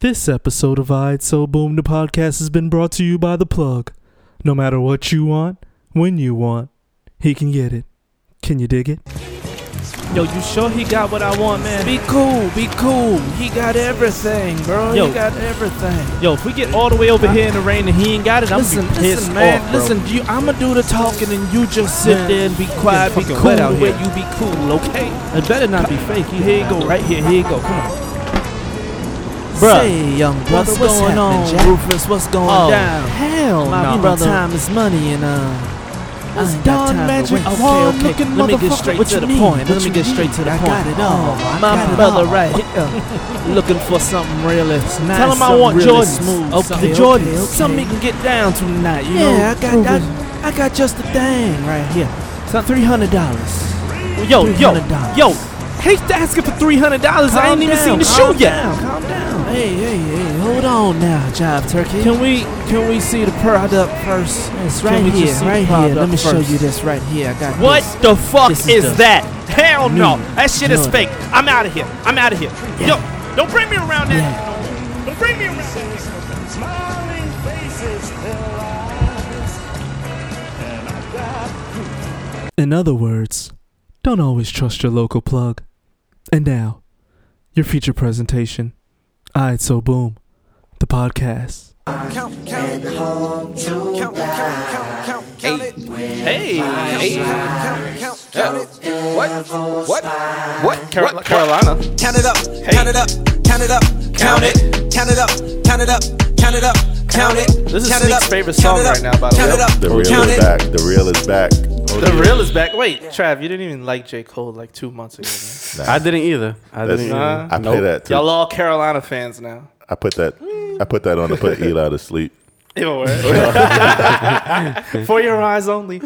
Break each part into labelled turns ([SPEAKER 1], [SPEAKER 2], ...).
[SPEAKER 1] This episode of I'd So Boom the podcast has been brought to you by The Plug. No matter what you want, when you want, he can get it. Can you dig it?
[SPEAKER 2] Yo, you sure he got what I want, man?
[SPEAKER 3] Be cool, be cool. He got everything, bro.
[SPEAKER 2] Yo.
[SPEAKER 3] He got everything.
[SPEAKER 2] Yo, if we get all the way over here in the rain and he ain't got it, I'm
[SPEAKER 3] listen,
[SPEAKER 2] gonna be pissed
[SPEAKER 3] listen, man.
[SPEAKER 2] off, bro.
[SPEAKER 3] listen, you, I'ma do the talking and you just sit
[SPEAKER 2] Man,
[SPEAKER 3] there and be quiet, be
[SPEAKER 2] fucking
[SPEAKER 3] cool
[SPEAKER 2] wet out
[SPEAKER 3] the way
[SPEAKER 2] here.
[SPEAKER 3] you be cool, okay?
[SPEAKER 2] It better not be fake. You here you go, right here, here you go. Come on. Bruh.
[SPEAKER 3] Say, young brother,
[SPEAKER 2] What's
[SPEAKER 3] what's,
[SPEAKER 2] going
[SPEAKER 3] happening,
[SPEAKER 2] on,
[SPEAKER 3] Jack? Rufus? What's going
[SPEAKER 2] Oh,
[SPEAKER 3] down?
[SPEAKER 2] hell
[SPEAKER 3] My
[SPEAKER 2] no.
[SPEAKER 3] brother, time is money and uh.
[SPEAKER 2] It's
[SPEAKER 3] I ain't got
[SPEAKER 2] Don
[SPEAKER 3] time
[SPEAKER 2] Magic
[SPEAKER 3] to waste.
[SPEAKER 2] Wand
[SPEAKER 3] okay, okay.
[SPEAKER 2] looking
[SPEAKER 3] Let me get
[SPEAKER 2] motherfucker.
[SPEAKER 3] straight
[SPEAKER 2] What
[SPEAKER 3] to
[SPEAKER 2] you
[SPEAKER 3] the
[SPEAKER 2] need?
[SPEAKER 3] point.
[SPEAKER 2] What
[SPEAKER 3] Let
[SPEAKER 2] you
[SPEAKER 3] me get straight
[SPEAKER 2] need?
[SPEAKER 3] to the
[SPEAKER 2] I
[SPEAKER 3] point. Oh,
[SPEAKER 2] got it all. I
[SPEAKER 3] My
[SPEAKER 2] got it
[SPEAKER 3] brother,
[SPEAKER 2] all.
[SPEAKER 3] right here, looking for something really nice.
[SPEAKER 2] Tell him I
[SPEAKER 3] something
[SPEAKER 2] want
[SPEAKER 3] really
[SPEAKER 2] Jordans.
[SPEAKER 3] Smooth,
[SPEAKER 2] Okay,
[SPEAKER 3] something-
[SPEAKER 2] the Jordans.
[SPEAKER 3] Something he can get down to tonight. You
[SPEAKER 2] Yeah, I
[SPEAKER 3] know,
[SPEAKER 2] got- I-
[SPEAKER 3] I, got just the thing right here. Some three hundred dollars.
[SPEAKER 2] Yo, yo,
[SPEAKER 3] $300.
[SPEAKER 2] yo. Hate to ask him for three hundred dollars. I ain't even seen the shoe yet.
[SPEAKER 3] Down, calm down. Hey, hey, hey, hold on now, Job Turkey.
[SPEAKER 2] Can we? Can we see the product first?
[SPEAKER 3] it's
[SPEAKER 2] can
[SPEAKER 3] right
[SPEAKER 2] we just
[SPEAKER 3] here,
[SPEAKER 2] see the
[SPEAKER 3] right here.
[SPEAKER 2] product
[SPEAKER 3] Let me show
[SPEAKER 2] first?
[SPEAKER 3] you this right here. I got
[SPEAKER 2] What
[SPEAKER 3] this.
[SPEAKER 2] the fuck
[SPEAKER 3] This
[SPEAKER 2] is,
[SPEAKER 3] is the
[SPEAKER 2] that? Hell no.
[SPEAKER 3] new
[SPEAKER 2] That shit is
[SPEAKER 3] Jordan.
[SPEAKER 2] fake. I'm out of here. I'm out of here.
[SPEAKER 3] Yeah.
[SPEAKER 2] Yo, don't bring me around that. Don't bring me around that.
[SPEAKER 4] Smiling faces fill our eyes, and I got
[SPEAKER 1] In other words, don't always trust your local plug. And now, your feature presentation. I'd So Boom, the podcast.
[SPEAKER 2] Hey.
[SPEAKER 5] Count it. What? What? What?
[SPEAKER 2] Car-
[SPEAKER 5] what?
[SPEAKER 2] Carolina.
[SPEAKER 5] Count it up. Count it up. Count it up. Count it. Count it up. Count it up. Count it up. Count it.
[SPEAKER 2] This is
[SPEAKER 5] Count it
[SPEAKER 2] Sneak's
[SPEAKER 5] up.
[SPEAKER 2] favorite
[SPEAKER 5] Count
[SPEAKER 2] song
[SPEAKER 5] it up.
[SPEAKER 2] right now, by the
[SPEAKER 5] Count
[SPEAKER 2] way.
[SPEAKER 5] it up.
[SPEAKER 6] The real
[SPEAKER 5] Count
[SPEAKER 6] is
[SPEAKER 5] it.
[SPEAKER 6] back. The real is back.
[SPEAKER 2] The real is back. Wait, Trav, you didn't even like J. Cole like two months ago.
[SPEAKER 7] I didn't either. I
[SPEAKER 6] That's-
[SPEAKER 7] didn't
[SPEAKER 2] Nah.
[SPEAKER 7] either.
[SPEAKER 6] I play that too.
[SPEAKER 2] Man. Y'all all Carolina fans now.
[SPEAKER 6] I put that. I put that on to put Eli to sleep.
[SPEAKER 2] Yo, For your eyes only.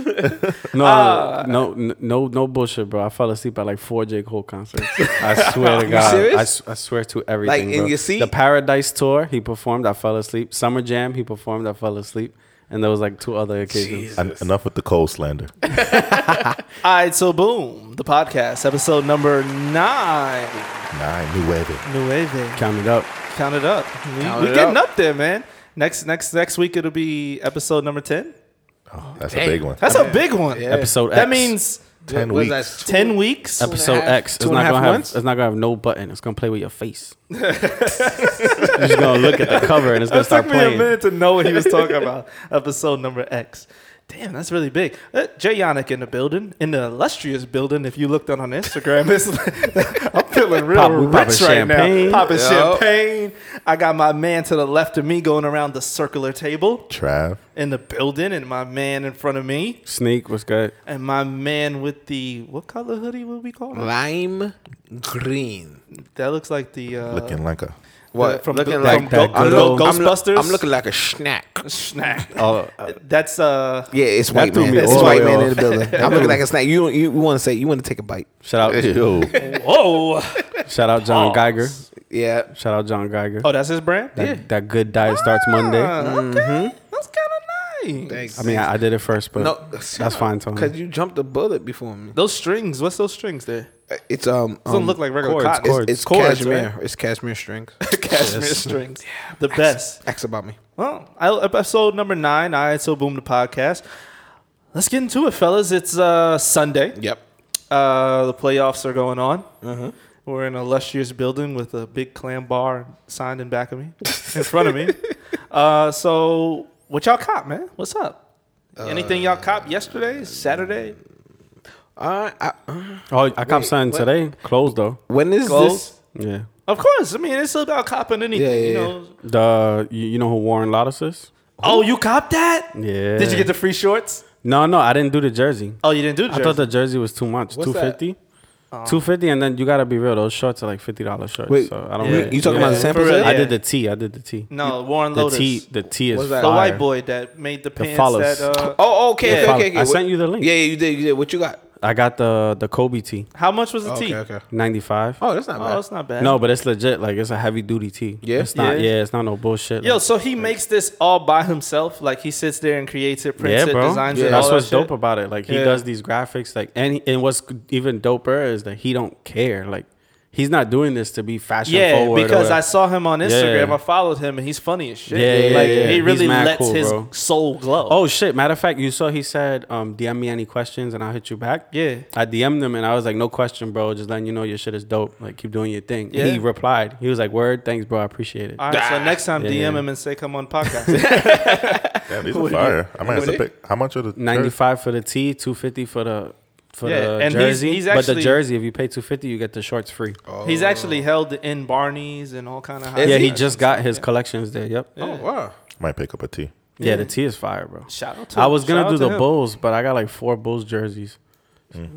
[SPEAKER 7] No,
[SPEAKER 5] Ah.
[SPEAKER 7] no, no, no, no bullshit, bro. I fell asleep at like four J Cole concerts. I swear to God,
[SPEAKER 5] serious?
[SPEAKER 7] I, s- I swear to everything.
[SPEAKER 5] in
[SPEAKER 7] bro.
[SPEAKER 5] your seat?
[SPEAKER 7] The Paradise tour, he performed. I fell asleep. Summer Jam, he performed. I fell asleep. And there was like two other occasions.
[SPEAKER 6] En- enough with the cold slander.
[SPEAKER 2] all right, so boom, the podcast, episode number nine.
[SPEAKER 6] Nine new wedding.
[SPEAKER 2] Nueve.
[SPEAKER 7] Count it up.
[SPEAKER 2] Count it up. We, we
[SPEAKER 5] it
[SPEAKER 2] getting up. there, man. Next next next week it'll be episode number ten.
[SPEAKER 6] That's a big one.
[SPEAKER 2] That's a big one.
[SPEAKER 7] Episode
[SPEAKER 2] That
[SPEAKER 7] X.
[SPEAKER 2] means
[SPEAKER 6] Ten
[SPEAKER 5] Was
[SPEAKER 6] weeks.
[SPEAKER 5] that two-
[SPEAKER 2] ten weeks.
[SPEAKER 7] Episode
[SPEAKER 5] half-
[SPEAKER 7] X.
[SPEAKER 5] two
[SPEAKER 7] It's
[SPEAKER 5] and a
[SPEAKER 7] not
[SPEAKER 5] half
[SPEAKER 7] gonna have.
[SPEAKER 5] months?
[SPEAKER 7] It's not gonna have no button. It's gonna play with your face. You're just gonna look at the cover and it's gonna
[SPEAKER 2] It
[SPEAKER 7] start
[SPEAKER 2] took me a
[SPEAKER 7] playing.
[SPEAKER 2] minute to know what he was talking about. Episode number X. Damn, that's really big. Uh, Jay Yannick in the building, in the illustrious building. If you looked on on Instagram, it's I'm feeling real
[SPEAKER 7] Pop- we popping
[SPEAKER 2] rich right now.
[SPEAKER 7] champagne.
[SPEAKER 2] Popping
[SPEAKER 5] Yup.
[SPEAKER 2] champagne. I got my man to the left of me going around the circular table
[SPEAKER 6] Trav.
[SPEAKER 2] in the building, and my man in front of me
[SPEAKER 7] Sneak was good.
[SPEAKER 2] And my man with the what color hoodie would we call it?
[SPEAKER 5] Lime green.
[SPEAKER 2] That looks like the uh,
[SPEAKER 6] Looking like a.
[SPEAKER 5] What?
[SPEAKER 2] from
[SPEAKER 5] looking
[SPEAKER 2] Go-
[SPEAKER 5] like
[SPEAKER 2] from
[SPEAKER 7] that
[SPEAKER 2] Go-
[SPEAKER 7] good
[SPEAKER 2] Go-
[SPEAKER 7] old-
[SPEAKER 5] I'm, look-
[SPEAKER 2] Ghostbusters.
[SPEAKER 5] I'm looking like a snack.
[SPEAKER 2] snack.
[SPEAKER 7] Oh,
[SPEAKER 2] That's uh.
[SPEAKER 5] Yeah, it's white
[SPEAKER 7] threw
[SPEAKER 5] man.
[SPEAKER 7] me
[SPEAKER 5] It's
[SPEAKER 7] all the
[SPEAKER 5] white
[SPEAKER 7] way
[SPEAKER 5] man
[SPEAKER 7] off.
[SPEAKER 5] in the building. I'm looking like a snack. You you, you want to say you want to take a bite?
[SPEAKER 7] shout out,
[SPEAKER 6] Ew.
[SPEAKER 2] Whoa.
[SPEAKER 7] shout out, John Geiger.
[SPEAKER 5] Yeah.
[SPEAKER 7] Shout out, John Geiger.
[SPEAKER 2] Oh, that's his brand.
[SPEAKER 7] That, that good diet starts Monday.
[SPEAKER 2] Ah,
[SPEAKER 5] Mm-hmm.
[SPEAKER 2] Okay, that's kind of nice.
[SPEAKER 7] I mean, I, I did it first, but
[SPEAKER 5] no,
[SPEAKER 7] that's fine, Tony.
[SPEAKER 5] Because you jumped the bullet before me.
[SPEAKER 2] Those strings. What's those strings there?
[SPEAKER 5] It's um.
[SPEAKER 2] Doesn't
[SPEAKER 5] um,
[SPEAKER 2] look like regular
[SPEAKER 7] cords,
[SPEAKER 2] cotton.
[SPEAKER 7] cords.
[SPEAKER 5] It's, it's
[SPEAKER 2] Chords,
[SPEAKER 5] cashmere. It's cashmere strings.
[SPEAKER 2] Cashmere strings. The best.
[SPEAKER 5] Ask about me.
[SPEAKER 2] Well, I- episode number nine. I so boom the podcast. Let's get into it, fellas. It's uh Sunday.
[SPEAKER 5] Yep.
[SPEAKER 2] Uh, the playoffs are going on.
[SPEAKER 5] Mm-hmm.
[SPEAKER 2] We're in a lustrous building with a big clam bar signed in back of me, in front of me. Uh, so what y'all cop, man? What's up? Anything y'all cop yesterday, Saturday?
[SPEAKER 5] Uh, I, uh,
[SPEAKER 7] oh, I copped something today. Closed though.
[SPEAKER 5] when is
[SPEAKER 2] Close.
[SPEAKER 7] Yeah.
[SPEAKER 2] Of course. I mean, it's about copping anything.
[SPEAKER 5] Yeah, yeah,
[SPEAKER 2] you
[SPEAKER 5] yeah.
[SPEAKER 2] know.
[SPEAKER 7] The you, you know who Warren Lotus is?
[SPEAKER 2] Oh, you copped that?
[SPEAKER 7] Yeah.
[SPEAKER 2] Did you get the free shorts?
[SPEAKER 7] No, no, I didn't do the jersey.
[SPEAKER 2] Oh, you didn't do the
[SPEAKER 7] I thought
[SPEAKER 2] jersey. Oh.
[SPEAKER 7] the jersey was too much.
[SPEAKER 5] What's
[SPEAKER 7] Two
[SPEAKER 5] that?
[SPEAKER 7] fifty. Two fifty, and then you gotta be real. Those shorts are like fifty dollars shorts.
[SPEAKER 5] Wait,
[SPEAKER 7] so I don't.
[SPEAKER 5] you-
[SPEAKER 7] really-
[SPEAKER 5] you talking
[SPEAKER 7] yeah.
[SPEAKER 5] about the samples?
[SPEAKER 2] For real?
[SPEAKER 7] I
[SPEAKER 2] Yeah.
[SPEAKER 7] did the T. I did the T.
[SPEAKER 2] no, Warren
[SPEAKER 7] The
[SPEAKER 2] Lotus.
[SPEAKER 7] T. The T is
[SPEAKER 5] What's that?
[SPEAKER 2] the
[SPEAKER 7] fire.
[SPEAKER 2] white boy that made the pants
[SPEAKER 7] follows.
[SPEAKER 2] that. Uh,
[SPEAKER 5] Oh, okay, okay,
[SPEAKER 7] follow-
[SPEAKER 5] okay, okay.
[SPEAKER 7] I
[SPEAKER 5] What-
[SPEAKER 7] sent you the link.
[SPEAKER 5] Yeah, yeah, you did. You did. What you got?
[SPEAKER 7] I got the the Kobe T.
[SPEAKER 2] How much was the tee?
[SPEAKER 5] Okay, okay.
[SPEAKER 7] Ninety five.
[SPEAKER 5] Oh, that's not
[SPEAKER 2] Oh,
[SPEAKER 5] bad.
[SPEAKER 2] it's not bad.
[SPEAKER 7] No, but it's legit. Like it's a heavy duty T.
[SPEAKER 5] Yeah?
[SPEAKER 7] It's not.
[SPEAKER 2] Yeah.
[SPEAKER 7] Yeah. It's not no bullshit.
[SPEAKER 2] Yo,
[SPEAKER 7] Like,
[SPEAKER 2] so he makes this all by himself. Like he sits there and creates it, prints
[SPEAKER 7] yeah,
[SPEAKER 2] it,
[SPEAKER 7] bro.
[SPEAKER 2] designs it.
[SPEAKER 7] That's
[SPEAKER 2] all
[SPEAKER 7] what's
[SPEAKER 2] that shit.
[SPEAKER 7] dope about it. Like he
[SPEAKER 2] Yeah.
[SPEAKER 7] does these graphics, like and and what's even doper is that he don't care. Like he's not doing this to be fashion
[SPEAKER 2] Yeah,
[SPEAKER 7] forward. or
[SPEAKER 2] because I
[SPEAKER 7] whatever.
[SPEAKER 2] saw him on Instagram.
[SPEAKER 7] Yeah.
[SPEAKER 2] I followed him, and he's funny as shit.
[SPEAKER 7] Yeah, yeah,
[SPEAKER 2] like
[SPEAKER 7] yeah, yeah.
[SPEAKER 2] he
[SPEAKER 7] He's
[SPEAKER 2] really
[SPEAKER 7] mad
[SPEAKER 2] lets
[SPEAKER 7] cool,
[SPEAKER 2] his
[SPEAKER 7] bro.
[SPEAKER 2] soul glow.
[SPEAKER 7] Oh shit! Matter of fact, you saw he said, um, "DM me any questions and I'll hit you back."
[SPEAKER 2] Yeah.
[SPEAKER 7] I DM'd him and I was like, "No question, bro. Just letting you know your shit is dope. Like, keep doing your thing."
[SPEAKER 2] Yeah.
[SPEAKER 7] He replied, "He was like, word, thanks, bro. I appreciate it."
[SPEAKER 2] All right, so next time
[SPEAKER 7] Yeah,
[SPEAKER 2] DM
[SPEAKER 7] yeah.
[SPEAKER 2] him and say, "Come on, podcast."
[SPEAKER 6] Damn, these are fire. I might have to pick. How much are the
[SPEAKER 7] Ninety-five for the tee, two fifty for the for
[SPEAKER 2] Yeah,
[SPEAKER 7] the
[SPEAKER 2] and he's-
[SPEAKER 7] jersey.
[SPEAKER 2] he's
[SPEAKER 7] but
[SPEAKER 2] actually- Oh.
[SPEAKER 7] the jersey, if you pay two fifty, you get the shorts free.
[SPEAKER 5] Oh.
[SPEAKER 2] he's actually held in Barney's and all kind of. High
[SPEAKER 7] yeah,
[SPEAKER 2] yeah,
[SPEAKER 7] he just got his collections there. Yep. Yeah,
[SPEAKER 8] Oh wow.
[SPEAKER 6] Might pick up a T.
[SPEAKER 7] the tee is fire, bro.
[SPEAKER 2] shout out to.
[SPEAKER 7] I was gonna
[SPEAKER 2] shout out
[SPEAKER 7] do
[SPEAKER 2] to
[SPEAKER 7] the
[SPEAKER 2] him.
[SPEAKER 7] Bulls, but I got like four Bulls jerseys.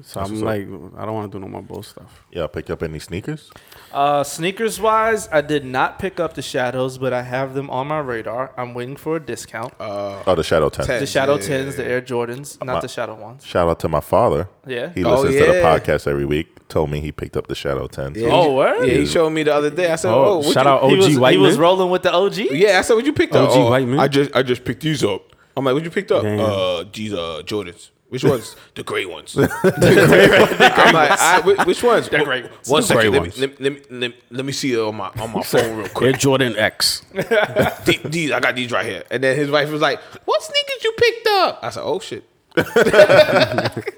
[SPEAKER 7] So I'm
[SPEAKER 6] Mm, what's
[SPEAKER 7] like, I don't want to do no more Bulls stuff.
[SPEAKER 6] Yeah, pick up any sneakers?
[SPEAKER 2] Uh, sneakers wise, I did not pick up the shadows, but I have them on my radar. I'm waiting for a discount.
[SPEAKER 5] Uh,
[SPEAKER 6] Oh, the Shadow 10.
[SPEAKER 8] Ten.
[SPEAKER 2] the Shadow
[SPEAKER 8] yeah.
[SPEAKER 2] Tens, the Air Jordans, not the Shadow ones.
[SPEAKER 6] Shout out to my father.
[SPEAKER 2] Yeah.
[SPEAKER 6] He
[SPEAKER 8] Oh,
[SPEAKER 6] listens to the
[SPEAKER 8] yeah.
[SPEAKER 6] podcast every week. Told me he picked up the Shadow 10. So
[SPEAKER 8] Yeah,
[SPEAKER 2] Oh,
[SPEAKER 8] he-
[SPEAKER 2] word?
[SPEAKER 8] Yeah, he showed me the other day. I said,
[SPEAKER 7] Oh,
[SPEAKER 8] "Oh, what
[SPEAKER 7] shout
[SPEAKER 8] you,
[SPEAKER 7] out OG
[SPEAKER 2] he was,
[SPEAKER 7] White
[SPEAKER 2] he was
[SPEAKER 7] man.
[SPEAKER 2] rolling with the OG.
[SPEAKER 8] Yeah, I said, "What you picked up?" Oh,
[SPEAKER 7] OG white man.
[SPEAKER 8] I just I just picked these up. I'm like, "What you picked up?"
[SPEAKER 7] Damn.
[SPEAKER 8] Uh, these uh Jordans. Which ones? the gray ones. the gray ones. I'm like, I, whi- which ones? the gray ones. One
[SPEAKER 7] The gray
[SPEAKER 8] second. Let me,
[SPEAKER 7] ones.
[SPEAKER 8] let, me- let, me, let, me, let me see it on my on my phone real
[SPEAKER 7] Air
[SPEAKER 8] quick.
[SPEAKER 7] Jordan X.
[SPEAKER 8] The- these I got these right here. And then his wife was like, "What sneakers you picked up?" I said, "Oh shit."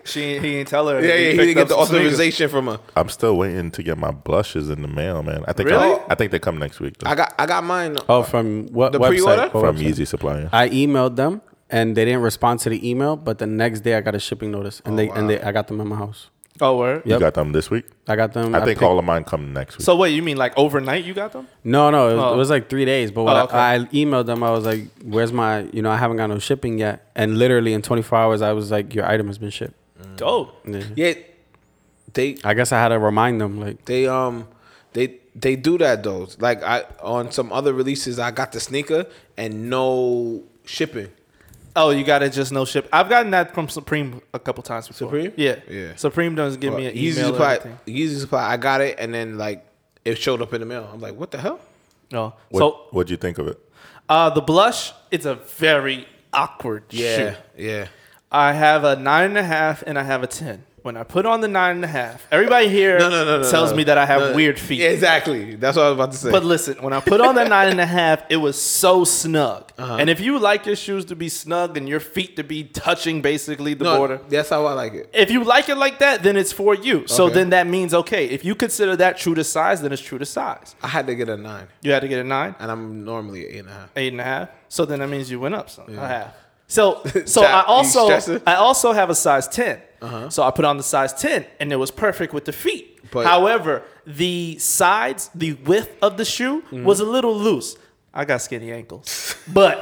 [SPEAKER 2] She, he didn't tell her.
[SPEAKER 8] Yeah,
[SPEAKER 2] that he
[SPEAKER 8] yeah.
[SPEAKER 2] picked
[SPEAKER 8] He didn't
[SPEAKER 2] up
[SPEAKER 8] get the
[SPEAKER 2] some sneakers.
[SPEAKER 8] authorization from her.
[SPEAKER 6] I'm still waiting to get my blushes in the mail, man. I think
[SPEAKER 2] Really?
[SPEAKER 6] I, I think they come next week though,
[SPEAKER 8] I got I got mine.
[SPEAKER 7] Oh, from what
[SPEAKER 8] The
[SPEAKER 7] website?
[SPEAKER 8] pre-order?
[SPEAKER 7] What
[SPEAKER 6] from
[SPEAKER 7] website?
[SPEAKER 6] Yeezy Supplier.
[SPEAKER 7] I emailed them and they didn't respond to the email, but the next day I got a shipping notice and they and they I got them in my house.
[SPEAKER 2] Oh, word.
[SPEAKER 6] You got them this week?
[SPEAKER 7] I got them.
[SPEAKER 6] I think
[SPEAKER 7] picked-
[SPEAKER 6] all of mine come next week.
[SPEAKER 2] Mm, So wait, you mean like overnight you got them?
[SPEAKER 7] No, no, it was,
[SPEAKER 2] Oh.
[SPEAKER 7] it was like three days. But when
[SPEAKER 2] Oh, okay.
[SPEAKER 7] I, I emailed them, I was like, "Where's my? You know, I haven't got no shipping yet." And literally in 24 hours, I was like, "Your item has been shipped."
[SPEAKER 2] Dope.
[SPEAKER 7] Yeah.
[SPEAKER 8] Yeah, they
[SPEAKER 7] I guess I had to remind them, like,
[SPEAKER 8] They um they they do that though. Like I on some other releases I got the sneaker and no shipping.
[SPEAKER 2] Oh, you got it. Just no ship. I've gotten that from Supreme a couple times before.
[SPEAKER 8] Supreme?
[SPEAKER 2] Yeah.
[SPEAKER 8] Yeah.
[SPEAKER 2] Supreme doesn't give me an
[SPEAKER 8] Yeezy
[SPEAKER 2] email. or
[SPEAKER 8] supply
[SPEAKER 2] anything.
[SPEAKER 8] Yeezy supply I got it and then like it showed up in the mail. I'm like, what the hell?
[SPEAKER 2] No.
[SPEAKER 6] what,
[SPEAKER 2] so
[SPEAKER 6] what'd you think of it?
[SPEAKER 2] Uh, the blush, it's a very awkward
[SPEAKER 8] Yeah.
[SPEAKER 2] shoe.
[SPEAKER 8] Yeah.
[SPEAKER 2] I have a nine and a half and I have a 10. When I put on the nine and a half, everybody here
[SPEAKER 8] No, no, no, no.
[SPEAKER 2] tells
[SPEAKER 8] no.
[SPEAKER 2] me that I have
[SPEAKER 8] No, no.
[SPEAKER 2] weird feet.
[SPEAKER 8] Yeah, exactly. That's what I was about to say.
[SPEAKER 2] But listen, when I put on the nine and a half, it was so snug.
[SPEAKER 8] Uh-huh.
[SPEAKER 2] And if you like your shoes to be snug and your feet to be touching basically the
[SPEAKER 8] no,
[SPEAKER 2] border,
[SPEAKER 8] That's how I like it.
[SPEAKER 2] if you like it like that, then it's for you. So
[SPEAKER 8] Okay.
[SPEAKER 2] then that means, okay, if you consider that true to size, then it's true to size.
[SPEAKER 8] I had to get a nine.
[SPEAKER 2] You had to get a nine?
[SPEAKER 8] And I'm normally an eight and a half.
[SPEAKER 2] eight and a half. So then that means you went up some, a half. So so
[SPEAKER 8] Jack,
[SPEAKER 2] I
[SPEAKER 8] you
[SPEAKER 2] also
[SPEAKER 8] stressing?
[SPEAKER 2] I also have a size 10 So I put on the size ten, and it was perfect with the feet.
[SPEAKER 8] But-
[SPEAKER 2] However, the sides, the width of the shoe was a little loose. I got skinny ankles, but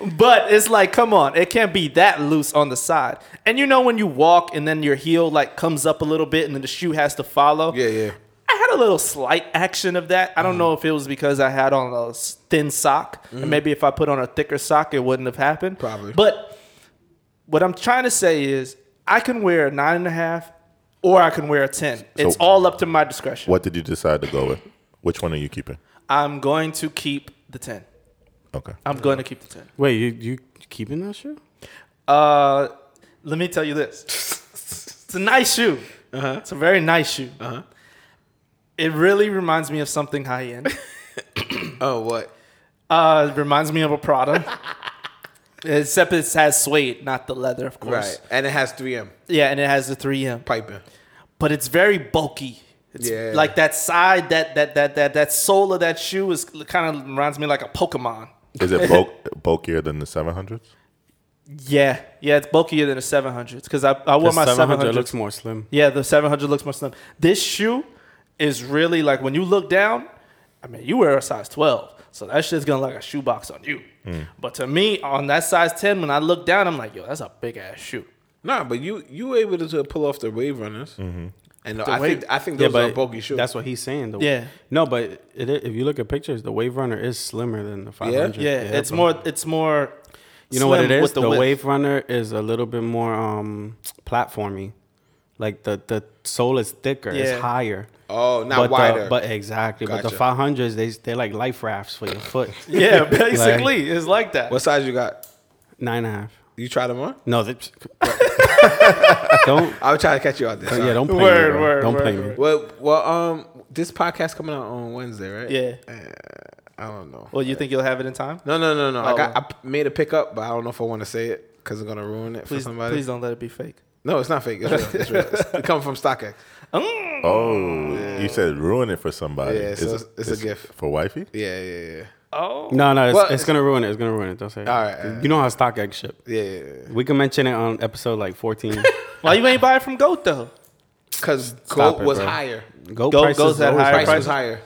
[SPEAKER 2] but it's like, come on, it can't be that loose on the side. And you know when you walk and then your heel like comes up a little bit, and then the shoe has to follow.
[SPEAKER 8] Yeah, yeah.
[SPEAKER 2] I had a little slight action of that. I don't know if it was because I had on a s- thin sock, and maybe if I put on a thicker sock, it wouldn't have happened.
[SPEAKER 8] Probably.
[SPEAKER 2] But what I'm trying to say is, I can wear a nine and a half, or I can wear a ten. it's all up to my discretion.
[SPEAKER 6] What did you decide to go with? Which one are you keeping?
[SPEAKER 2] I'm going to keep the ten.
[SPEAKER 6] Okay.
[SPEAKER 2] I'm going to keep the ten.
[SPEAKER 7] "Wait, you you keeping that shoe?"
[SPEAKER 2] Uh, let me tell you this. It's a nice shoe. It's a very nice shoe. It really reminds me of something high end.
[SPEAKER 8] Oh what?
[SPEAKER 2] Uh, it reminds me of a Prada. Except it has suede, not the leather, of course.
[SPEAKER 8] Right. And it has three M
[SPEAKER 2] Yeah, and it has the 3M.
[SPEAKER 8] piping.
[SPEAKER 2] But it's very bulky. It's
[SPEAKER 8] Yeah.
[SPEAKER 2] like that side, that that that that that sole of that shoe is kind of reminds me like a Pokemon.
[SPEAKER 6] Is it bulk, bulkier than the 700s?
[SPEAKER 2] Yeah, yeah, it's bulkier than the 700s because I, I wore
[SPEAKER 7] The
[SPEAKER 2] my 700.
[SPEAKER 7] looks more slim.
[SPEAKER 2] yeah, the 700 looks more slim. This shoe is really like when you look down. I mean, you wear a size 12, so that shit's gonna look like a shoebox on you.
[SPEAKER 7] Mm.
[SPEAKER 2] But to me, on that size 10, when I look down, I'm like, yo, that's a big ass shoe.
[SPEAKER 8] Nah, but you you were able to pull off the wave runners. Mm-hmm. And I
[SPEAKER 2] Wave-
[SPEAKER 8] think I think those are bulky shoes.
[SPEAKER 7] That's what he's saying. though.
[SPEAKER 2] Yeah.
[SPEAKER 7] No, but it, if you look at pictures, the Wave Runner is slimmer than the 500.
[SPEAKER 2] Yeah, it's
[SPEAKER 7] bro.
[SPEAKER 2] more. It's more.
[SPEAKER 7] You know what it
[SPEAKER 2] slim
[SPEAKER 7] is?
[SPEAKER 2] with
[SPEAKER 7] The,
[SPEAKER 2] width.
[SPEAKER 7] Wave Runner is a little bit more um platformy. Like the the sole is thicker,
[SPEAKER 2] Yeah.
[SPEAKER 7] it's higher.
[SPEAKER 8] Oh, not
[SPEAKER 7] but the-
[SPEAKER 8] wider.
[SPEAKER 7] but exactly. But
[SPEAKER 8] Gotcha.
[SPEAKER 7] the 500s, they they're like life rafts for your foot.
[SPEAKER 2] Yeah, basically, it's like that.
[SPEAKER 8] What size you got?
[SPEAKER 7] Nine and a half.
[SPEAKER 8] You tried them on?
[SPEAKER 7] No, they, don't.
[SPEAKER 8] I was trying to catch you out there.
[SPEAKER 7] Yeah,
[SPEAKER 8] sorry.
[SPEAKER 7] don't play
[SPEAKER 2] Word,
[SPEAKER 7] me. Bro.
[SPEAKER 2] word,
[SPEAKER 7] don't
[SPEAKER 2] word,
[SPEAKER 7] play me.
[SPEAKER 2] word.
[SPEAKER 8] Well, well, um, this podcast coming out on Wednesday, right? Uh,
[SPEAKER 2] Yeah.
[SPEAKER 8] I don't know.
[SPEAKER 2] Well, you think you'll have it in time?
[SPEAKER 8] No, no, no, no. I
[SPEAKER 2] Oh.
[SPEAKER 8] got I p- made a pickup, but I don't know if I want to say it because I'm gonna ruin it for
[SPEAKER 2] Please,
[SPEAKER 8] somebody.
[SPEAKER 2] please don't let it be fake.
[SPEAKER 8] No, it's not fake. It's real. It's real. It's- it comes from StockX.
[SPEAKER 2] Mm,
[SPEAKER 6] Oh, you said ruin it for somebody.
[SPEAKER 8] Yeah, so it's- it's a gift.
[SPEAKER 6] for wifey.
[SPEAKER 8] Yeah, yeah, yeah.
[SPEAKER 2] Oh,
[SPEAKER 7] No, no, it's,
[SPEAKER 8] Well,
[SPEAKER 7] it's gonna ruin it. It's gonna ruin it. Don't say it.
[SPEAKER 8] All right, all right.
[SPEAKER 7] You know how StockX ship.
[SPEAKER 8] Yeah, yeah, yeah.
[SPEAKER 7] We can mention it on episode like 14.
[SPEAKER 2] why you ain't buy it from Goat though?
[SPEAKER 8] Because
[SPEAKER 7] Stop
[SPEAKER 8] gold
[SPEAKER 7] it,
[SPEAKER 8] was
[SPEAKER 7] bro.
[SPEAKER 8] higher.
[SPEAKER 7] Gold
[SPEAKER 2] Gold
[SPEAKER 7] prices
[SPEAKER 2] goes at
[SPEAKER 7] always
[SPEAKER 2] higher
[SPEAKER 8] Price,
[SPEAKER 7] high.
[SPEAKER 8] was higher.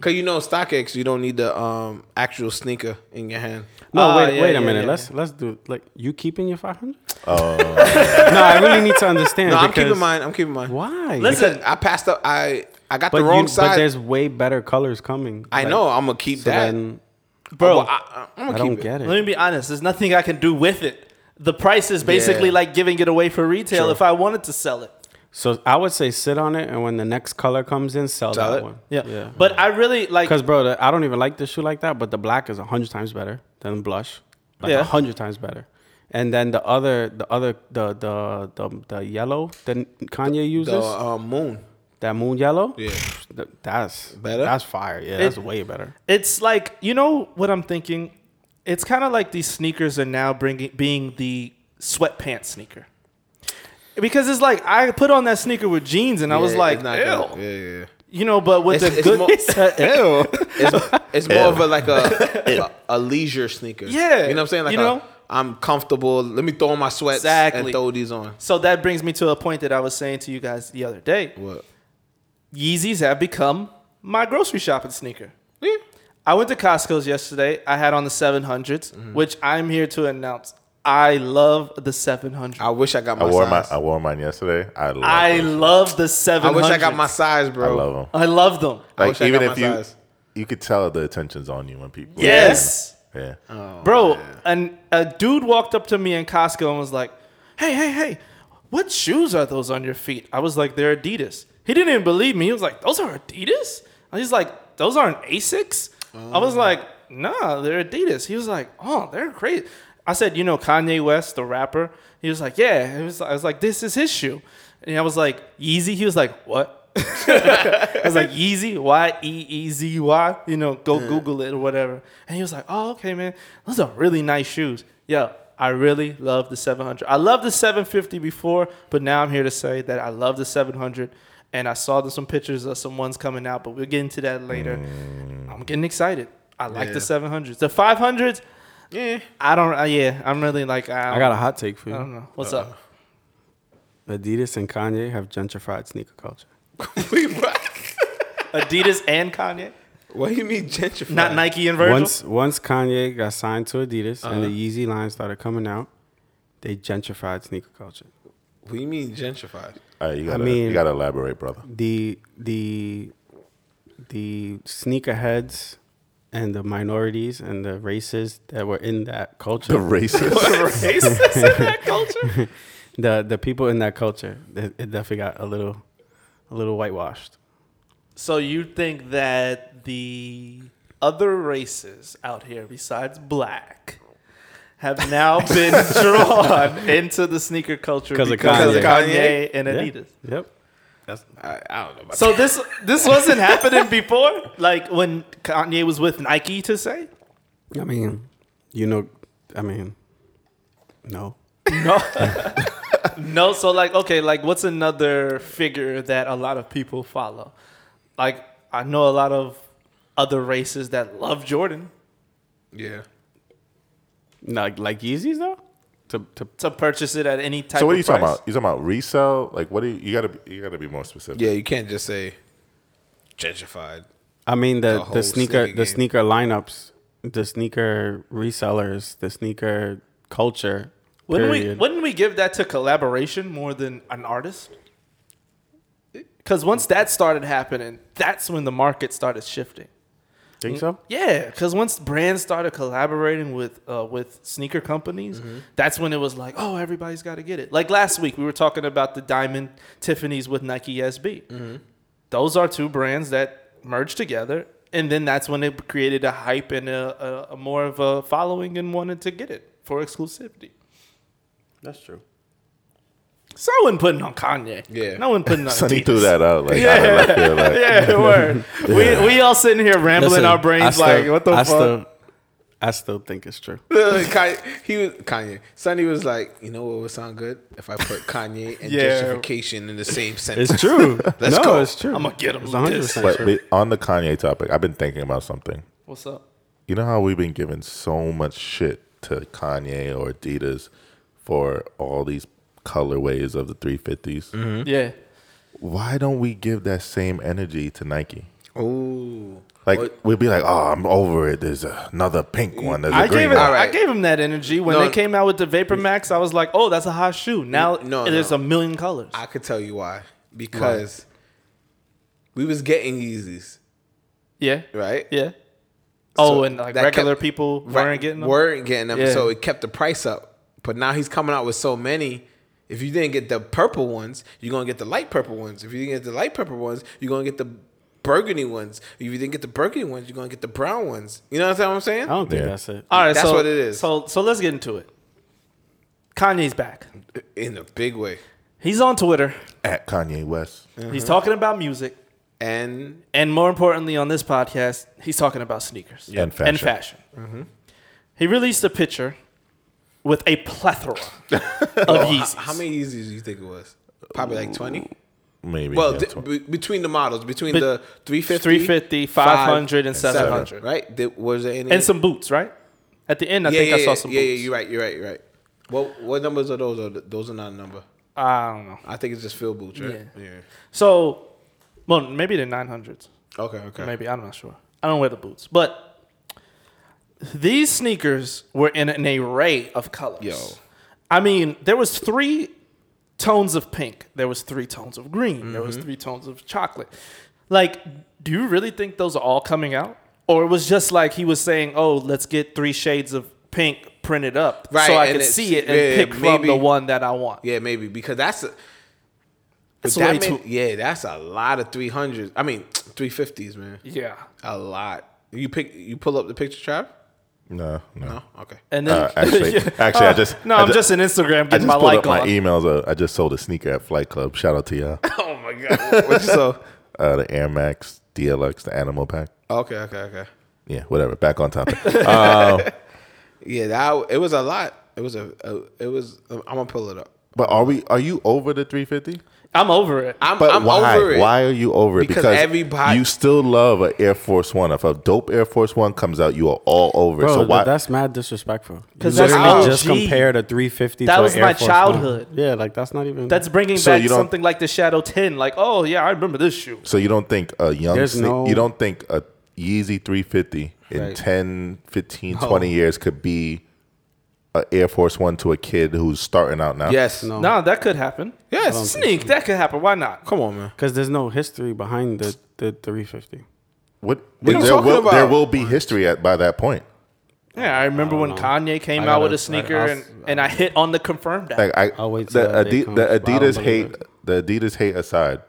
[SPEAKER 8] Cause you know StockX, you don't need the um actual sneaker in your hand.
[SPEAKER 7] No,
[SPEAKER 2] Ah,
[SPEAKER 7] wait,
[SPEAKER 2] yeah,
[SPEAKER 7] wait a
[SPEAKER 2] yeah,
[SPEAKER 7] minute.
[SPEAKER 2] yeah.
[SPEAKER 7] Let's let's do like you keeping your 500.
[SPEAKER 6] Uh,
[SPEAKER 7] no, I really need to understand.
[SPEAKER 8] No, I'm
[SPEAKER 7] because-
[SPEAKER 8] keeping mine. I'm keeping mine.
[SPEAKER 7] Why?
[SPEAKER 2] Listen,
[SPEAKER 8] Because I passed up. I I got
[SPEAKER 7] but
[SPEAKER 8] the wrong
[SPEAKER 7] you, But
[SPEAKER 8] side.
[SPEAKER 7] there's way better colors coming.
[SPEAKER 8] I
[SPEAKER 7] Like,
[SPEAKER 8] know. I'm gonna keep
[SPEAKER 7] So
[SPEAKER 8] that. Oh,
[SPEAKER 7] then
[SPEAKER 2] bro.
[SPEAKER 8] Well, I, am
[SPEAKER 7] I
[SPEAKER 8] gonna
[SPEAKER 7] don't
[SPEAKER 8] keep
[SPEAKER 7] get it.
[SPEAKER 2] Let me be honest. There's nothing I can do with it. The price is basically
[SPEAKER 8] Yeah.
[SPEAKER 2] like giving it away for retail if I wanted to sell it.
[SPEAKER 7] So I would say sit on it, and when the next color comes in, sell,
[SPEAKER 8] Sell
[SPEAKER 7] that
[SPEAKER 8] it?
[SPEAKER 7] one.
[SPEAKER 2] Yeah. But I really like
[SPEAKER 7] because bro, the, I don't even like the shoe like that. But the black is a hundred times better than blush. Like
[SPEAKER 2] Yeah.
[SPEAKER 7] a hundred times better. And then the other, the other, the the the, the yellow that Kanye
[SPEAKER 8] it.
[SPEAKER 7] uses,
[SPEAKER 8] The um, moon.
[SPEAKER 7] that moon yellow.
[SPEAKER 8] Yeah.
[SPEAKER 7] th- that's
[SPEAKER 8] Better?
[SPEAKER 7] That's fire. Yeah, that's
[SPEAKER 2] It-
[SPEAKER 7] way better.
[SPEAKER 2] it's like you know what I'm thinking. It's kind of like these sneakers are now bringing being the sweatpants sneaker because it's like I put on that sneaker with jeans and I was
[SPEAKER 8] Yeah,
[SPEAKER 2] like,
[SPEAKER 8] it's
[SPEAKER 2] ew,
[SPEAKER 8] not good. Yeah, yeah. yeah.
[SPEAKER 2] you know. But with
[SPEAKER 8] It's-
[SPEAKER 2] the
[SPEAKER 8] it's
[SPEAKER 2] good,
[SPEAKER 8] mo- It's, it's more of a like a, a a leisure sneaker.
[SPEAKER 2] Yeah.
[SPEAKER 8] you know what I'm saying. Like
[SPEAKER 2] You know?
[SPEAKER 8] A, I'm comfortable. Let me throw on my sweats
[SPEAKER 2] Exactly.
[SPEAKER 8] and throw these on.
[SPEAKER 2] so that brings me to a point that I was saying to you guys the other day.
[SPEAKER 8] What?
[SPEAKER 2] Yeezys have become my grocery shopping sneaker.
[SPEAKER 8] Yeah.
[SPEAKER 2] I went to Costco's yesterday. I had on the 700s,
[SPEAKER 8] Mm-hmm.
[SPEAKER 2] which I'm here to announce. I love the 700.
[SPEAKER 8] I wish I got my
[SPEAKER 6] I wore my
[SPEAKER 8] size.
[SPEAKER 6] I wore mine yesterday. I love.
[SPEAKER 2] I
[SPEAKER 6] those.
[SPEAKER 2] love the
[SPEAKER 8] I
[SPEAKER 2] 700.
[SPEAKER 8] wish I got my size, bro.
[SPEAKER 6] I love them.
[SPEAKER 2] I love them.
[SPEAKER 8] I
[SPEAKER 6] Like
[SPEAKER 8] wish I
[SPEAKER 6] even
[SPEAKER 8] got
[SPEAKER 6] if
[SPEAKER 8] my
[SPEAKER 6] you
[SPEAKER 8] size.
[SPEAKER 6] you could tell the attention's on you when people.
[SPEAKER 2] Yes. Uh,
[SPEAKER 6] Yeah. Yeah.
[SPEAKER 8] Oh,
[SPEAKER 2] Bro, and a dude walked up to me in Costco and was like, "Hey, hey, hey, what shoes are those on your feet?" I was like, "They're Adidas." He didn't even believe me. He was like, "Those are Adidas?" And he's like, "Those aren't Asics." I was like, "Nah, they're Adidas." He was like, "Oh, they're crazy." I said, "You know Kanye West, the rapper?" He was like, "Yeah." It was, I was like, "This is his shoe," and I was like, "Yeezy." He was like, "What?" I was like Yeezy, Y E E Z Y. You know, go Google it or whatever. And he was like, "Oh, okay, man. Those are really nice shoes." Yeah, I really love the 700. I loved the 750 before, but now I'm here to say that I love the 700. And I saw there's some pictures of some ones coming out, but we'll get into that later. I'm getting excited. I like the 700s. The 500s,
[SPEAKER 8] Yeah.
[SPEAKER 2] I don't. Uh, yeah, I'm really like I,
[SPEAKER 7] I got a hot take for
[SPEAKER 2] I don't
[SPEAKER 7] you.
[SPEAKER 2] know what's up.
[SPEAKER 7] Adidas and Kanye have gentrified sneaker culture.
[SPEAKER 8] Wait, what?
[SPEAKER 2] Adidas and Kanye,
[SPEAKER 8] what do you mean gentrified?
[SPEAKER 2] not Nike and Virgil. Uh-huh.
[SPEAKER 7] Once once Kanye got signed to Adidas and the Yeezy line started coming out, they gentrified sneaker culture.
[SPEAKER 8] What do you mean gentrified?
[SPEAKER 6] All right, you gotta
[SPEAKER 7] mean-
[SPEAKER 6] you gotta elaborate, brother.
[SPEAKER 7] The the the sneakerheads and the minorities and the races that were in that
[SPEAKER 6] The
[SPEAKER 7] culture,
[SPEAKER 6] racist.
[SPEAKER 2] Racist in that culture.
[SPEAKER 7] the the people in that culture, it it definitely got a little a little whitewashed.
[SPEAKER 2] So you think that the other races out here besides black have now been drawn into the sneaker culture
[SPEAKER 7] 'Cause of
[SPEAKER 2] because
[SPEAKER 7] Kanye.
[SPEAKER 2] Kanye and Adidas?
[SPEAKER 7] Yep.
[SPEAKER 8] I, I don't know. About
[SPEAKER 2] So this this wasn't happening before, like when Kanye was with Nike to say
[SPEAKER 7] I mean, you know, I mean, no.
[SPEAKER 2] no. So like okay, like what's another figure that a lot of people follow? Like I know a lot of other races that love Jordan
[SPEAKER 8] yeah.
[SPEAKER 7] Like like Yeezys though? To to
[SPEAKER 2] to purchase it at any type.
[SPEAKER 6] So what are you
[SPEAKER 2] of
[SPEAKER 6] talking
[SPEAKER 2] price.
[SPEAKER 6] about? You talking about resale? Like what do you, you gotta be, you gotta be more specific.
[SPEAKER 8] Yeah. You can't just say gentrified.
[SPEAKER 7] I mean
[SPEAKER 8] The
[SPEAKER 7] the the,
[SPEAKER 8] whole
[SPEAKER 7] sneaker
[SPEAKER 8] sneaker
[SPEAKER 7] the
[SPEAKER 8] game.
[SPEAKER 7] sneaker lineups, the sneaker resellers, the sneaker culture.
[SPEAKER 2] Wouldn't we,
[SPEAKER 7] period.
[SPEAKER 2] wouldn't we give that to collaboration more than an artist? Because once that started happening, that's when the market started shifting.
[SPEAKER 7] think so?
[SPEAKER 2] Yeah, because once brands started collaborating with uh, with sneaker companies,
[SPEAKER 7] Mm-hmm.
[SPEAKER 2] that's when it was like, oh, everybody's got to get it. Like last week, we were talking about the Diamond Tiffany's with Nike SB.
[SPEAKER 7] Mm-hmm.
[SPEAKER 2] Those are two brands that merged together, and then that's when it created a hype and a, a, a more of a following and wanted to get it for exclusivity.
[SPEAKER 7] That's true.
[SPEAKER 2] So I wasn't putting on Kanye.
[SPEAKER 8] Yeah.
[SPEAKER 2] No one putting on.
[SPEAKER 6] Sonny
[SPEAKER 2] Adidas.
[SPEAKER 6] threw that out. Like, yeah.
[SPEAKER 2] Yeah.
[SPEAKER 6] left field, like,
[SPEAKER 2] Yeah, word. We we all sitting here rambling
[SPEAKER 7] Listen,
[SPEAKER 2] our brains
[SPEAKER 7] I
[SPEAKER 2] like,
[SPEAKER 7] still-
[SPEAKER 2] what the
[SPEAKER 7] I
[SPEAKER 2] fuck?
[SPEAKER 7] Still, I still think it's true.
[SPEAKER 8] Kanye, he was Kanye. Sonny was like, you know what would sound good if I put Kanye and
[SPEAKER 2] Yeah.
[SPEAKER 8] justification in the same sentence.
[SPEAKER 7] It's true.
[SPEAKER 8] Let's
[SPEAKER 7] no,
[SPEAKER 8] go.
[SPEAKER 7] it's true.
[SPEAKER 2] I'm gonna get him.
[SPEAKER 7] It's 100
[SPEAKER 2] this.
[SPEAKER 6] but be- on the Kanye topic, I've been thinking about something.
[SPEAKER 2] What's up?
[SPEAKER 6] You know how we've been giving so much shit to Kanye or Adidas for all these colorways of the 350s?
[SPEAKER 2] Yeah.
[SPEAKER 6] Why don't we give that same energy to Nike?
[SPEAKER 8] Ooh.
[SPEAKER 6] Like
[SPEAKER 8] What?
[SPEAKER 6] we'd be like, "Oh, I'm over it. There's another pink one. There's a
[SPEAKER 2] Mm, I
[SPEAKER 6] green
[SPEAKER 2] gave it.
[SPEAKER 6] one."
[SPEAKER 8] All right.
[SPEAKER 2] I gave him that energy when
[SPEAKER 8] No.
[SPEAKER 2] they came out with the Vapor Max. I was like, "Oh, that's a hot shoe." Now
[SPEAKER 8] No,
[SPEAKER 2] there's
[SPEAKER 8] no.
[SPEAKER 2] a million colors.
[SPEAKER 8] I could tell you why. Because we was getting Yeezys,
[SPEAKER 2] yeah,
[SPEAKER 8] right?
[SPEAKER 2] yeah. Oh,
[SPEAKER 8] So
[SPEAKER 2] and like
[SPEAKER 8] that
[SPEAKER 2] regular
[SPEAKER 8] kept-
[SPEAKER 2] people
[SPEAKER 8] Right,
[SPEAKER 2] weren't getting them.
[SPEAKER 8] Weren't getting them,
[SPEAKER 2] Yeah.
[SPEAKER 8] so it kept the price up. But now he's coming out with so many. If you didn't get the purple ones, you're gonna get the light purple ones. If you didn't get the light purple ones, you're gonna get the burgundy ones. If you didn't get the burgundy ones, you're gonna get the brown ones. You know what I'm saying?
[SPEAKER 7] I don't think
[SPEAKER 6] Yeah.
[SPEAKER 7] that's it.
[SPEAKER 2] All right,
[SPEAKER 8] That's
[SPEAKER 2] so,
[SPEAKER 8] what it is.
[SPEAKER 2] So so let's get into it. Kanye's back.
[SPEAKER 8] In a big way.
[SPEAKER 2] He's on Twitter.
[SPEAKER 6] at Kanye West.
[SPEAKER 8] Uh-huh.
[SPEAKER 2] He's talking about music,
[SPEAKER 8] And
[SPEAKER 2] and more importantly, on this podcast, he's talking about sneakers
[SPEAKER 6] And fashion.
[SPEAKER 2] And fashion.
[SPEAKER 8] Mm-hmm.
[SPEAKER 2] He released a picture with a plethora of Yeezys.
[SPEAKER 8] how many Yeezys do you think it was? Probably like 20?
[SPEAKER 6] Maybe.
[SPEAKER 8] Well,
[SPEAKER 6] yeah,
[SPEAKER 8] di-
[SPEAKER 6] tw-
[SPEAKER 8] be- between the models, between
[SPEAKER 2] Be-
[SPEAKER 8] the 350,
[SPEAKER 2] 350, 500, and 700.
[SPEAKER 8] Right? Did, was there any?
[SPEAKER 2] and some boots, right? At the end, I
[SPEAKER 8] yeah,
[SPEAKER 2] think
[SPEAKER 8] yeah,
[SPEAKER 2] I saw
[SPEAKER 8] yeah,
[SPEAKER 2] some
[SPEAKER 8] yeah,
[SPEAKER 2] boots.
[SPEAKER 8] yeah, you're right, you're right, you're right. What, what numbers are those? Or th- Those are not a number.
[SPEAKER 2] I don't know.
[SPEAKER 8] I think it's just field boots, right? Yeah.
[SPEAKER 2] So, well, maybe the 900s.
[SPEAKER 8] Okay, okay.
[SPEAKER 2] Maybe. I'm not sure. I don't wear the boots. But these sneakers were in an array of colors.
[SPEAKER 8] Yo.
[SPEAKER 2] I mean, there was three tones of pink. There was three tones of green. There
[SPEAKER 8] Mm-hmm.
[SPEAKER 2] was three tones of chocolate. Like, do you really think those are all coming out? Or it was just like he was saying, oh, let's get three shades of pink printed up
[SPEAKER 8] Right,
[SPEAKER 2] so I
[SPEAKER 8] and
[SPEAKER 2] can
[SPEAKER 8] it's-
[SPEAKER 2] see it and
[SPEAKER 8] yeah,
[SPEAKER 2] pick from
[SPEAKER 8] maybe-
[SPEAKER 2] the one that I want.
[SPEAKER 8] Yeah, maybe because that's a,
[SPEAKER 2] That's
[SPEAKER 8] with
[SPEAKER 2] way
[SPEAKER 8] that many-
[SPEAKER 2] too-
[SPEAKER 8] yeah, that's a lot of 300s. I mean, 350s, man.
[SPEAKER 2] Yeah.
[SPEAKER 8] A lot. You pick you pull up the picture trap?
[SPEAKER 6] no, no.
[SPEAKER 8] No? Okay.
[SPEAKER 2] And then
[SPEAKER 6] Uh, actually, actually, I just
[SPEAKER 2] no,
[SPEAKER 6] I
[SPEAKER 2] I'm
[SPEAKER 6] ju-
[SPEAKER 2] just an Instagram
[SPEAKER 6] I
[SPEAKER 2] getting
[SPEAKER 6] just
[SPEAKER 2] my
[SPEAKER 6] pulled
[SPEAKER 2] like
[SPEAKER 6] up my
[SPEAKER 2] on.
[SPEAKER 6] emails. Uh, I just sold a sneaker at Flight Club. Shout out to y'all.
[SPEAKER 8] Oh my god. What you so?
[SPEAKER 6] Uh, the Air Max DLX, the Animal Pack.
[SPEAKER 8] Okay, okay, okay.
[SPEAKER 6] Yeah, whatever. Back on topic. Uh,
[SPEAKER 8] Yeah, that it was a lot. It was a, a it was. I'm gonna pull it up.
[SPEAKER 6] but are we? Are you over the 350?
[SPEAKER 2] I'm over it.
[SPEAKER 8] I'm,
[SPEAKER 6] But
[SPEAKER 8] I'm
[SPEAKER 6] why?
[SPEAKER 8] over it.
[SPEAKER 6] Why are you over it?
[SPEAKER 8] Because everybody-
[SPEAKER 6] you still love an Air Force One. If a dope Air Force One comes out, you are all over it.
[SPEAKER 7] Bro,
[SPEAKER 6] So
[SPEAKER 7] th-
[SPEAKER 6] why?
[SPEAKER 7] that's mad disrespectful. You
[SPEAKER 2] 'Cause that's OG.
[SPEAKER 7] literally just compared a 350
[SPEAKER 2] That
[SPEAKER 7] to
[SPEAKER 2] was
[SPEAKER 7] an Air
[SPEAKER 2] my
[SPEAKER 7] Force One.
[SPEAKER 2] childhood.
[SPEAKER 7] Yeah, like that's not even.
[SPEAKER 2] That's bringing
[SPEAKER 6] So
[SPEAKER 2] back
[SPEAKER 6] you don't-
[SPEAKER 2] something like the Shadow 10. Like, oh, yeah, I remember this shoe.
[SPEAKER 6] so you don't think a young?
[SPEAKER 7] There's
[SPEAKER 6] sne-
[SPEAKER 7] no-
[SPEAKER 6] You don't think a Yeezy 350 in
[SPEAKER 8] Right.
[SPEAKER 6] 10, 15, 20 years could be an Air Force One to a kid who's starting out now?
[SPEAKER 8] Yes.
[SPEAKER 7] No.
[SPEAKER 8] No.
[SPEAKER 2] No, that could happen.
[SPEAKER 8] Yes.
[SPEAKER 2] Sneak, that could happen. Why not?
[SPEAKER 8] Come on, man.
[SPEAKER 7] because there's no history behind the, the 350.
[SPEAKER 6] What?
[SPEAKER 8] What are you
[SPEAKER 6] there
[SPEAKER 8] talking
[SPEAKER 6] will,
[SPEAKER 8] about?
[SPEAKER 6] There will be history at by that point.
[SPEAKER 2] Yeah, I remember when Kanye came
[SPEAKER 7] I
[SPEAKER 2] out
[SPEAKER 7] gotta-
[SPEAKER 2] with a
[SPEAKER 7] I-
[SPEAKER 2] sneaker
[SPEAKER 7] I'll-
[SPEAKER 2] and, and I hit on the confirmed app.
[SPEAKER 6] Like I,
[SPEAKER 7] I'll wait till
[SPEAKER 6] the,
[SPEAKER 7] that day
[SPEAKER 6] Adi-
[SPEAKER 7] comes,
[SPEAKER 6] the
[SPEAKER 7] but I don't
[SPEAKER 6] Adidas
[SPEAKER 7] believe
[SPEAKER 6] hate, the Adidas hate aside,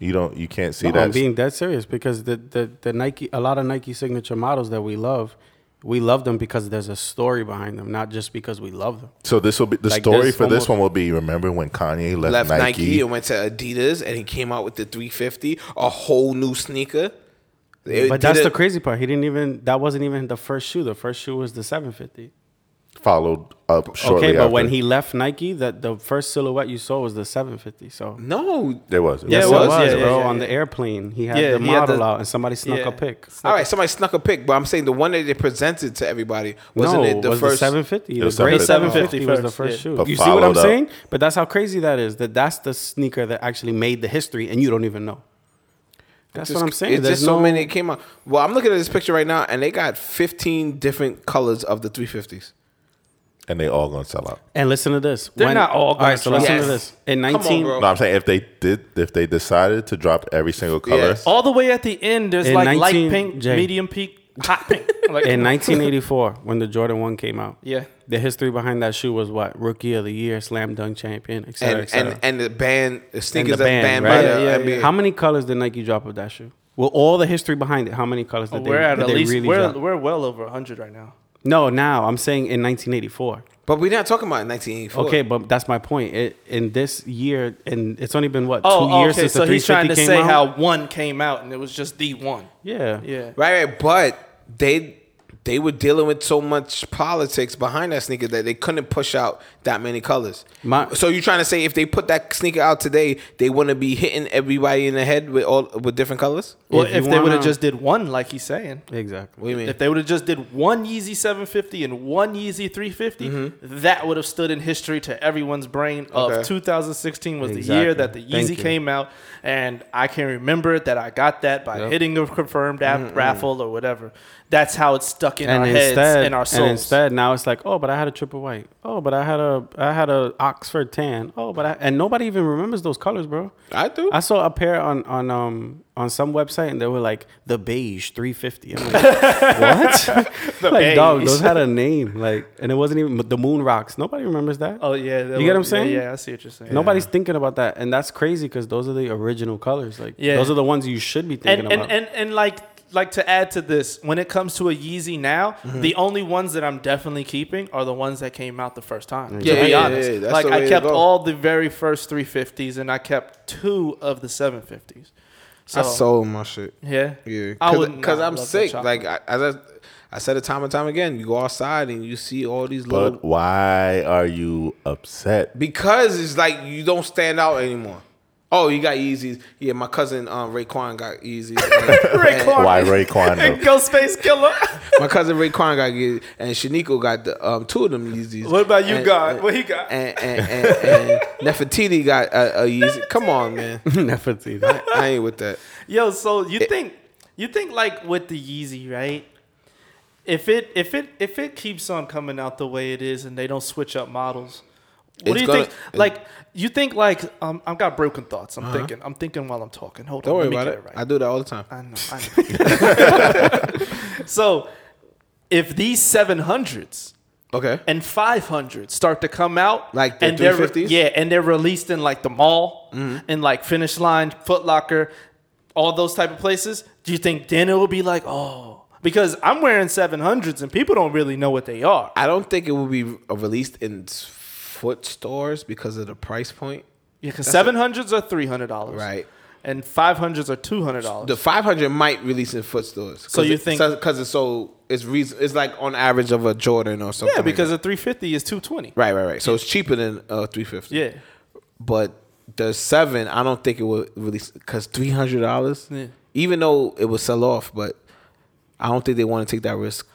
[SPEAKER 6] you don't, you can't see
[SPEAKER 7] No,
[SPEAKER 6] that.
[SPEAKER 7] I'm being dead serious because the, the the Nike, a lot of Nike signature models that we love, we love them because there's a story behind them, not just because we love them.
[SPEAKER 6] so this will be the
[SPEAKER 7] Like,
[SPEAKER 6] story
[SPEAKER 7] there's
[SPEAKER 6] for this
[SPEAKER 7] almost-
[SPEAKER 6] one will be. Remember when Kanye left,
[SPEAKER 8] Left Nike.
[SPEAKER 6] Nike?
[SPEAKER 8] and went to Adidas, and he came out with the 350, a whole new sneaker. It
[SPEAKER 7] but
[SPEAKER 8] did
[SPEAKER 7] that's
[SPEAKER 8] it-
[SPEAKER 7] the crazy part. He didn't even. That wasn't even the first shoe. The first shoe was the 750.
[SPEAKER 6] followed up shortly
[SPEAKER 7] okay, but
[SPEAKER 6] after.
[SPEAKER 7] when he left Nike, that the first silhouette you saw was the 750. So
[SPEAKER 8] No.
[SPEAKER 6] there was,
[SPEAKER 2] Yeah,
[SPEAKER 7] Yes,
[SPEAKER 2] it
[SPEAKER 7] it
[SPEAKER 2] was.
[SPEAKER 7] was,
[SPEAKER 2] Yeah, yeah,
[SPEAKER 7] bro.
[SPEAKER 2] yeah,
[SPEAKER 7] on
[SPEAKER 2] yeah.
[SPEAKER 7] the airplane, he had
[SPEAKER 2] Yeah,
[SPEAKER 7] the
[SPEAKER 2] he had
[SPEAKER 7] model
[SPEAKER 2] the-
[SPEAKER 7] out, and somebody snuck
[SPEAKER 2] Yeah.
[SPEAKER 7] a pic.
[SPEAKER 8] All right, somebody snuck a pic, but I'm saying the one that they presented to everybody wasn't
[SPEAKER 7] no,
[SPEAKER 8] it the
[SPEAKER 7] was
[SPEAKER 8] first?
[SPEAKER 7] the 750?
[SPEAKER 6] It was
[SPEAKER 7] the great
[SPEAKER 2] 750.
[SPEAKER 7] 750 was
[SPEAKER 2] first,
[SPEAKER 7] the first
[SPEAKER 2] yeah.
[SPEAKER 7] shoe.
[SPEAKER 6] But
[SPEAKER 7] you see what I'm
[SPEAKER 6] followed up-
[SPEAKER 7] saying? But that's how crazy that is. That that's the sneaker that actually made the history, and you don't even know. That's
[SPEAKER 8] Just-
[SPEAKER 7] what I'm saying.
[SPEAKER 8] It's
[SPEAKER 7] There's
[SPEAKER 8] just so
[SPEAKER 7] no-
[SPEAKER 8] many that came out. Well, I'm looking at this picture right now, and they got 15 different colors of the 350s.
[SPEAKER 6] and they all gonna sell out.
[SPEAKER 7] And listen to this.
[SPEAKER 2] They're not all
[SPEAKER 7] All right, so
[SPEAKER 2] gonna
[SPEAKER 7] listen
[SPEAKER 8] try.
[SPEAKER 7] to this. In
[SPEAKER 8] Come on,
[SPEAKER 7] 19,
[SPEAKER 8] bro.
[SPEAKER 6] No, I'm saying if they did, if they decided to drop every single color,
[SPEAKER 8] Yes.
[SPEAKER 2] All the way at the end, there's
[SPEAKER 7] In
[SPEAKER 2] like light
[SPEAKER 7] 19
[SPEAKER 2] pink,
[SPEAKER 7] Jay.
[SPEAKER 2] medium pink, hot pink. Like,
[SPEAKER 7] in 1984, when the Jordan One came out,
[SPEAKER 2] Yeah.
[SPEAKER 7] the history behind that shoe was what rookie of the year, slam dunk champion, etc.
[SPEAKER 8] And, and and the band, uh, the sneakers
[SPEAKER 7] the
[SPEAKER 8] that's
[SPEAKER 7] band,
[SPEAKER 8] banned by
[SPEAKER 7] right?
[SPEAKER 8] the
[SPEAKER 2] Yeah, yeah,
[SPEAKER 8] NBA.
[SPEAKER 2] yeah.
[SPEAKER 7] How many colors did Nike drop of that shoe? Well, all the history behind it. How many colors did they,
[SPEAKER 2] we're at
[SPEAKER 7] did
[SPEAKER 2] at
[SPEAKER 7] they
[SPEAKER 2] least
[SPEAKER 7] really
[SPEAKER 2] we're,
[SPEAKER 7] drop?
[SPEAKER 2] we're well over 100 right now.
[SPEAKER 7] No, now I'm saying in 1984.
[SPEAKER 8] But we're not talking about 1984.
[SPEAKER 7] Okay, but that's my point. It, in this year, and it's only been what two
[SPEAKER 2] Oh,
[SPEAKER 7] years
[SPEAKER 2] okay.
[SPEAKER 7] since
[SPEAKER 2] So
[SPEAKER 7] the 350
[SPEAKER 2] he's trying to
[SPEAKER 7] came
[SPEAKER 2] say
[SPEAKER 7] out?
[SPEAKER 2] how one came out and it was just the one.
[SPEAKER 7] Yeah,
[SPEAKER 2] Yeah.
[SPEAKER 8] Right, right, but they they were dealing with so much politics behind that sneaker that they couldn't push out that many colors.
[SPEAKER 7] My-
[SPEAKER 8] so you're trying to say if they put that sneaker out today, they wouldn't be hitting everybody in the head with all with different colors?
[SPEAKER 2] Well, if,
[SPEAKER 7] If you
[SPEAKER 2] they would have
[SPEAKER 7] wanna-
[SPEAKER 2] just did one, like he's saying,
[SPEAKER 7] exactly.
[SPEAKER 8] What do you mean?
[SPEAKER 2] if they would have just did one Yeezy 750 and one Yeezy 350,
[SPEAKER 7] Mm-hmm.
[SPEAKER 2] that would have stood in history to everyone's brain of
[SPEAKER 8] Okay.
[SPEAKER 2] 2016 was the
[SPEAKER 7] Exactly.
[SPEAKER 2] year that the
[SPEAKER 7] Thank
[SPEAKER 2] Yeezy
[SPEAKER 7] you.
[SPEAKER 2] came out, and I can remember that I got that by hitting a confirmed app raffle or whatever. That's how it's stuck in
[SPEAKER 7] And
[SPEAKER 2] our
[SPEAKER 7] instead,
[SPEAKER 2] heads and our souls.
[SPEAKER 7] and instead, now it's like, oh, but I had a triple white. Oh, but I had a, I had a Oxford tan. Oh, but I, and nobody even remembers those colors, bro.
[SPEAKER 8] I do.
[SPEAKER 7] I saw a pair on on um on some website and they were like the beige 350. I'm like, what? like dog,
[SPEAKER 2] beige.
[SPEAKER 7] those had a name like, and it wasn't even the Moon Rocks. Nobody remembers that.
[SPEAKER 2] oh yeah, that
[SPEAKER 7] You get what I'm
[SPEAKER 2] was- yeah,
[SPEAKER 7] saying?
[SPEAKER 2] Yeah, I see what you're saying.
[SPEAKER 7] Nobody's thinking about that, and that's crazy because those are the original colors. Like,
[SPEAKER 2] Yeah.
[SPEAKER 7] those are the ones you should be thinking
[SPEAKER 2] and, and,
[SPEAKER 7] about.
[SPEAKER 2] and and like like to add to this, when it comes to a Yeezy now,
[SPEAKER 8] Mm-hmm.
[SPEAKER 2] the only ones that I'm definitely keeping are the ones that came out the first time.
[SPEAKER 8] Yeah,
[SPEAKER 2] to be
[SPEAKER 8] yeah,
[SPEAKER 2] honest,
[SPEAKER 8] yeah, yeah. That's
[SPEAKER 2] like
[SPEAKER 8] the way
[SPEAKER 2] I
[SPEAKER 8] to
[SPEAKER 2] kept
[SPEAKER 8] go.
[SPEAKER 2] all the very first 350s, and I kept two of the 750s. So
[SPEAKER 8] I sold my shit.
[SPEAKER 2] yeah,
[SPEAKER 8] Yeah,
[SPEAKER 2] I wouldn't-
[SPEAKER 8] because
[SPEAKER 2] nah, I
[SPEAKER 8] I'm
[SPEAKER 2] love that
[SPEAKER 8] sick.
[SPEAKER 2] chocolate.
[SPEAKER 8] Like I, as I, I said it time and time again, you go outside and you see all these little
[SPEAKER 6] But why are you upset?
[SPEAKER 8] because it's like you don't stand out anymore. Oh, you got Yeezys. Yeah, my cousin um, Raekwon got Yeezys. Raekwon.
[SPEAKER 6] Why Raekwon? though?
[SPEAKER 2] Ghostface Killer.
[SPEAKER 8] My cousin Raekwon got Yeezys, and Shaniko got the um, two of them Yeezys.
[SPEAKER 2] what about you,
[SPEAKER 8] And-
[SPEAKER 2] God?
[SPEAKER 8] and-
[SPEAKER 2] What he got?
[SPEAKER 8] And, and, and, and Nefertiti got a, a Yeezy. Come on, man.
[SPEAKER 7] Nefertiti.
[SPEAKER 8] I, I ain't with that.
[SPEAKER 2] Yo, so you think you think like with the Yeezy, right? If it if it if it keeps on coming out the way it is and they don't switch up models, what
[SPEAKER 8] It's
[SPEAKER 2] do you
[SPEAKER 8] gonna- Uh-huh.
[SPEAKER 2] think? Like you think like um, I've got broken thoughts. I'm thinking. I'm thinking while I'm talking. Hold
[SPEAKER 8] Don't
[SPEAKER 2] on.
[SPEAKER 8] worry
[SPEAKER 2] let me
[SPEAKER 8] about
[SPEAKER 2] get
[SPEAKER 8] it. I do that all the time.
[SPEAKER 2] I know. I know. so if these 700s
[SPEAKER 8] Okay.
[SPEAKER 2] and 500 start to come out
[SPEAKER 8] Like the Mm-hmm.
[SPEAKER 2] and they're
[SPEAKER 8] 350s?
[SPEAKER 2] yeah and they're released in like the mall and like finish line foot locker all those type of places do you think then it will be like oh because i'm wearing 700s and people don't really know what they are
[SPEAKER 8] I don't think it will be uh, released in s- foot stores because of the price point.
[SPEAKER 2] yeah because 700s are $300
[SPEAKER 8] Right.
[SPEAKER 2] and 500s are $200
[SPEAKER 8] The 500 might release in foot stores.
[SPEAKER 2] So you think-
[SPEAKER 8] because it's so it's reason it's like on average of a Jordan or something.
[SPEAKER 2] yeah
[SPEAKER 8] like
[SPEAKER 2] because
[SPEAKER 8] that.
[SPEAKER 2] a 350 is 220
[SPEAKER 8] right, right, right. So it's cheaper than uh 350.
[SPEAKER 2] yeah
[SPEAKER 8] but the seven, I don't think it will release because three hundred dollars.
[SPEAKER 2] Yeah.
[SPEAKER 8] Even though it would sell off, but I don't think they want to take that risk.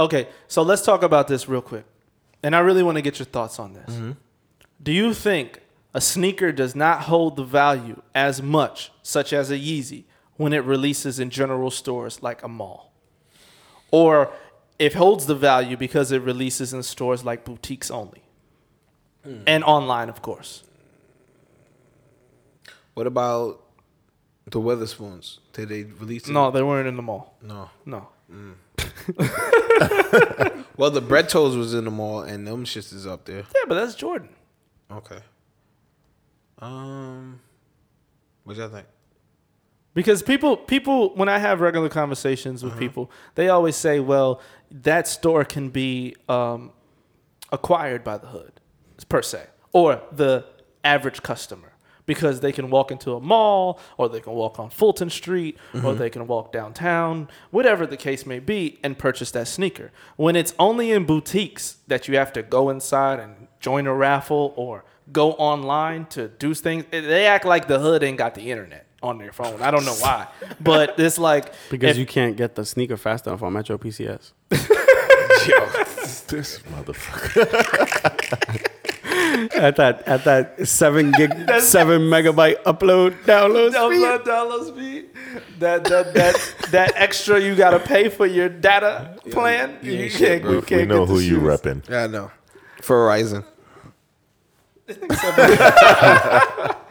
[SPEAKER 2] Okay, so let's talk about this real quick. And I really want to get your thoughts on this. Do you think a sneaker does not hold the value as much, such as a Yeezy, when it releases in general stores like a mall? Or it holds the value because it releases in stores like boutiques only? And online, of course.
[SPEAKER 8] What about the Weatherspoons? Did they release? It?
[SPEAKER 2] No, they weren't in the mall.
[SPEAKER 8] no.
[SPEAKER 2] No.
[SPEAKER 8] Well, the Bread Toes was in the mall, and them shits is up there.
[SPEAKER 2] Yeah, but that's Jordan.
[SPEAKER 8] Okay. Um, what y'all think?
[SPEAKER 2] Because people, people, when I have regular conversations with people, they always say, "Well, that store can be um, acquired by the hood, per se, or the average customer, because they can walk into a mall, or they can walk on Fulton Street, or they can walk downtown, whatever the case may be, and purchase that sneaker. When it's only in boutiques that you have to go inside and join a raffle or go online to do things, they act like the hood ain't got the internet." On their phone, I don't know why, but it's like
[SPEAKER 7] because
[SPEAKER 2] if-
[SPEAKER 7] you can't get the sneaker fast enough on Metro PCS.
[SPEAKER 6] this motherfucker.
[SPEAKER 7] at that at that seven gig seven megabyte upload download
[SPEAKER 2] Download dollar speed. That that that that extra you gotta pay for your data plan. you can't. you can't
[SPEAKER 6] We know
[SPEAKER 2] get the
[SPEAKER 6] who you
[SPEAKER 2] shoes.
[SPEAKER 6] repping.
[SPEAKER 8] Yeah, I know. For Verizon.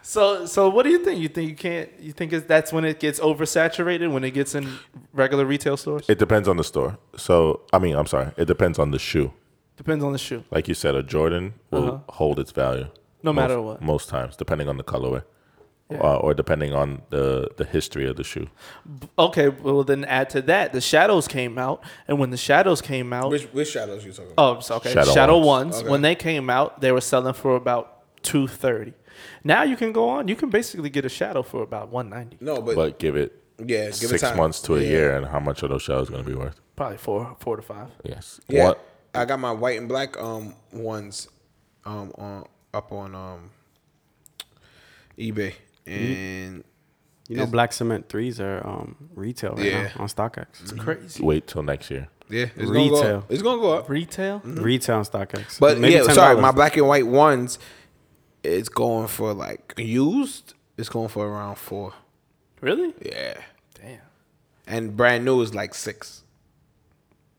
[SPEAKER 2] So so what do you think? You think you can't? You think it's, that's when it gets oversaturated when it gets in regular retail stores?
[SPEAKER 6] It depends on the store. So, I mean, I'm sorry. It depends on the shoe.
[SPEAKER 2] Depends on the shoe.
[SPEAKER 6] Like you said, a Jordan will hold its value.
[SPEAKER 2] Uh-huh. No matter
[SPEAKER 6] most-
[SPEAKER 2] what.
[SPEAKER 6] Most times, depending on the colorway. uh, or depending on the the history of the shoe.
[SPEAKER 2] Okay, well then add to that the shadows came out, and when the shadows came out,
[SPEAKER 8] Which which shadows you talking about?
[SPEAKER 2] oh so- okay, shadow,
[SPEAKER 6] Shadow
[SPEAKER 2] ones.
[SPEAKER 6] ones.
[SPEAKER 8] Okay.
[SPEAKER 2] When they came out, they were selling for about two thirty. Now you can go on. You can basically get a shadow for about one ninety,
[SPEAKER 8] no, but,
[SPEAKER 6] But give it
[SPEAKER 8] yeah, give it
[SPEAKER 6] six
[SPEAKER 8] time.
[SPEAKER 6] months to a
[SPEAKER 8] Yeah.
[SPEAKER 6] year, and how much are those shadows going to be worth?
[SPEAKER 2] probably four, four to five.
[SPEAKER 6] Yes.
[SPEAKER 8] Yeah,
[SPEAKER 6] What?
[SPEAKER 8] I got my white and black um ones um on up on um eBay and
[SPEAKER 7] You know, black cement threes are um, retail right
[SPEAKER 8] Yeah.
[SPEAKER 7] now on StockX.
[SPEAKER 2] Crazy
[SPEAKER 6] Wait till next year.
[SPEAKER 8] yeah, it's gonna go
[SPEAKER 7] Retail.
[SPEAKER 8] up. It's gonna go up.
[SPEAKER 2] retail.
[SPEAKER 7] Retail on StockX.
[SPEAKER 8] Mm-hmm. But
[SPEAKER 7] Maybe
[SPEAKER 8] yeah, sorry,
[SPEAKER 7] $10.
[SPEAKER 8] my black and white ones, it's going for like used. It's going for around four.
[SPEAKER 2] Really?
[SPEAKER 8] Yeah,
[SPEAKER 2] Damn,
[SPEAKER 8] and brand new is like six.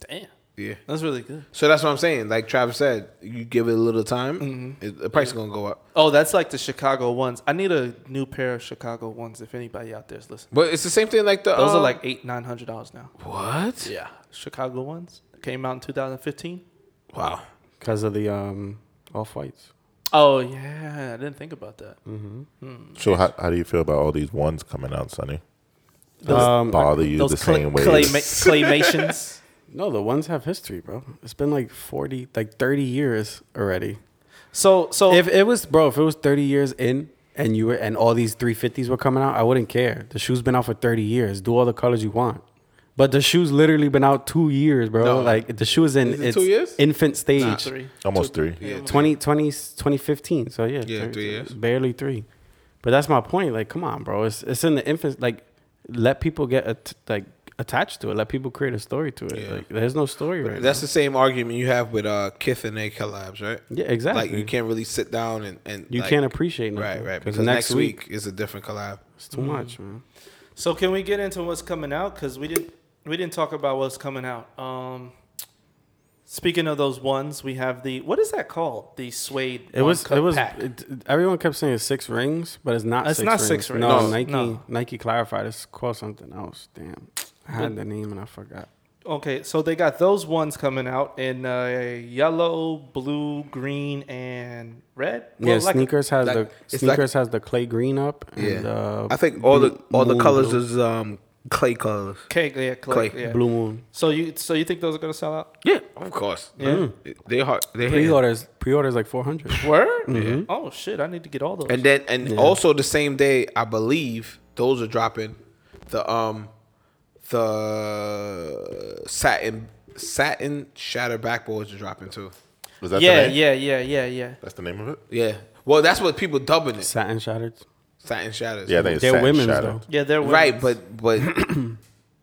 [SPEAKER 2] damn.
[SPEAKER 8] Yeah.
[SPEAKER 2] That's really good.
[SPEAKER 8] So that's what I'm saying. Like Travis said, you give it a little time, it, the price is gonna go up.
[SPEAKER 2] Oh, that's like the Chicago ones. I need a new pair of Chicago ones. If anybody out there's listening,
[SPEAKER 8] But it's the same thing. Like the
[SPEAKER 2] those are
[SPEAKER 8] um,
[SPEAKER 2] like eight, nine hundred dollars now.
[SPEAKER 8] what?
[SPEAKER 2] Uh, Yeah, Chicago ones came out in 2015.
[SPEAKER 8] Wow.
[SPEAKER 7] because of the um, off whites.
[SPEAKER 2] Oh yeah, I didn't think about that.
[SPEAKER 6] So how, how do you feel about all these ones coming out, Sonny? Does
[SPEAKER 7] Um,
[SPEAKER 6] it bother you
[SPEAKER 2] Those
[SPEAKER 6] the same way?
[SPEAKER 2] clay,
[SPEAKER 6] as-
[SPEAKER 2] claymations.
[SPEAKER 7] No, the ones have history, bro. It's been like forty, like thirty years already.
[SPEAKER 2] So so
[SPEAKER 7] If it was, bro, if it was thirty years in and you were and all these three fifties were coming out, I wouldn't care. The shoe's been out for thirty years. Do all the colors you want. But the shoe's literally been out two years, bro.
[SPEAKER 8] No.
[SPEAKER 7] Like the shoe is in
[SPEAKER 8] Is it
[SPEAKER 7] its
[SPEAKER 8] two years?
[SPEAKER 7] infant stage.
[SPEAKER 2] three.
[SPEAKER 6] Almost three.
[SPEAKER 8] Yeah.
[SPEAKER 7] 20, 20, 2015. So yeah,
[SPEAKER 8] Yeah,
[SPEAKER 7] thir-
[SPEAKER 8] three years.
[SPEAKER 7] barely three. But that's my point. Like, come on, bro. It's it's in the infant. Like, let people get at, like attached to it. Let people create a story to it.
[SPEAKER 8] Yeah.
[SPEAKER 7] Like, there's no story right
[SPEAKER 8] That's the same argument you have with uh, Kith and A collabs, right?
[SPEAKER 7] now. Yeah, exactly.
[SPEAKER 8] Like you can't really sit down and, and
[SPEAKER 7] You
[SPEAKER 8] like-
[SPEAKER 7] can't appreciate nothing.
[SPEAKER 8] right, right.
[SPEAKER 7] Because
[SPEAKER 8] Because
[SPEAKER 7] next,
[SPEAKER 8] mm-hmm.
[SPEAKER 7] week,
[SPEAKER 8] is a different collab.
[SPEAKER 7] it's too much, man.
[SPEAKER 2] So can we get into what's coming out? Because we didn't we didn't talk about what's coming out. Um, speaking of those ones, we have the what is that called? The suede.
[SPEAKER 7] It was
[SPEAKER 2] one-cut
[SPEAKER 7] it was
[SPEAKER 2] pack.
[SPEAKER 7] it- everyone kept saying it's six rings, but it's not.
[SPEAKER 2] It's
[SPEAKER 7] six
[SPEAKER 2] not
[SPEAKER 7] rings.
[SPEAKER 2] six rings.
[SPEAKER 7] No,
[SPEAKER 2] No,
[SPEAKER 7] Nike
[SPEAKER 2] no.
[SPEAKER 7] Nike clarified. It's called something else. Damn, I had the name and I forgot.
[SPEAKER 2] okay. So they got those ones coming out in uh, yellow, blue, green, and red.
[SPEAKER 7] yeah,
[SPEAKER 2] Well, like-
[SPEAKER 7] sneakers has
[SPEAKER 8] like-
[SPEAKER 7] the
[SPEAKER 8] it's like-
[SPEAKER 7] sneakers has the clay green up. And,
[SPEAKER 8] Yeah.
[SPEAKER 7] uh,
[SPEAKER 8] I think all the all the
[SPEAKER 7] moon
[SPEAKER 8] colors
[SPEAKER 7] blue.
[SPEAKER 8] is um clay colors.
[SPEAKER 2] Okay, yeah, clay,
[SPEAKER 8] Clay.
[SPEAKER 2] yeah.
[SPEAKER 7] Blue Moon.
[SPEAKER 2] So you so you think those are gonna sell out?
[SPEAKER 8] Yeah, of course.
[SPEAKER 2] Yeah.
[SPEAKER 8] They hard they hard.
[SPEAKER 7] Pre-orders, pre-orders like four hundred.
[SPEAKER 2] Word?
[SPEAKER 7] Mm-hmm.
[SPEAKER 2] Oh shit! I need to get all those.
[SPEAKER 8] And then and also the same day, I believe those are dropping the um the satin satin shatter backboards are dropping too.
[SPEAKER 6] Was that
[SPEAKER 2] yeah,
[SPEAKER 6] the name?
[SPEAKER 2] yeah, yeah, yeah, yeah.
[SPEAKER 6] That's the name of it.
[SPEAKER 8] Yeah. Well, that's what people dubbing it.
[SPEAKER 7] Satin shattered.
[SPEAKER 8] Satin shatters.
[SPEAKER 6] Yeah, I think it's
[SPEAKER 7] They're
[SPEAKER 6] Satin
[SPEAKER 7] women's,
[SPEAKER 6] Shadow.
[SPEAKER 7] though.
[SPEAKER 2] Yeah, they're
[SPEAKER 8] Right,
[SPEAKER 2] women's.
[SPEAKER 8] but but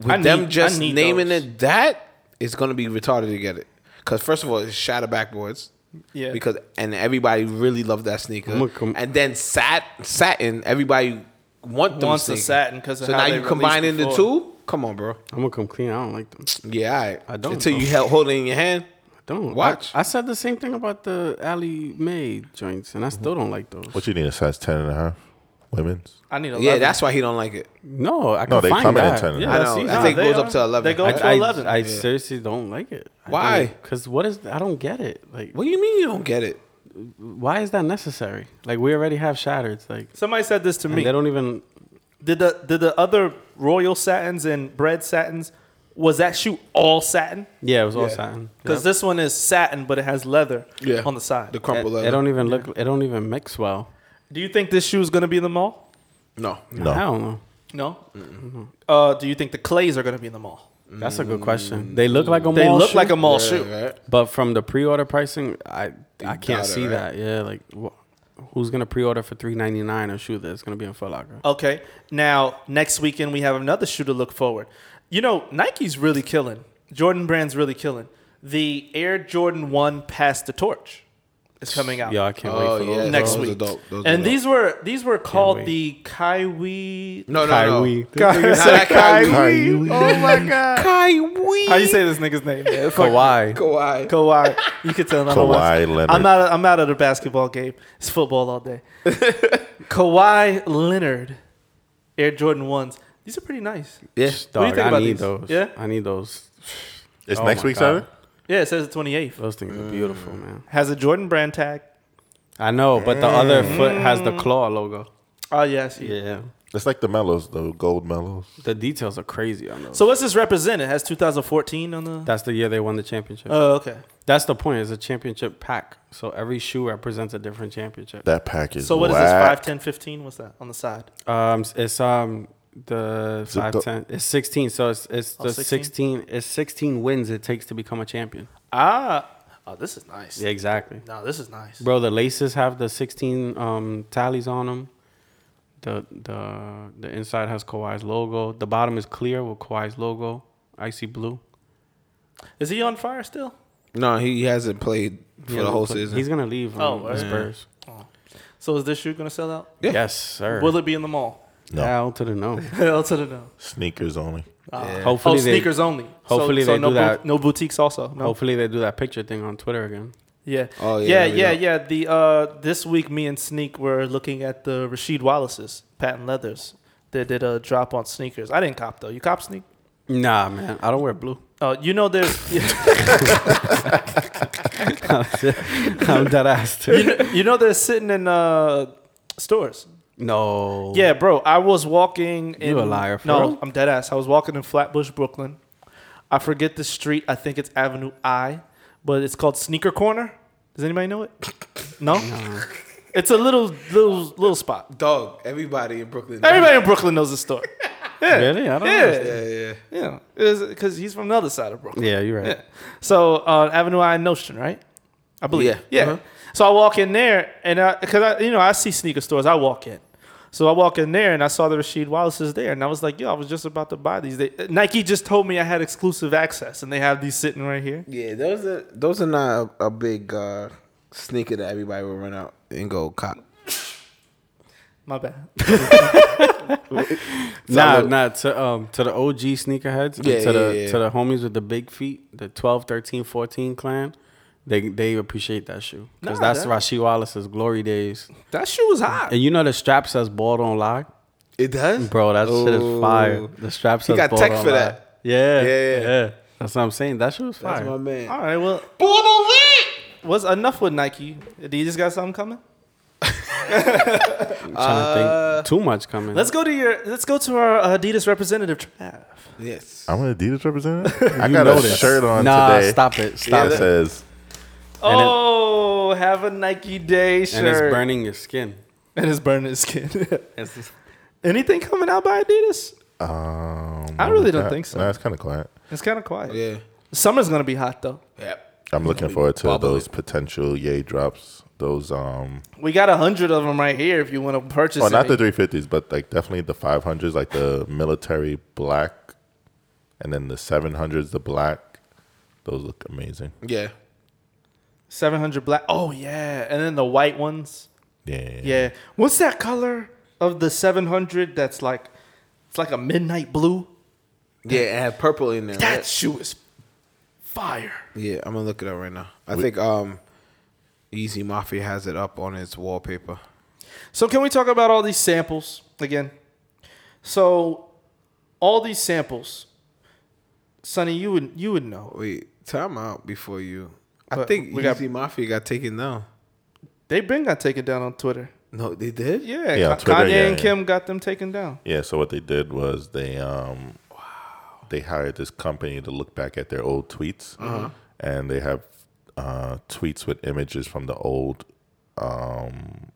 [SPEAKER 8] with
[SPEAKER 2] I need- I
[SPEAKER 8] them just
[SPEAKER 2] need
[SPEAKER 8] naming
[SPEAKER 2] those.
[SPEAKER 8] it that, it's gonna be retarded to get it. Cause first of all, it's shadow backboards.
[SPEAKER 2] Yeah.
[SPEAKER 8] Because and everybody really loved that sneaker.
[SPEAKER 7] I'ma com-
[SPEAKER 8] and then sat satin, everybody want them
[SPEAKER 2] Wants a
[SPEAKER 8] sneakers.
[SPEAKER 2] satin 'cause of
[SPEAKER 8] so
[SPEAKER 2] how
[SPEAKER 8] now
[SPEAKER 2] they
[SPEAKER 8] you
[SPEAKER 2] released
[SPEAKER 8] combining the
[SPEAKER 2] before.
[SPEAKER 8] two. Come on, bro.
[SPEAKER 7] I'm gonna come clean. I don't like them.
[SPEAKER 8] Yeah, all right.
[SPEAKER 7] I don't,
[SPEAKER 8] until you
[SPEAKER 7] bro.
[SPEAKER 8] held hold it in your hand.
[SPEAKER 7] Don't I-
[SPEAKER 8] Watch.
[SPEAKER 7] I, said the same thing about the Alley May joints, and I still don't like those.
[SPEAKER 6] What you need a size ten and a half? Women's.
[SPEAKER 2] I need 11.
[SPEAKER 8] Yeah, that's why he don't like it.
[SPEAKER 7] No, I can
[SPEAKER 6] No, they
[SPEAKER 7] find
[SPEAKER 6] coming in
[SPEAKER 7] that.
[SPEAKER 6] 10.
[SPEAKER 7] Yeah,
[SPEAKER 8] I know.
[SPEAKER 7] see,
[SPEAKER 8] I think it
[SPEAKER 2] they
[SPEAKER 8] goes
[SPEAKER 2] are.
[SPEAKER 8] up to eleven.
[SPEAKER 2] They go
[SPEAKER 8] I-
[SPEAKER 2] up to
[SPEAKER 7] I,
[SPEAKER 2] 11.
[SPEAKER 7] I
[SPEAKER 2] Yeah.
[SPEAKER 7] seriously don't like it.
[SPEAKER 8] Why?
[SPEAKER 7] Because what is? I don't get it. Like,
[SPEAKER 8] what do you mean you don't get it?
[SPEAKER 7] why is that necessary? Like, we already have shattered. Like,
[SPEAKER 2] Somebody said this to
[SPEAKER 7] and
[SPEAKER 2] me.
[SPEAKER 7] they don't even.
[SPEAKER 2] Did the did the other royal satins and bread satins was that shoe all satin?
[SPEAKER 7] Yeah, it was all satin.
[SPEAKER 2] Because this one is satin, but it has leather on the side.
[SPEAKER 8] The crumple
[SPEAKER 7] It,
[SPEAKER 8] leather.
[SPEAKER 7] it don't even look. It don't even mix well.
[SPEAKER 2] Do you think this shoe is going to be in the mall?
[SPEAKER 7] e-
[SPEAKER 8] no.
[SPEAKER 6] No.
[SPEAKER 7] I don't know.
[SPEAKER 2] No. Uh, do you think the clays are going to be in the mall?
[SPEAKER 7] That's a good question. They look like a
[SPEAKER 2] They
[SPEAKER 7] mall
[SPEAKER 2] look
[SPEAKER 7] shoe,
[SPEAKER 2] like a mall shoe.
[SPEAKER 8] Right?
[SPEAKER 7] but from the pre-order pricing, I I can't
[SPEAKER 8] doubt it,
[SPEAKER 7] see
[SPEAKER 8] right?
[SPEAKER 7] that. Yeah, like wh- who's gonna pre-order for three ninety nine a shoe that's gonna be in Foot Locker?
[SPEAKER 2] Okay. Now next weekend we have another shoe to look forward. You know Nike's really killing. Jordan Brand's really killing. The Air Jordan One Pass the Torch is coming out.
[SPEAKER 7] Yeah, I can't
[SPEAKER 8] Oh,
[SPEAKER 7] wait for
[SPEAKER 8] yeah.
[SPEAKER 7] those.
[SPEAKER 2] next
[SPEAKER 8] those are
[SPEAKER 2] week.
[SPEAKER 8] dope. Those are
[SPEAKER 2] and
[SPEAKER 8] dope.
[SPEAKER 2] these were these were called
[SPEAKER 7] wait.
[SPEAKER 2] the Kaiwi.
[SPEAKER 8] No, no, no.
[SPEAKER 7] Kyrie.
[SPEAKER 8] Not that Kyrie.
[SPEAKER 2] Oh my god.
[SPEAKER 8] Kyrie.
[SPEAKER 2] How you say this nigga's name?
[SPEAKER 7] Kawhi.
[SPEAKER 8] Kawhi.
[SPEAKER 2] Kawhi. You can tell. I don't watch-
[SPEAKER 6] Kawhi Leonard.
[SPEAKER 2] I'm out. I'm out of the basketball game. It's football all day. Kawhi Leonard, Air Jordan ones. These are pretty nice.
[SPEAKER 8] Yeah.
[SPEAKER 7] Dog,
[SPEAKER 2] do you think
[SPEAKER 7] I
[SPEAKER 2] about
[SPEAKER 7] need
[SPEAKER 2] these?
[SPEAKER 7] those.
[SPEAKER 2] Yeah?
[SPEAKER 7] I need those.
[SPEAKER 6] It's
[SPEAKER 7] Oh
[SPEAKER 6] next
[SPEAKER 7] my
[SPEAKER 6] week,
[SPEAKER 7] God.
[SPEAKER 6] Saturday.
[SPEAKER 2] Yeah, it says the 28th.
[SPEAKER 7] Those things are beautiful,
[SPEAKER 6] Mm.
[SPEAKER 7] man.
[SPEAKER 2] Has a Jordan brand tag.
[SPEAKER 6] Mm.
[SPEAKER 7] I know, but the other foot has the claw logo.
[SPEAKER 2] Oh yes. Yeah.
[SPEAKER 7] Yeah.
[SPEAKER 6] It's like the mellows, the gold mellows.
[SPEAKER 7] The details are crazy on those.
[SPEAKER 2] So what's this represent? It has 2014 on the.
[SPEAKER 7] That's the year they won the championship.
[SPEAKER 6] Uh,
[SPEAKER 2] Oh okay.
[SPEAKER 7] That's the point. It's a championship pack. So every shoe represents a different championship.
[SPEAKER 6] That package.
[SPEAKER 2] So what is this? 5, 10, 15? What's that on the side?
[SPEAKER 7] Um, it's um the
[SPEAKER 6] it
[SPEAKER 7] five
[SPEAKER 6] the-
[SPEAKER 7] ten. It's sixteen. So it's it's
[SPEAKER 2] Oh,
[SPEAKER 7] the
[SPEAKER 2] 16?
[SPEAKER 7] sixteen. It's sixteen wins it takes to become a champion.
[SPEAKER 2] Ah. Oh, this is nice.
[SPEAKER 7] Yeah, exactly.
[SPEAKER 2] No, this is nice.
[SPEAKER 7] Bro, the laces have the sixteen um tallies on them. The the the inside has Kawhi's logo. The bottom is clear with Kawhi's logo, icy blue.
[SPEAKER 2] Is he on fire still?
[SPEAKER 8] No, he hasn't played for
[SPEAKER 7] Yeah,
[SPEAKER 8] the whole
[SPEAKER 7] but
[SPEAKER 8] season.
[SPEAKER 7] He's gonna leave.
[SPEAKER 2] Oh,
[SPEAKER 7] Um, the
[SPEAKER 2] word.
[SPEAKER 7] Spurs.
[SPEAKER 2] So is this shoe gonna sell out?
[SPEAKER 8] Yeah.
[SPEAKER 7] Yes, sir.
[SPEAKER 2] Will it be in the mall?
[SPEAKER 6] No.
[SPEAKER 7] Hell to the no.
[SPEAKER 2] Hell to the no.
[SPEAKER 6] Sneakers only.
[SPEAKER 7] Hopefully
[SPEAKER 2] oh,
[SPEAKER 7] they-
[SPEAKER 2] sneakers only. So-
[SPEAKER 7] hopefully
[SPEAKER 2] so
[SPEAKER 7] they
[SPEAKER 2] no
[SPEAKER 7] do that.
[SPEAKER 2] No boutiques also. No.
[SPEAKER 7] Hopefully they do that picture thing on Twitter again.
[SPEAKER 2] Yeah.
[SPEAKER 8] Oh,
[SPEAKER 2] yeah.
[SPEAKER 8] yeah, there we
[SPEAKER 2] Yeah.
[SPEAKER 8] go.
[SPEAKER 2] Yeah. The uh, this week, me and Sneak were looking at the Rasheed Wallace's patent leathers. They did a drop on sneakers. I didn't cop though. You cop sneak?
[SPEAKER 7] Nah, man, I don't wear blue.
[SPEAKER 2] Oh, you know there's you
[SPEAKER 7] I'm dead ass. Too.
[SPEAKER 2] know, you know they're sitting in uh, stores.
[SPEAKER 7] No.
[SPEAKER 2] Yeah, bro. I was walking. In,
[SPEAKER 7] a liar, for
[SPEAKER 2] no,
[SPEAKER 7] real?
[SPEAKER 2] I'm dead ass. I was walking in Flatbush, Brooklyn. I forget the street. I think it's Avenue I, but it's called Sneaker Corner. Does anybody know it? No. It's a little little little spot.
[SPEAKER 8] Dog, everybody in Brooklyn.
[SPEAKER 2] Everybody in Brooklyn knows the store.
[SPEAKER 7] Really? I don't know.
[SPEAKER 2] Yeah.
[SPEAKER 8] Yeah, yeah.
[SPEAKER 2] Yeah, because he's from the other side of Brooklyn.
[SPEAKER 7] Yeah, you're right.
[SPEAKER 2] Yeah. So uh, Avenue I and Notion, right? I believe.
[SPEAKER 8] Yeah.
[SPEAKER 2] Yeah.
[SPEAKER 8] Uh-huh.
[SPEAKER 2] So I walk in there, and I because I, you know, I see sneaker stores. I walk in. So I walk in there, and I saw the Rasheed Wallace's there, and I was like, "Yo, I was just about to buy these." They, uh, Nike just told me I had exclusive access, and they have these sitting right here.
[SPEAKER 8] Yeah, those are those are not a, a big uh, sneaker that everybody will run out and go cop.
[SPEAKER 2] My bad.
[SPEAKER 7] Nah,
[SPEAKER 8] look-
[SPEAKER 7] nah. To um to the OG sneakerheads, and
[SPEAKER 8] Yeah,
[SPEAKER 7] to the
[SPEAKER 8] yeah, yeah.
[SPEAKER 7] to the homies with the big feet, the 12, 13, 14 clan, they they appreciate that shoe because
[SPEAKER 2] Nah,
[SPEAKER 7] that's
[SPEAKER 2] that-
[SPEAKER 7] Rasheed Wallace's glory days.
[SPEAKER 2] That shoe was hot.
[SPEAKER 7] And you know the strap says "Ball Don't Lie,"
[SPEAKER 8] It does,
[SPEAKER 7] bro. That shit
[SPEAKER 8] Oh.
[SPEAKER 7] is fire.
[SPEAKER 8] Ooh.
[SPEAKER 7] The strap
[SPEAKER 8] He
[SPEAKER 7] says
[SPEAKER 8] got
[SPEAKER 7] "Ball
[SPEAKER 8] tech
[SPEAKER 7] Don't
[SPEAKER 8] for
[SPEAKER 7] Lie."
[SPEAKER 8] that.
[SPEAKER 7] Yeah,
[SPEAKER 8] Yeah,
[SPEAKER 7] yeah,
[SPEAKER 8] yeah.
[SPEAKER 7] That's what I'm saying. That shit was fire.
[SPEAKER 8] That's my man.
[SPEAKER 2] All right, well, was enough with Nike. Do you just got something coming?
[SPEAKER 7] I'm trying to think. Uh, Too much coming.
[SPEAKER 2] Let's go to your. Let's go to our Adidas representative. Trav.
[SPEAKER 8] Yes.
[SPEAKER 6] I'm an Adidas representative. I
[SPEAKER 7] You
[SPEAKER 6] got
[SPEAKER 7] know
[SPEAKER 6] a
[SPEAKER 7] this.
[SPEAKER 6] shirt on
[SPEAKER 7] nah,
[SPEAKER 6] today.
[SPEAKER 7] stop it.
[SPEAKER 6] that
[SPEAKER 7] Stop it.
[SPEAKER 6] says
[SPEAKER 7] And it-
[SPEAKER 2] Oh, have a Nike Day shirt.
[SPEAKER 7] And it's burning your skin.
[SPEAKER 2] And it's burning his skin.
[SPEAKER 7] It's-
[SPEAKER 2] Anything coming out by Adidas?
[SPEAKER 6] Um,
[SPEAKER 2] I really don't think so.
[SPEAKER 6] Nah, it's kind of quiet.
[SPEAKER 2] It's kind of quiet.
[SPEAKER 8] Yeah.
[SPEAKER 2] Summer's gonna be hot though.
[SPEAKER 8] Yep.
[SPEAKER 6] I'm looking forward to
[SPEAKER 8] bubbling.
[SPEAKER 6] those potential yay drops. Those um,
[SPEAKER 2] We got a hundred of them right here. If you want to purchase,
[SPEAKER 6] well, Oh, not
[SPEAKER 2] any.
[SPEAKER 6] the 350s, but like definitely the 500s, like the military black, and then the 700s, the black. Those look amazing.
[SPEAKER 8] Yeah.
[SPEAKER 2] seven hundred black. Oh yeah, and then the white ones.
[SPEAKER 6] Yeah.
[SPEAKER 2] Yeah. What's that color of the seven hundred? That's like, it's like a midnight blue.
[SPEAKER 8] Yeah, it had purple in there.
[SPEAKER 2] That
[SPEAKER 8] Right?
[SPEAKER 2] shoe is fire.
[SPEAKER 8] Yeah, I'm gonna look it up right now. I think um, Easy Mafia has it up on his wallpaper.
[SPEAKER 2] So can we talk about all these samples again? So, all these samples, Sonny, you would you would know
[SPEAKER 8] Wait, time out before you. I
[SPEAKER 2] But
[SPEAKER 8] think
[SPEAKER 2] we got-
[SPEAKER 8] Easy Mafia got taken down.
[SPEAKER 2] they been got taken down on Twitter.
[SPEAKER 8] No, they did.
[SPEAKER 2] Yeah,
[SPEAKER 6] Yeah, on
[SPEAKER 2] Ka-
[SPEAKER 6] Twitter,
[SPEAKER 2] Kanye
[SPEAKER 6] yeah,
[SPEAKER 2] and
[SPEAKER 6] yeah.
[SPEAKER 2] Kim got them taken down.
[SPEAKER 6] Yeah, so what they did was they um they hired this company to look back at their old tweets,
[SPEAKER 2] Uh-huh.
[SPEAKER 6] and they have uh, tweets with images from the old, um,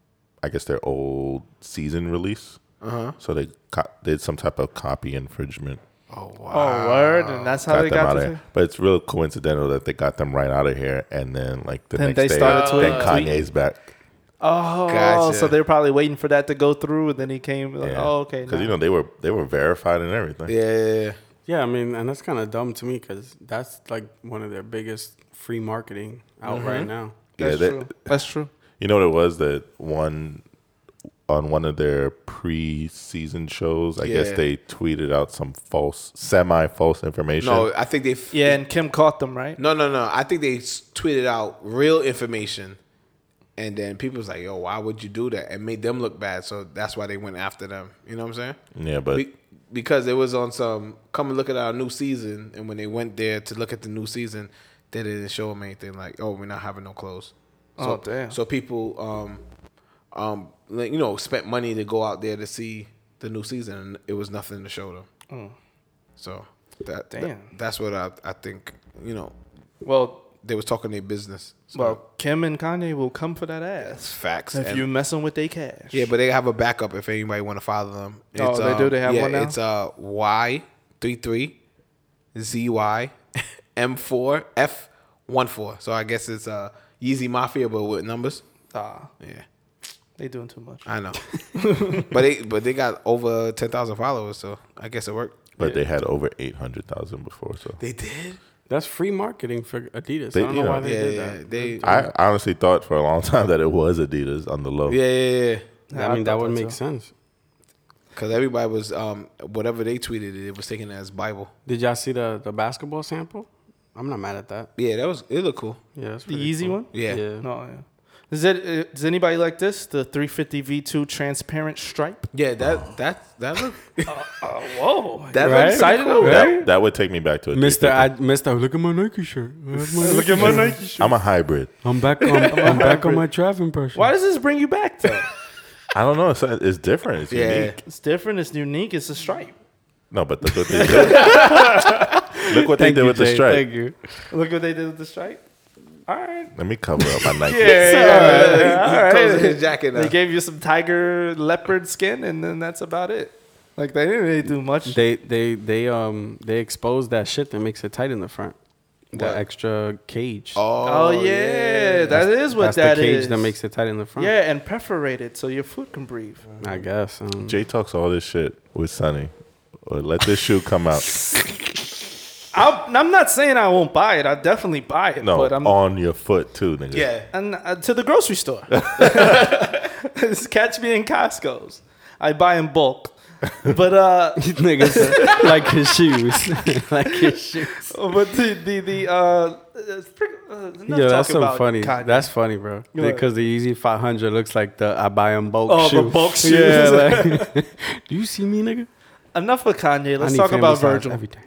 [SPEAKER 6] I guess their old season release. Uh-huh. So they co- did some type of copy infringement.
[SPEAKER 2] Oh, word, and that's how
[SPEAKER 6] Got
[SPEAKER 2] they
[SPEAKER 6] them
[SPEAKER 2] got the
[SPEAKER 6] out of here. But it's real coincidental that they got them right out of here, and then like the
[SPEAKER 2] Then
[SPEAKER 6] next
[SPEAKER 2] they
[SPEAKER 6] day,
[SPEAKER 2] started
[SPEAKER 6] then
[SPEAKER 2] tweeting.
[SPEAKER 6] Kanye's back.
[SPEAKER 2] Oh,
[SPEAKER 8] Gotcha.
[SPEAKER 2] so they're probably waiting for that to go through, and then he came. Like,
[SPEAKER 6] Yeah.
[SPEAKER 2] Oh, okay.
[SPEAKER 6] Because
[SPEAKER 2] nah.
[SPEAKER 6] you know they were they were verified and everything.
[SPEAKER 8] Yeah.
[SPEAKER 7] Yeah, I mean, and that's kind of dumb to me because that's like one of their biggest free marketing out right now.
[SPEAKER 6] yeah
[SPEAKER 2] that's
[SPEAKER 6] they-
[SPEAKER 2] true. That's true.
[SPEAKER 6] You know what it was that one on one of their pre-season shows. I guess
[SPEAKER 8] Yeah.
[SPEAKER 6] they tweeted out some false, semi-false information.
[SPEAKER 8] No, I think they. f-
[SPEAKER 2] Yeah, and Kim caught them, right?
[SPEAKER 8] No, no, no. I think they s- tweeted out real information, and then people was like, "Yo, why would you do that?" And made them look bad. So that's why they went after them. You know what I'm saying?
[SPEAKER 6] yeah, but
[SPEAKER 8] Be- because it was on some come and look at our new season, and when they went there to look at the new season, they didn't show them anything like, "Oh, we're not having no clothes." So,
[SPEAKER 2] Oh, damn.
[SPEAKER 8] So people um, um, like, you know, spent money to go out there to see the new season, and it was nothing to show them. So that, that-
[SPEAKER 2] Damn.
[SPEAKER 8] that's what I, I think. You know,
[SPEAKER 2] Well,
[SPEAKER 8] they was talking their business. So
[SPEAKER 2] well, Kim and Kanye will come for that ass
[SPEAKER 8] facts.
[SPEAKER 2] if
[SPEAKER 8] and-
[SPEAKER 2] you messing with their cash.
[SPEAKER 8] yeah, but they have a backup if anybody want to follow them.
[SPEAKER 2] Oh, they do? They have
[SPEAKER 8] yeah,
[SPEAKER 2] one now?
[SPEAKER 8] It's uh Y three three Z Y M four F one four. So I guess it's uh Yeezy Mafia, but with numbers.
[SPEAKER 2] Ah,
[SPEAKER 8] Yeah.
[SPEAKER 2] they doing too much.
[SPEAKER 8] I know, but they but they got over ten thousand followers, so I guess it worked.
[SPEAKER 6] But they had over eight hundred thousand before, so
[SPEAKER 8] They did.
[SPEAKER 7] That's free marketing for Adidas.
[SPEAKER 6] They-
[SPEAKER 7] I don't know
[SPEAKER 6] you know,
[SPEAKER 7] why they
[SPEAKER 8] Yeah,
[SPEAKER 7] did
[SPEAKER 8] yeah,
[SPEAKER 7] that.
[SPEAKER 8] they.
[SPEAKER 6] I honestly thought for a long time that it was Adidas on the low.
[SPEAKER 8] yeah, yeah, yeah.
[SPEAKER 7] I mean, that would make sense.
[SPEAKER 8] Because everybody was um whatever they tweeted, it was taken as Bible.
[SPEAKER 7] Did y'all see the, the basketball sample? I'm not mad at that.
[SPEAKER 8] Yeah, that was it. Looked cool.
[SPEAKER 7] Yeah, that's
[SPEAKER 2] The
[SPEAKER 7] pretty
[SPEAKER 2] Yeezy
[SPEAKER 7] cool.
[SPEAKER 2] one?
[SPEAKER 8] Yeah.
[SPEAKER 7] yeah.
[SPEAKER 2] No, yeah. Does it? uh, Does anybody like this? The 350 V2 transparent stripe.
[SPEAKER 8] Yeah, that that that looked.
[SPEAKER 2] Oh, whoa!
[SPEAKER 8] That
[SPEAKER 7] Right?
[SPEAKER 2] I'm excited
[SPEAKER 7] Cool.
[SPEAKER 2] over
[SPEAKER 7] Right?
[SPEAKER 2] that.
[SPEAKER 6] That, that would take me back to a
[SPEAKER 7] Mister,
[SPEAKER 6] 350.
[SPEAKER 7] I, Mister, look at my Nike shirt.
[SPEAKER 2] Look at my Nike shirt.
[SPEAKER 6] I'm a hybrid.
[SPEAKER 7] I'm back. On, I'm back on my draft impression.
[SPEAKER 2] Why does this bring you back though?
[SPEAKER 6] I don't know. It's, it's different. It's
[SPEAKER 8] Yeah.
[SPEAKER 6] unique.
[SPEAKER 2] it's different. It's unique. It's a stripe.
[SPEAKER 6] No, but look what they did. look what they did with the stripe.
[SPEAKER 7] Thank you.
[SPEAKER 2] Look what they did with the stripe. All right.
[SPEAKER 6] Let me cover up my Nike.
[SPEAKER 2] Yeah,
[SPEAKER 8] He comes in his jacket.
[SPEAKER 2] They
[SPEAKER 8] Now.
[SPEAKER 2] gave you some tiger leopard skin, and then that's about it. Like they didn't really do much.
[SPEAKER 7] They they they um they expose that shit that makes it tight in the front.
[SPEAKER 8] What?
[SPEAKER 7] That extra cage.
[SPEAKER 2] oh, yeah, that is what
[SPEAKER 7] That's
[SPEAKER 2] that
[SPEAKER 7] the cage
[SPEAKER 2] is.
[SPEAKER 7] that makes it tight in the front.
[SPEAKER 2] yeah, and perforated so your food can breathe.
[SPEAKER 7] I guess. Um,
[SPEAKER 6] Jay talks all this shit with Sonny. Or let this shoe come out.
[SPEAKER 2] I'm, I'm not saying I won't buy it. I definitely buy it.
[SPEAKER 6] No,
[SPEAKER 2] but I'm
[SPEAKER 6] on your foot too, nigga.
[SPEAKER 8] Yeah.
[SPEAKER 2] and uh, to the grocery store. Just catch me in Costco's. I buy in bulk. But uh,
[SPEAKER 7] Nigga said, like his shoes, like his shoes.
[SPEAKER 2] but the the, the uh, it's pretty, uh, enough
[SPEAKER 7] Yo, that's
[SPEAKER 2] talk
[SPEAKER 7] so
[SPEAKER 2] about
[SPEAKER 7] funny.
[SPEAKER 2] Kanye.
[SPEAKER 7] That's funny, bro.
[SPEAKER 2] ahead.
[SPEAKER 7] Because the Yeezy 500 looks like the I buy 'em bulk
[SPEAKER 2] Oh, the
[SPEAKER 7] shoe.
[SPEAKER 2] bulk shoes.
[SPEAKER 7] Yeah. Like, do you see me, nigga?
[SPEAKER 2] enough of Kanye.
[SPEAKER 7] I
[SPEAKER 2] Let's
[SPEAKER 7] need
[SPEAKER 2] talk
[SPEAKER 7] family
[SPEAKER 2] about
[SPEAKER 7] size
[SPEAKER 2] Virgil. Oh,
[SPEAKER 7] Every day.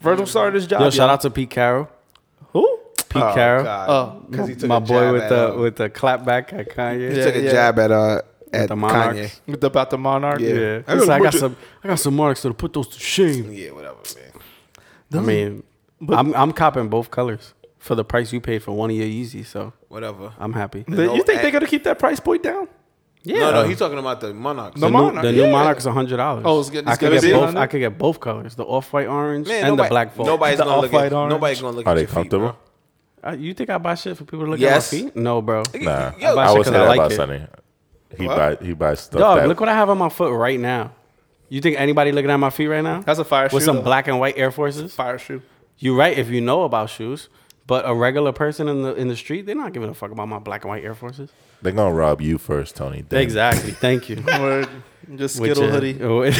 [SPEAKER 2] Virgil started his job.
[SPEAKER 7] Yo, shout out to Pete Carroll.
[SPEAKER 2] who?
[SPEAKER 7] Pete Carroll.
[SPEAKER 2] Oh,
[SPEAKER 8] because he took
[SPEAKER 7] My
[SPEAKER 8] a jab
[SPEAKER 7] boy with
[SPEAKER 8] at,
[SPEAKER 7] the
[SPEAKER 8] uh,
[SPEAKER 7] with the clap back at Kanye.
[SPEAKER 8] he took a
[SPEAKER 2] yeah.
[SPEAKER 8] jab at uh at
[SPEAKER 7] the Monarchs.
[SPEAKER 8] Kanye.
[SPEAKER 2] With- about the monarch.
[SPEAKER 8] Yeah.
[SPEAKER 7] Yeah.
[SPEAKER 8] I
[SPEAKER 7] He's like, I,
[SPEAKER 8] remember
[SPEAKER 7] got
[SPEAKER 8] you-
[SPEAKER 7] some I got some marks to put those to shame.
[SPEAKER 8] Yeah, whatever,
[SPEAKER 7] I
[SPEAKER 8] man.
[SPEAKER 7] mean, I'm I'm copping both colors for the price you paid for one of your Yeezys, so
[SPEAKER 8] Whatever.
[SPEAKER 7] I'm happy.
[SPEAKER 2] But
[SPEAKER 8] No,
[SPEAKER 2] you think
[SPEAKER 8] I-
[SPEAKER 2] they're gonna keep that price point down?
[SPEAKER 7] Yeah.
[SPEAKER 8] No, no, he's talking about the monarchs.
[SPEAKER 2] The
[SPEAKER 7] the
[SPEAKER 2] Monarch,
[SPEAKER 7] new, the new
[SPEAKER 2] Oh, yeah.
[SPEAKER 7] Monarch is hundred dollars.
[SPEAKER 2] Oh, it's good-
[SPEAKER 7] I
[SPEAKER 2] it's
[SPEAKER 7] could
[SPEAKER 2] gonna
[SPEAKER 7] get
[SPEAKER 2] be
[SPEAKER 7] both.
[SPEAKER 2] 100?
[SPEAKER 7] I could get both colors, the off-white orange
[SPEAKER 8] Man,
[SPEAKER 7] and
[SPEAKER 8] nobody,
[SPEAKER 7] the black folk.
[SPEAKER 8] Nobody's
[SPEAKER 2] The
[SPEAKER 8] gonna look
[SPEAKER 2] off-white
[SPEAKER 8] at.
[SPEAKER 2] orange.
[SPEAKER 8] Nobody's gonna look
[SPEAKER 6] Are
[SPEAKER 8] at
[SPEAKER 6] they
[SPEAKER 8] your feet,
[SPEAKER 6] comfortable?
[SPEAKER 8] bro.
[SPEAKER 7] Uh, you think I buy shit for people to look
[SPEAKER 8] Yes.
[SPEAKER 7] at my feet? No, bro.
[SPEAKER 6] Nah.
[SPEAKER 8] Yo,
[SPEAKER 7] I
[SPEAKER 6] I
[SPEAKER 7] shit
[SPEAKER 6] would
[SPEAKER 7] 'cause
[SPEAKER 6] say
[SPEAKER 7] I
[SPEAKER 6] that
[SPEAKER 7] like
[SPEAKER 6] about
[SPEAKER 7] it.
[SPEAKER 6] Sonny. He
[SPEAKER 8] What?
[SPEAKER 6] buy he buys stuff.
[SPEAKER 7] Dog,
[SPEAKER 6] that,
[SPEAKER 7] look what I have on my foot right now. You think anybody looking at my feet right now?
[SPEAKER 2] That's a fire
[SPEAKER 7] With
[SPEAKER 2] shoe,
[SPEAKER 7] some
[SPEAKER 2] though.
[SPEAKER 7] black and white Air Forces.
[SPEAKER 2] Fire shoe.
[SPEAKER 7] You're right if you know about shoes, but a regular person in the in the street, they're not giving a fuck about my black and white Air Forces.
[SPEAKER 6] They're gonna rob you first, Tony. Then.
[SPEAKER 7] Exactly. Thank you.
[SPEAKER 2] Word. Just
[SPEAKER 7] With
[SPEAKER 2] skittle
[SPEAKER 7] your-
[SPEAKER 2] hoodie.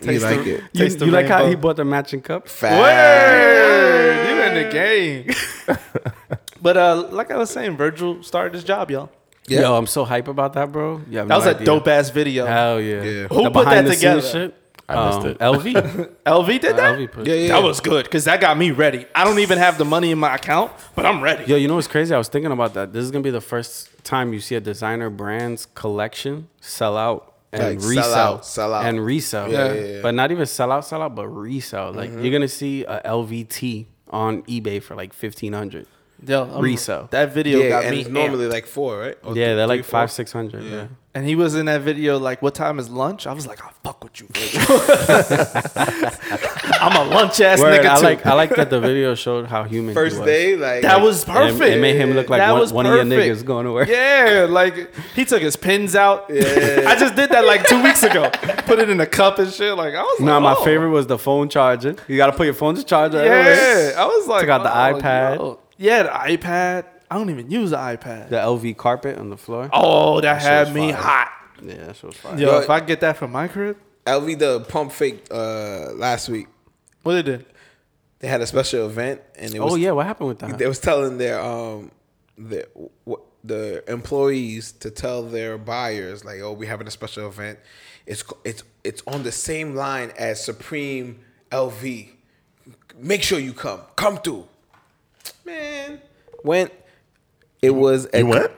[SPEAKER 7] you
[SPEAKER 8] You like it?
[SPEAKER 7] you
[SPEAKER 2] Taste the
[SPEAKER 7] like how he
[SPEAKER 2] rainbow.
[SPEAKER 7] bought the matching cup?
[SPEAKER 2] Word, you in the game. but uh, like I was saying, Virgil started his job, y'all.
[SPEAKER 8] Yeah.
[SPEAKER 7] Yo, I'm so hype about that, bro. Yeah,
[SPEAKER 2] That was a dope ass video.
[SPEAKER 7] Hell yeah.
[SPEAKER 8] Yeah.
[SPEAKER 2] Who
[SPEAKER 7] The
[SPEAKER 2] put that
[SPEAKER 7] behind the
[SPEAKER 2] together?
[SPEAKER 7] scenes shit?
[SPEAKER 6] I missed
[SPEAKER 7] Um,
[SPEAKER 6] it.
[SPEAKER 7] LV.
[SPEAKER 2] LV did that.
[SPEAKER 7] LV put
[SPEAKER 8] Yeah, yeah.
[SPEAKER 2] That was good because that got me ready. I don't even have the money in my account, but I'm ready.
[SPEAKER 7] Yo, you know what's crazy? I was thinking about that. This is gonna be the first time you see a designer brand's collection sell out and
[SPEAKER 8] Like, sell
[SPEAKER 7] resell,
[SPEAKER 8] out, sell out.
[SPEAKER 7] and resell.
[SPEAKER 8] Yeah, yeah, yeah. Mm-hmm.
[SPEAKER 7] But not even sell out, sell out, but resell. Like you're gonna see a LVT on eBay for like fifteen hundred.
[SPEAKER 2] Yo, I'm-
[SPEAKER 7] Resell.
[SPEAKER 2] That video
[SPEAKER 8] Yeah,
[SPEAKER 2] got
[SPEAKER 8] and
[SPEAKER 2] me
[SPEAKER 8] it's normally like four, right? Or
[SPEAKER 7] Yeah,
[SPEAKER 8] th-
[SPEAKER 7] they're
[SPEAKER 8] three,
[SPEAKER 7] like
[SPEAKER 8] four.
[SPEAKER 7] five, six hundred. Yeah.
[SPEAKER 2] And he was in that video like, "What time is lunch?" I was like, "I fuck with you, Virgil. I'm a lunch ass
[SPEAKER 7] Word,
[SPEAKER 2] nigga
[SPEAKER 7] I
[SPEAKER 2] too."
[SPEAKER 7] like I like that the video showed how human he
[SPEAKER 8] First
[SPEAKER 7] was.
[SPEAKER 8] day, like
[SPEAKER 2] that was
[SPEAKER 7] And
[SPEAKER 2] perfect.
[SPEAKER 7] It, it made him look like
[SPEAKER 2] That
[SPEAKER 7] one,
[SPEAKER 2] was
[SPEAKER 7] one of your
[SPEAKER 2] perfect.
[SPEAKER 7] niggas going to work.
[SPEAKER 2] Yeah, like he took his pins out. I just did that like two weeks ago. Put it in a cup and shit. Like I was
[SPEAKER 7] No,
[SPEAKER 2] like,
[SPEAKER 7] my
[SPEAKER 2] oh.
[SPEAKER 7] favorite was the phone charger. You gotta put your phone to charger.
[SPEAKER 2] Yeah,
[SPEAKER 7] anyways.
[SPEAKER 2] I was like,
[SPEAKER 7] Took out the
[SPEAKER 2] oh,
[SPEAKER 7] iPad.
[SPEAKER 2] yo. Yeah, the iPad. I don't even use the iPad.
[SPEAKER 7] The LV carpet on the floor.
[SPEAKER 2] oh, that,
[SPEAKER 7] shit
[SPEAKER 2] had
[SPEAKER 7] was
[SPEAKER 2] me
[SPEAKER 7] fire.
[SPEAKER 2] hot.
[SPEAKER 7] Yeah, that shit was fire.
[SPEAKER 2] Yo,
[SPEAKER 8] Yo,
[SPEAKER 2] if I get that from my crib,
[SPEAKER 8] LV the pump fake uh, last week.
[SPEAKER 2] what it did?
[SPEAKER 8] They had a special event, and it was
[SPEAKER 7] Oh yeah, what happened with that?
[SPEAKER 8] they was telling their um the wh- the employees to tell their buyers like oh we're having a special event it's co- it's it's on the same line as supreme lv make sure you come come through man went it was at
[SPEAKER 6] You went?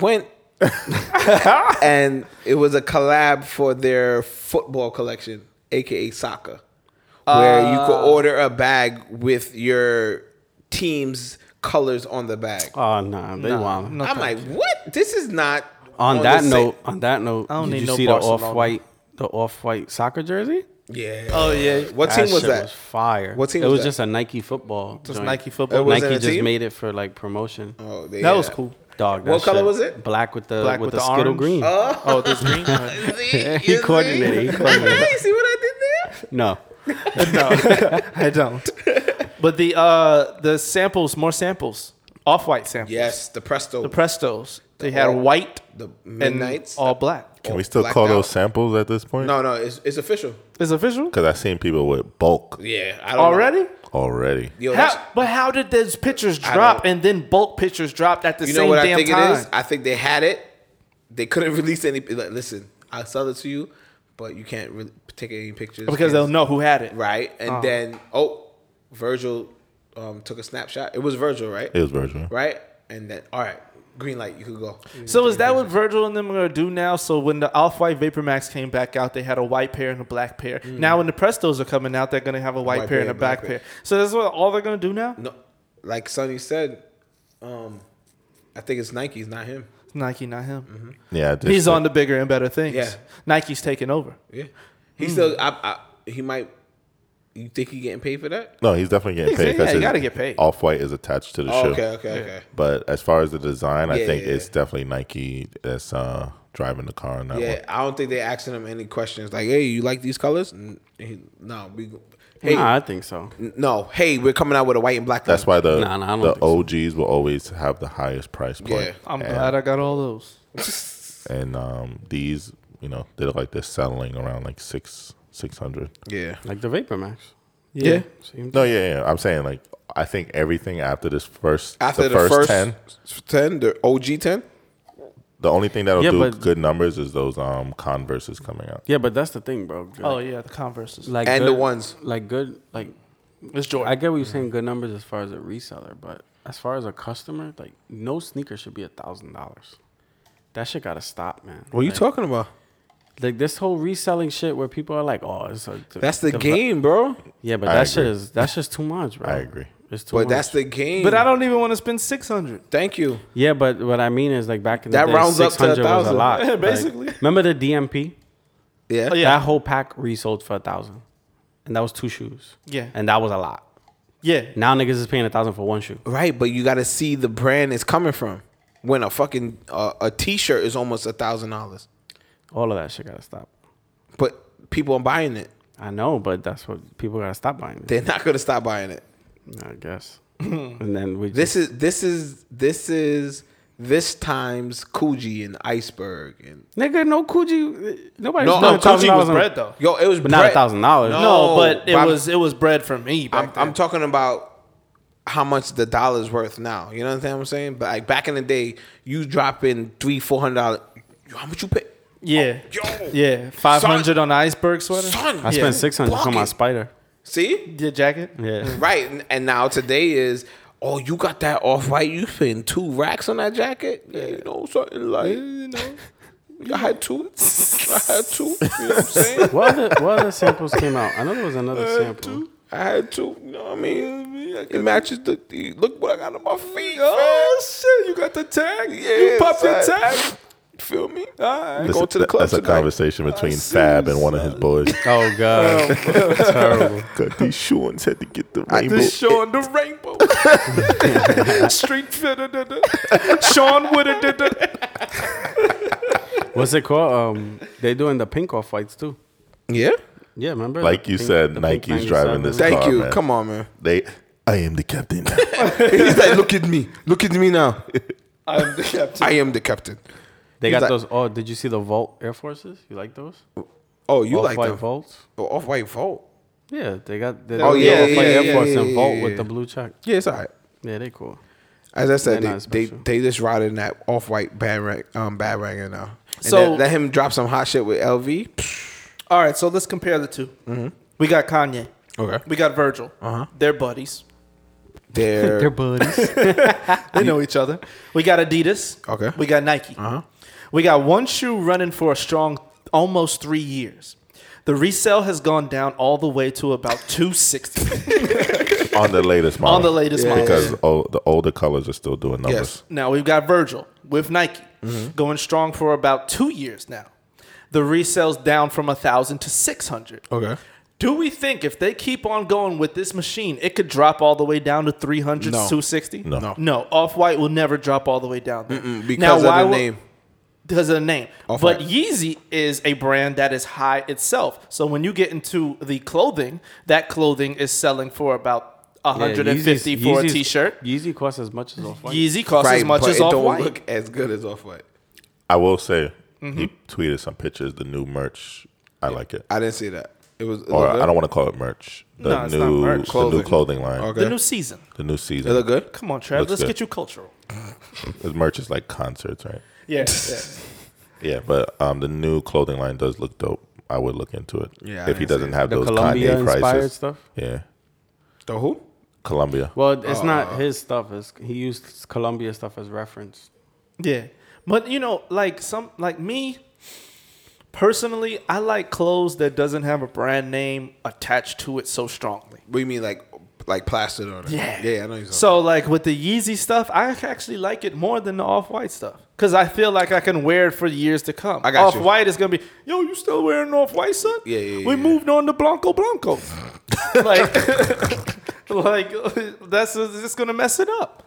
[SPEAKER 8] went and it was a collab for their football collection, aka soccer, where you could
[SPEAKER 2] Uh,
[SPEAKER 8] order a bag with your team's colors on the bag.
[SPEAKER 7] Oh no, they wild.
[SPEAKER 8] I'm like, what? This is not.
[SPEAKER 7] On that
[SPEAKER 8] the
[SPEAKER 7] note, on that note,
[SPEAKER 2] don't
[SPEAKER 7] did
[SPEAKER 2] need
[SPEAKER 7] you
[SPEAKER 2] no
[SPEAKER 7] see the
[SPEAKER 2] Barcelona.
[SPEAKER 7] off white, the off white soccer jersey?
[SPEAKER 8] same- yeah. Oh yeah. What team was
[SPEAKER 7] shit
[SPEAKER 8] that?
[SPEAKER 7] Was fire.
[SPEAKER 8] What team
[SPEAKER 7] It
[SPEAKER 8] was
[SPEAKER 7] was
[SPEAKER 8] that?
[SPEAKER 7] just a Nike football.
[SPEAKER 2] Just
[SPEAKER 7] joint.
[SPEAKER 2] Nike football.
[SPEAKER 8] It was
[SPEAKER 7] Nike
[SPEAKER 8] in a
[SPEAKER 7] just
[SPEAKER 8] team?
[SPEAKER 7] made it for like promotion.
[SPEAKER 8] oh,
[SPEAKER 2] That was cool.
[SPEAKER 7] Dog. that
[SPEAKER 8] What color
[SPEAKER 7] shit-
[SPEAKER 8] was it?
[SPEAKER 7] Black with the
[SPEAKER 2] Black
[SPEAKER 7] with,
[SPEAKER 2] with
[SPEAKER 7] the,
[SPEAKER 2] the
[SPEAKER 7] skittle
[SPEAKER 2] orange?
[SPEAKER 7] green.
[SPEAKER 8] Uh?
[SPEAKER 2] Oh, this green.
[SPEAKER 7] He coordinated, he coordinated.
[SPEAKER 8] See what I did there?
[SPEAKER 7] No.
[SPEAKER 2] no, I don't. But the uh the samples, more samples, off white samples.
[SPEAKER 8] Yes, the Presto.
[SPEAKER 2] the Prestos. They had
[SPEAKER 8] all-
[SPEAKER 2] white
[SPEAKER 8] the
[SPEAKER 2] and
[SPEAKER 8] Midnights.
[SPEAKER 2] all black.
[SPEAKER 6] Can we still
[SPEAKER 8] blacked
[SPEAKER 6] call
[SPEAKER 8] out.
[SPEAKER 6] those samples at this point?
[SPEAKER 8] no, no, it's, it's official.
[SPEAKER 2] Is official
[SPEAKER 6] Because I've seen people with bulk
[SPEAKER 8] Yeah, I don't know.
[SPEAKER 2] already?
[SPEAKER 6] already.
[SPEAKER 8] Yo, that's-
[SPEAKER 2] How, but how did those pictures drop
[SPEAKER 8] don't-
[SPEAKER 2] and then bulk pictures dropped at the
[SPEAKER 8] you know
[SPEAKER 2] same
[SPEAKER 8] what
[SPEAKER 2] damn
[SPEAKER 8] I think
[SPEAKER 2] time?
[SPEAKER 8] it is? I think they had it. They couldn't release any. like, listen, I'll sell it to you, but you can't re- take any pictures
[SPEAKER 2] Because they'll know who had it.
[SPEAKER 8] right? And
[SPEAKER 7] Uh-huh.
[SPEAKER 8] then oh, Virgil um, took a snapshot. It was Virgil, right?
[SPEAKER 6] It was Virgil.
[SPEAKER 8] right? And then all right, green light, you could go.
[SPEAKER 2] So is that what Virgil and them are gonna do now? So when the Off White Vapor Max came back out, they had a white pair and a black pair.
[SPEAKER 8] Mm.
[SPEAKER 2] Now when the Prestos are coming out, they're gonna have a white, pair and a black pair. So that's what all they're gonna do now.
[SPEAKER 8] No, like Sonny said, um, I think it's Nike's, not him.
[SPEAKER 2] Nike, not him.
[SPEAKER 6] Yeah, I just
[SPEAKER 2] He's
[SPEAKER 6] said-
[SPEAKER 2] on the bigger and better things.
[SPEAKER 8] Yeah.
[SPEAKER 2] Nike's taking over.
[SPEAKER 8] Yeah,
[SPEAKER 7] Hmm.
[SPEAKER 8] he still. I, I, he might. You think he getting paid for that?
[SPEAKER 6] No, he's definitely getting
[SPEAKER 2] He's- yeah,
[SPEAKER 6] paid. 'cause
[SPEAKER 2] you
[SPEAKER 6] his
[SPEAKER 2] gotta get paid.
[SPEAKER 6] Off white is attached to the
[SPEAKER 8] Oh,
[SPEAKER 6] shoe.
[SPEAKER 8] okay, okay, okay.
[SPEAKER 6] But as far as the design, I
[SPEAKER 8] Yeah,
[SPEAKER 6] think
[SPEAKER 8] yeah,
[SPEAKER 6] it's definitely Nike that's uh, driving the car on that
[SPEAKER 8] Yeah,
[SPEAKER 6] one.
[SPEAKER 8] I don't think they asking him any questions. Like, hey, you like these colors? N- he- No, we. Hey,
[SPEAKER 7] Nah, I think so.
[SPEAKER 8] n- no, hey, we're coming out with a white and black.
[SPEAKER 6] That's
[SPEAKER 8] line.
[SPEAKER 6] why the
[SPEAKER 7] Nah, nah, I don't
[SPEAKER 6] the
[SPEAKER 7] think so.
[SPEAKER 6] OGs will always have the highest price point.
[SPEAKER 8] Yeah.
[SPEAKER 2] I'm
[SPEAKER 6] and,
[SPEAKER 2] glad I got all those.
[SPEAKER 6] and um, these, you know, they're like they're settling around like six six hundred.
[SPEAKER 8] Yeah,
[SPEAKER 7] Like the Vapor Max.
[SPEAKER 2] Yeah.
[SPEAKER 7] Same
[SPEAKER 6] No, yeah, yeah. I'm saying like I think everything after this first
[SPEAKER 8] after
[SPEAKER 6] the, first, ten,
[SPEAKER 8] ten, the OG ten.
[SPEAKER 6] the only thing that'll
[SPEAKER 7] Yeah,
[SPEAKER 6] do
[SPEAKER 7] but-
[SPEAKER 6] good numbers is those um Converses coming out.
[SPEAKER 7] Yeah, but that's the thing, bro. Like,
[SPEAKER 2] Oh yeah, the Converses.
[SPEAKER 7] like
[SPEAKER 8] And
[SPEAKER 7] good-
[SPEAKER 8] the ones.
[SPEAKER 7] like good, like
[SPEAKER 2] It's Jordan.
[SPEAKER 7] I get what you're saying. Good numbers as far as a reseller, but as far as a customer, like no sneaker should be a thousand dollars. That shit gotta stop, man.
[SPEAKER 8] What you
[SPEAKER 7] Like-
[SPEAKER 8] talking about?
[SPEAKER 7] Like this whole reselling shit where people are like, "Oh, it's a,
[SPEAKER 8] That's the game, bro.
[SPEAKER 7] Yeah, but
[SPEAKER 6] I
[SPEAKER 7] that shit
[SPEAKER 6] agree.
[SPEAKER 7] is that's just too much, bro.
[SPEAKER 6] I agree.
[SPEAKER 7] It's too
[SPEAKER 8] But
[SPEAKER 7] much.
[SPEAKER 8] that's the game.
[SPEAKER 2] but I don't even want to spend six hundred.
[SPEAKER 8] Thank you.
[SPEAKER 7] yeah, but what I mean is like back in the
[SPEAKER 8] That
[SPEAKER 7] day,
[SPEAKER 8] rounds up to
[SPEAKER 7] 600 was a
[SPEAKER 8] 1,000.
[SPEAKER 7] lot.
[SPEAKER 2] Yeah,
[SPEAKER 7] Like,
[SPEAKER 2] basically.
[SPEAKER 7] remember the DMP?
[SPEAKER 8] Yeah.
[SPEAKER 2] Oh, yeah.
[SPEAKER 7] That whole pack resold for a thousand, and that was two shoes.
[SPEAKER 2] Yeah.
[SPEAKER 7] and that was a lot.
[SPEAKER 2] Yeah.
[SPEAKER 7] Now niggas is paying a thousand for one shoe.
[SPEAKER 8] Right, but you got to see the brand it's coming from. When a fucking uh, a T-shirt is almost a thousand dollars,
[SPEAKER 7] All of that shit gotta stop.
[SPEAKER 8] but people are buying it.
[SPEAKER 7] I know, but that's what people gotta stop buying. This,
[SPEAKER 8] They're not gonna stop buying it.
[SPEAKER 7] I guess. and then we
[SPEAKER 8] This is this is this is this time's Coogee and iceberg and
[SPEAKER 7] nigga, no Coogee. Nobody.
[SPEAKER 8] No,
[SPEAKER 7] spent
[SPEAKER 8] no,
[SPEAKER 7] a thousand
[SPEAKER 2] Gucci was
[SPEAKER 7] dollars on-
[SPEAKER 2] bread though.
[SPEAKER 8] yo, it was
[SPEAKER 7] but not a
[SPEAKER 8] bread.
[SPEAKER 7] thousand dollars.
[SPEAKER 2] No,
[SPEAKER 8] No,
[SPEAKER 2] but it
[SPEAKER 8] but Oh, I'm-
[SPEAKER 2] was it was bread from me.
[SPEAKER 8] I'm,
[SPEAKER 2] back
[SPEAKER 8] I'm
[SPEAKER 2] then.
[SPEAKER 8] talking about how much the dollar's worth now. You know what I'm saying? But like back in the day, you dropping three four hundred dollars. How much you pay?
[SPEAKER 2] Yeah.
[SPEAKER 8] oh, Yo,
[SPEAKER 2] Yeah. Five hundred on iceberg sweater.
[SPEAKER 8] son,
[SPEAKER 7] I spent
[SPEAKER 2] Yeah.
[SPEAKER 7] six hundred on my
[SPEAKER 8] Bucket.
[SPEAKER 7] spider.
[SPEAKER 8] see
[SPEAKER 2] Your jacket.
[SPEAKER 7] Yeah.
[SPEAKER 8] Right. and- And now today is, oh, you got that off white. You spend two racks on that jacket. Yeah, you know, something like, you know. I had two. I had two. You know what I'm saying?
[SPEAKER 7] what other, what other samples came out? I know there was another sample.
[SPEAKER 8] I had Uh, two. You know what I mean? It matches the, the- look what I got on my feet.
[SPEAKER 2] Oh,
[SPEAKER 8] shit, you got the tag. Yeah, you
[SPEAKER 2] popped your tag?
[SPEAKER 8] Feel me? All right.
[SPEAKER 6] This-
[SPEAKER 8] Go to the
[SPEAKER 6] that-
[SPEAKER 8] club
[SPEAKER 6] that's a
[SPEAKER 8] tonight. Oh,
[SPEAKER 6] conversation between Fab and one of his boys.
[SPEAKER 7] Oh god, terrible.
[SPEAKER 6] Got these shoes had to get the rainbow.
[SPEAKER 2] This Sean the Rainbow. Street fitter. da, da. Sean Woodard. da, da.
[SPEAKER 7] What's it called? Um, they doing the pink off whites too.
[SPEAKER 8] Yeah.
[SPEAKER 7] Yeah, remember?
[SPEAKER 6] Like
[SPEAKER 7] The
[SPEAKER 6] you
[SPEAKER 7] pink-
[SPEAKER 6] said,
[SPEAKER 7] the pink
[SPEAKER 6] Nike's driving
[SPEAKER 7] 97.
[SPEAKER 6] this
[SPEAKER 8] Thank
[SPEAKER 6] car,
[SPEAKER 8] you.
[SPEAKER 6] man.
[SPEAKER 8] Come on, man.
[SPEAKER 6] They, I am the captain. now.
[SPEAKER 8] He's like, look at me. Look at me now.
[SPEAKER 2] I'm the captain.
[SPEAKER 8] I am the captain.
[SPEAKER 7] They
[SPEAKER 8] He's
[SPEAKER 7] got
[SPEAKER 8] like-
[SPEAKER 7] those. Oh, did you see the Vault Air Forces? You like those?
[SPEAKER 8] Oh, you
[SPEAKER 7] Off-white
[SPEAKER 8] like Oh, the
[SPEAKER 7] Vaults?
[SPEAKER 8] off white vault?
[SPEAKER 7] Yeah, they got. They got
[SPEAKER 8] Oh, yeah,
[SPEAKER 7] the Off-white
[SPEAKER 8] yeah,
[SPEAKER 7] Air
[SPEAKER 8] yeah,
[SPEAKER 7] Force
[SPEAKER 8] yeah,
[SPEAKER 7] and
[SPEAKER 8] yeah,
[SPEAKER 7] Vault
[SPEAKER 8] yeah, yeah.
[SPEAKER 7] with the blue check.
[SPEAKER 8] Yeah, it's all right.
[SPEAKER 7] Yeah, they cool.
[SPEAKER 8] As I said,
[SPEAKER 7] They're not
[SPEAKER 8] they, they
[SPEAKER 7] special.
[SPEAKER 8] they just riding that off white bad rag, um bad rag now. And
[SPEAKER 2] So-
[SPEAKER 8] so let him drop some hot shit with LV.
[SPEAKER 2] All right, so let's
[SPEAKER 8] Mm-hmm.
[SPEAKER 2] compare the 2 We got Kanye.
[SPEAKER 8] Okay.
[SPEAKER 2] We got Virgil. Uh-huh. They're buddies.
[SPEAKER 8] They're,
[SPEAKER 7] They're buddies.
[SPEAKER 2] They know each other. We got Adidas.
[SPEAKER 8] Okay.
[SPEAKER 2] We got Nike. Uh-huh. We got one shoe running for a strong almost three years. The resale has gone down all the way to about 260
[SPEAKER 6] on the latest model.
[SPEAKER 2] on the latest model.
[SPEAKER 6] Because o- the older colors are still doing numbers.
[SPEAKER 8] yes.
[SPEAKER 2] Now we've got Virgil with Nike
[SPEAKER 8] Mm-hmm.
[SPEAKER 2] going strong for about two years now. The resale's down from 1,000 to 600.
[SPEAKER 8] Okay.
[SPEAKER 2] Do we think if they keep on going with this machine, it could drop all the way down to 300,
[SPEAKER 8] No.
[SPEAKER 2] 260?
[SPEAKER 6] No. No.
[SPEAKER 2] Off White will never drop all the way down there.
[SPEAKER 8] Because
[SPEAKER 2] Now,
[SPEAKER 8] of
[SPEAKER 2] why
[SPEAKER 8] the
[SPEAKER 2] would-
[SPEAKER 8] name.
[SPEAKER 2] Because of the name.
[SPEAKER 8] Off-White.
[SPEAKER 2] But Yeezy is a brand that is high itself. So when you get into the clothing, that clothing is selling for about 150
[SPEAKER 7] Yeezy's-
[SPEAKER 2] for a
[SPEAKER 7] Yeezy's-
[SPEAKER 2] t shirt.
[SPEAKER 7] Yeezy costs as much as off white.
[SPEAKER 2] Yeezy costs as
[SPEAKER 8] Right,
[SPEAKER 2] much
[SPEAKER 8] but
[SPEAKER 2] as
[SPEAKER 8] it
[SPEAKER 2] Off
[SPEAKER 8] don't
[SPEAKER 2] White.
[SPEAKER 8] look as good as off white.
[SPEAKER 6] I will say
[SPEAKER 8] Mm-hmm.
[SPEAKER 6] he tweeted some pictures. The new merch, I like it.
[SPEAKER 8] I didn't see that. It was. it
[SPEAKER 6] or
[SPEAKER 8] look good?
[SPEAKER 6] I don't want to call it merch. The
[SPEAKER 2] No, it's
[SPEAKER 6] new
[SPEAKER 2] not merch.
[SPEAKER 6] the
[SPEAKER 8] Clothing.
[SPEAKER 6] new clothing line,
[SPEAKER 8] Okay.
[SPEAKER 2] The new season.
[SPEAKER 6] the new season.
[SPEAKER 8] It look good.
[SPEAKER 2] Come on, Trev.
[SPEAKER 6] Looks
[SPEAKER 2] Let's
[SPEAKER 6] good.
[SPEAKER 2] get you cultural.
[SPEAKER 6] His merch is like concerts, right?
[SPEAKER 2] Yeah.
[SPEAKER 6] Yeah, but um, the new clothing line does look dope. I would look into it.
[SPEAKER 8] Yeah, I
[SPEAKER 6] if he
[SPEAKER 8] didn't see
[SPEAKER 6] doesn't
[SPEAKER 8] it.
[SPEAKER 6] have
[SPEAKER 7] The
[SPEAKER 6] those
[SPEAKER 7] Columbia
[SPEAKER 6] Kanye prices.
[SPEAKER 7] inspired stuff.
[SPEAKER 6] Yeah,
[SPEAKER 8] The who?
[SPEAKER 6] Columbia.
[SPEAKER 7] Well, it's
[SPEAKER 2] Uh.
[SPEAKER 7] not his stuff. It's, he used Columbia stuff as reference.
[SPEAKER 2] Yeah. But you know, like some like me personally, I like clothes that doesn't have a brand name attached to it so strongly.
[SPEAKER 8] What do you mean, like, like plastered on it? Yeah, yeah, I know. You're
[SPEAKER 2] So like with the Yeezy stuff, I actually like it more than the off-white stuff cuz I feel like I can wear it for years to come.
[SPEAKER 8] I got you.
[SPEAKER 2] off-white is going to be, "Yo, you still wearing off-white, son?"
[SPEAKER 8] Yeah, yeah,
[SPEAKER 2] We
[SPEAKER 8] yeah.
[SPEAKER 2] moved on to Blanco Blanco. like like that's just going to mess it up.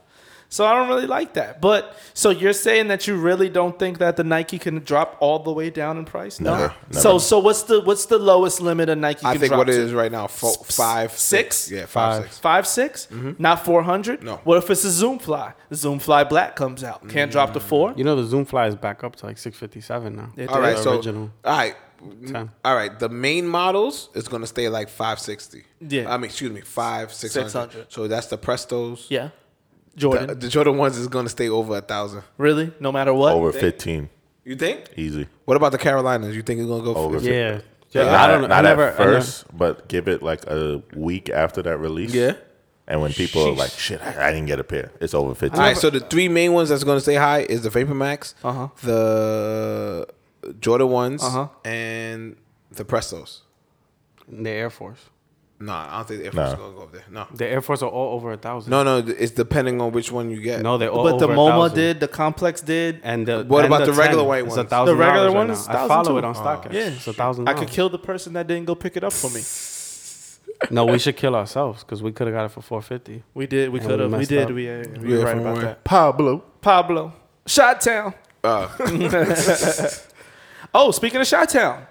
[SPEAKER 2] So I don't really like that. But so you're saying that you really don't think that the Nike can drop all the way down in price? No.
[SPEAKER 6] Never, never.
[SPEAKER 2] So so what's the what's the lowest limit a Nike
[SPEAKER 8] I
[SPEAKER 2] can
[SPEAKER 8] think
[SPEAKER 2] drop
[SPEAKER 8] what it
[SPEAKER 2] to?
[SPEAKER 8] is right now, four,
[SPEAKER 2] S-
[SPEAKER 8] five,
[SPEAKER 2] six?
[SPEAKER 8] Yeah, five, six.
[SPEAKER 2] Five six? not four hundred.
[SPEAKER 8] No.
[SPEAKER 2] What if it's a Zoom Fly? The Zoom Fly Black comes out, can't drop the four.
[SPEAKER 7] You know, the Zoom Fly is back up to like 657 now.
[SPEAKER 2] It
[SPEAKER 8] All right,
[SPEAKER 2] is.
[SPEAKER 8] so
[SPEAKER 7] original.
[SPEAKER 8] all right,
[SPEAKER 7] Ten.
[SPEAKER 8] all right. The main models is gonna stay like five sixty.
[SPEAKER 2] Yeah.
[SPEAKER 8] I mean, excuse me, five six hundred.
[SPEAKER 2] 600.
[SPEAKER 8] So that's the Prestos.
[SPEAKER 2] yeah,
[SPEAKER 8] the,
[SPEAKER 2] Jordan.
[SPEAKER 8] the Jordan ones is gonna stay over a thousand.
[SPEAKER 2] really? No matter what.
[SPEAKER 6] Over fifteen,
[SPEAKER 8] You think?
[SPEAKER 6] easy.
[SPEAKER 8] What about the Carolinas? You think it's gonna go?
[SPEAKER 6] Over
[SPEAKER 8] f-
[SPEAKER 6] fifteen.
[SPEAKER 7] Yeah.
[SPEAKER 6] Not,
[SPEAKER 7] I don't know.
[SPEAKER 6] at-
[SPEAKER 7] I
[SPEAKER 6] not
[SPEAKER 7] never- I
[SPEAKER 6] at
[SPEAKER 7] never-
[SPEAKER 6] first, but give it like a week after that release.
[SPEAKER 8] Yeah.
[SPEAKER 6] And when people are like, shit, I, I didn't get a pair. It's over 15.
[SPEAKER 8] All right, so the three main ones that's gonna stay high is the Vapor Max,
[SPEAKER 2] Uh-huh.
[SPEAKER 8] the Jordan ones,
[SPEAKER 2] Uh-huh.
[SPEAKER 8] and the Prestos.
[SPEAKER 7] The Air Force.
[SPEAKER 8] No, I don't think the Air Force
[SPEAKER 6] No.
[SPEAKER 8] is gonna go up there. No,
[SPEAKER 7] The Air Force are all over a thousand.
[SPEAKER 8] no, no. It's depending on which one you get.
[SPEAKER 7] no, they're all
[SPEAKER 2] but the
[SPEAKER 7] over a
[SPEAKER 2] MoMA
[SPEAKER 7] thousand.
[SPEAKER 2] did, the Complex did.
[SPEAKER 7] And the
[SPEAKER 8] What
[SPEAKER 7] and
[SPEAKER 8] about the regular
[SPEAKER 7] 10
[SPEAKER 8] white
[SPEAKER 7] is
[SPEAKER 8] ones? The
[SPEAKER 7] $1,000
[SPEAKER 2] regular
[SPEAKER 7] right
[SPEAKER 2] ones?
[SPEAKER 7] now. I follow
[SPEAKER 2] 1,002.
[SPEAKER 7] it on StockX.
[SPEAKER 2] yeah,
[SPEAKER 7] it's a thousand.
[SPEAKER 2] I could kill the person that didn't go pick it up for me.
[SPEAKER 7] No, we should kill ourselves because we could have got it for 450.
[SPEAKER 2] We did. We
[SPEAKER 7] And
[SPEAKER 2] could have.
[SPEAKER 7] we
[SPEAKER 2] We
[SPEAKER 7] messed
[SPEAKER 2] did.
[SPEAKER 7] up.
[SPEAKER 2] We, uh, we were
[SPEAKER 8] Yeah,
[SPEAKER 2] right
[SPEAKER 8] from
[SPEAKER 2] about
[SPEAKER 8] where?
[SPEAKER 2] that. Pablo. Pablo. Shot Town. oh, speaking of Shot Town,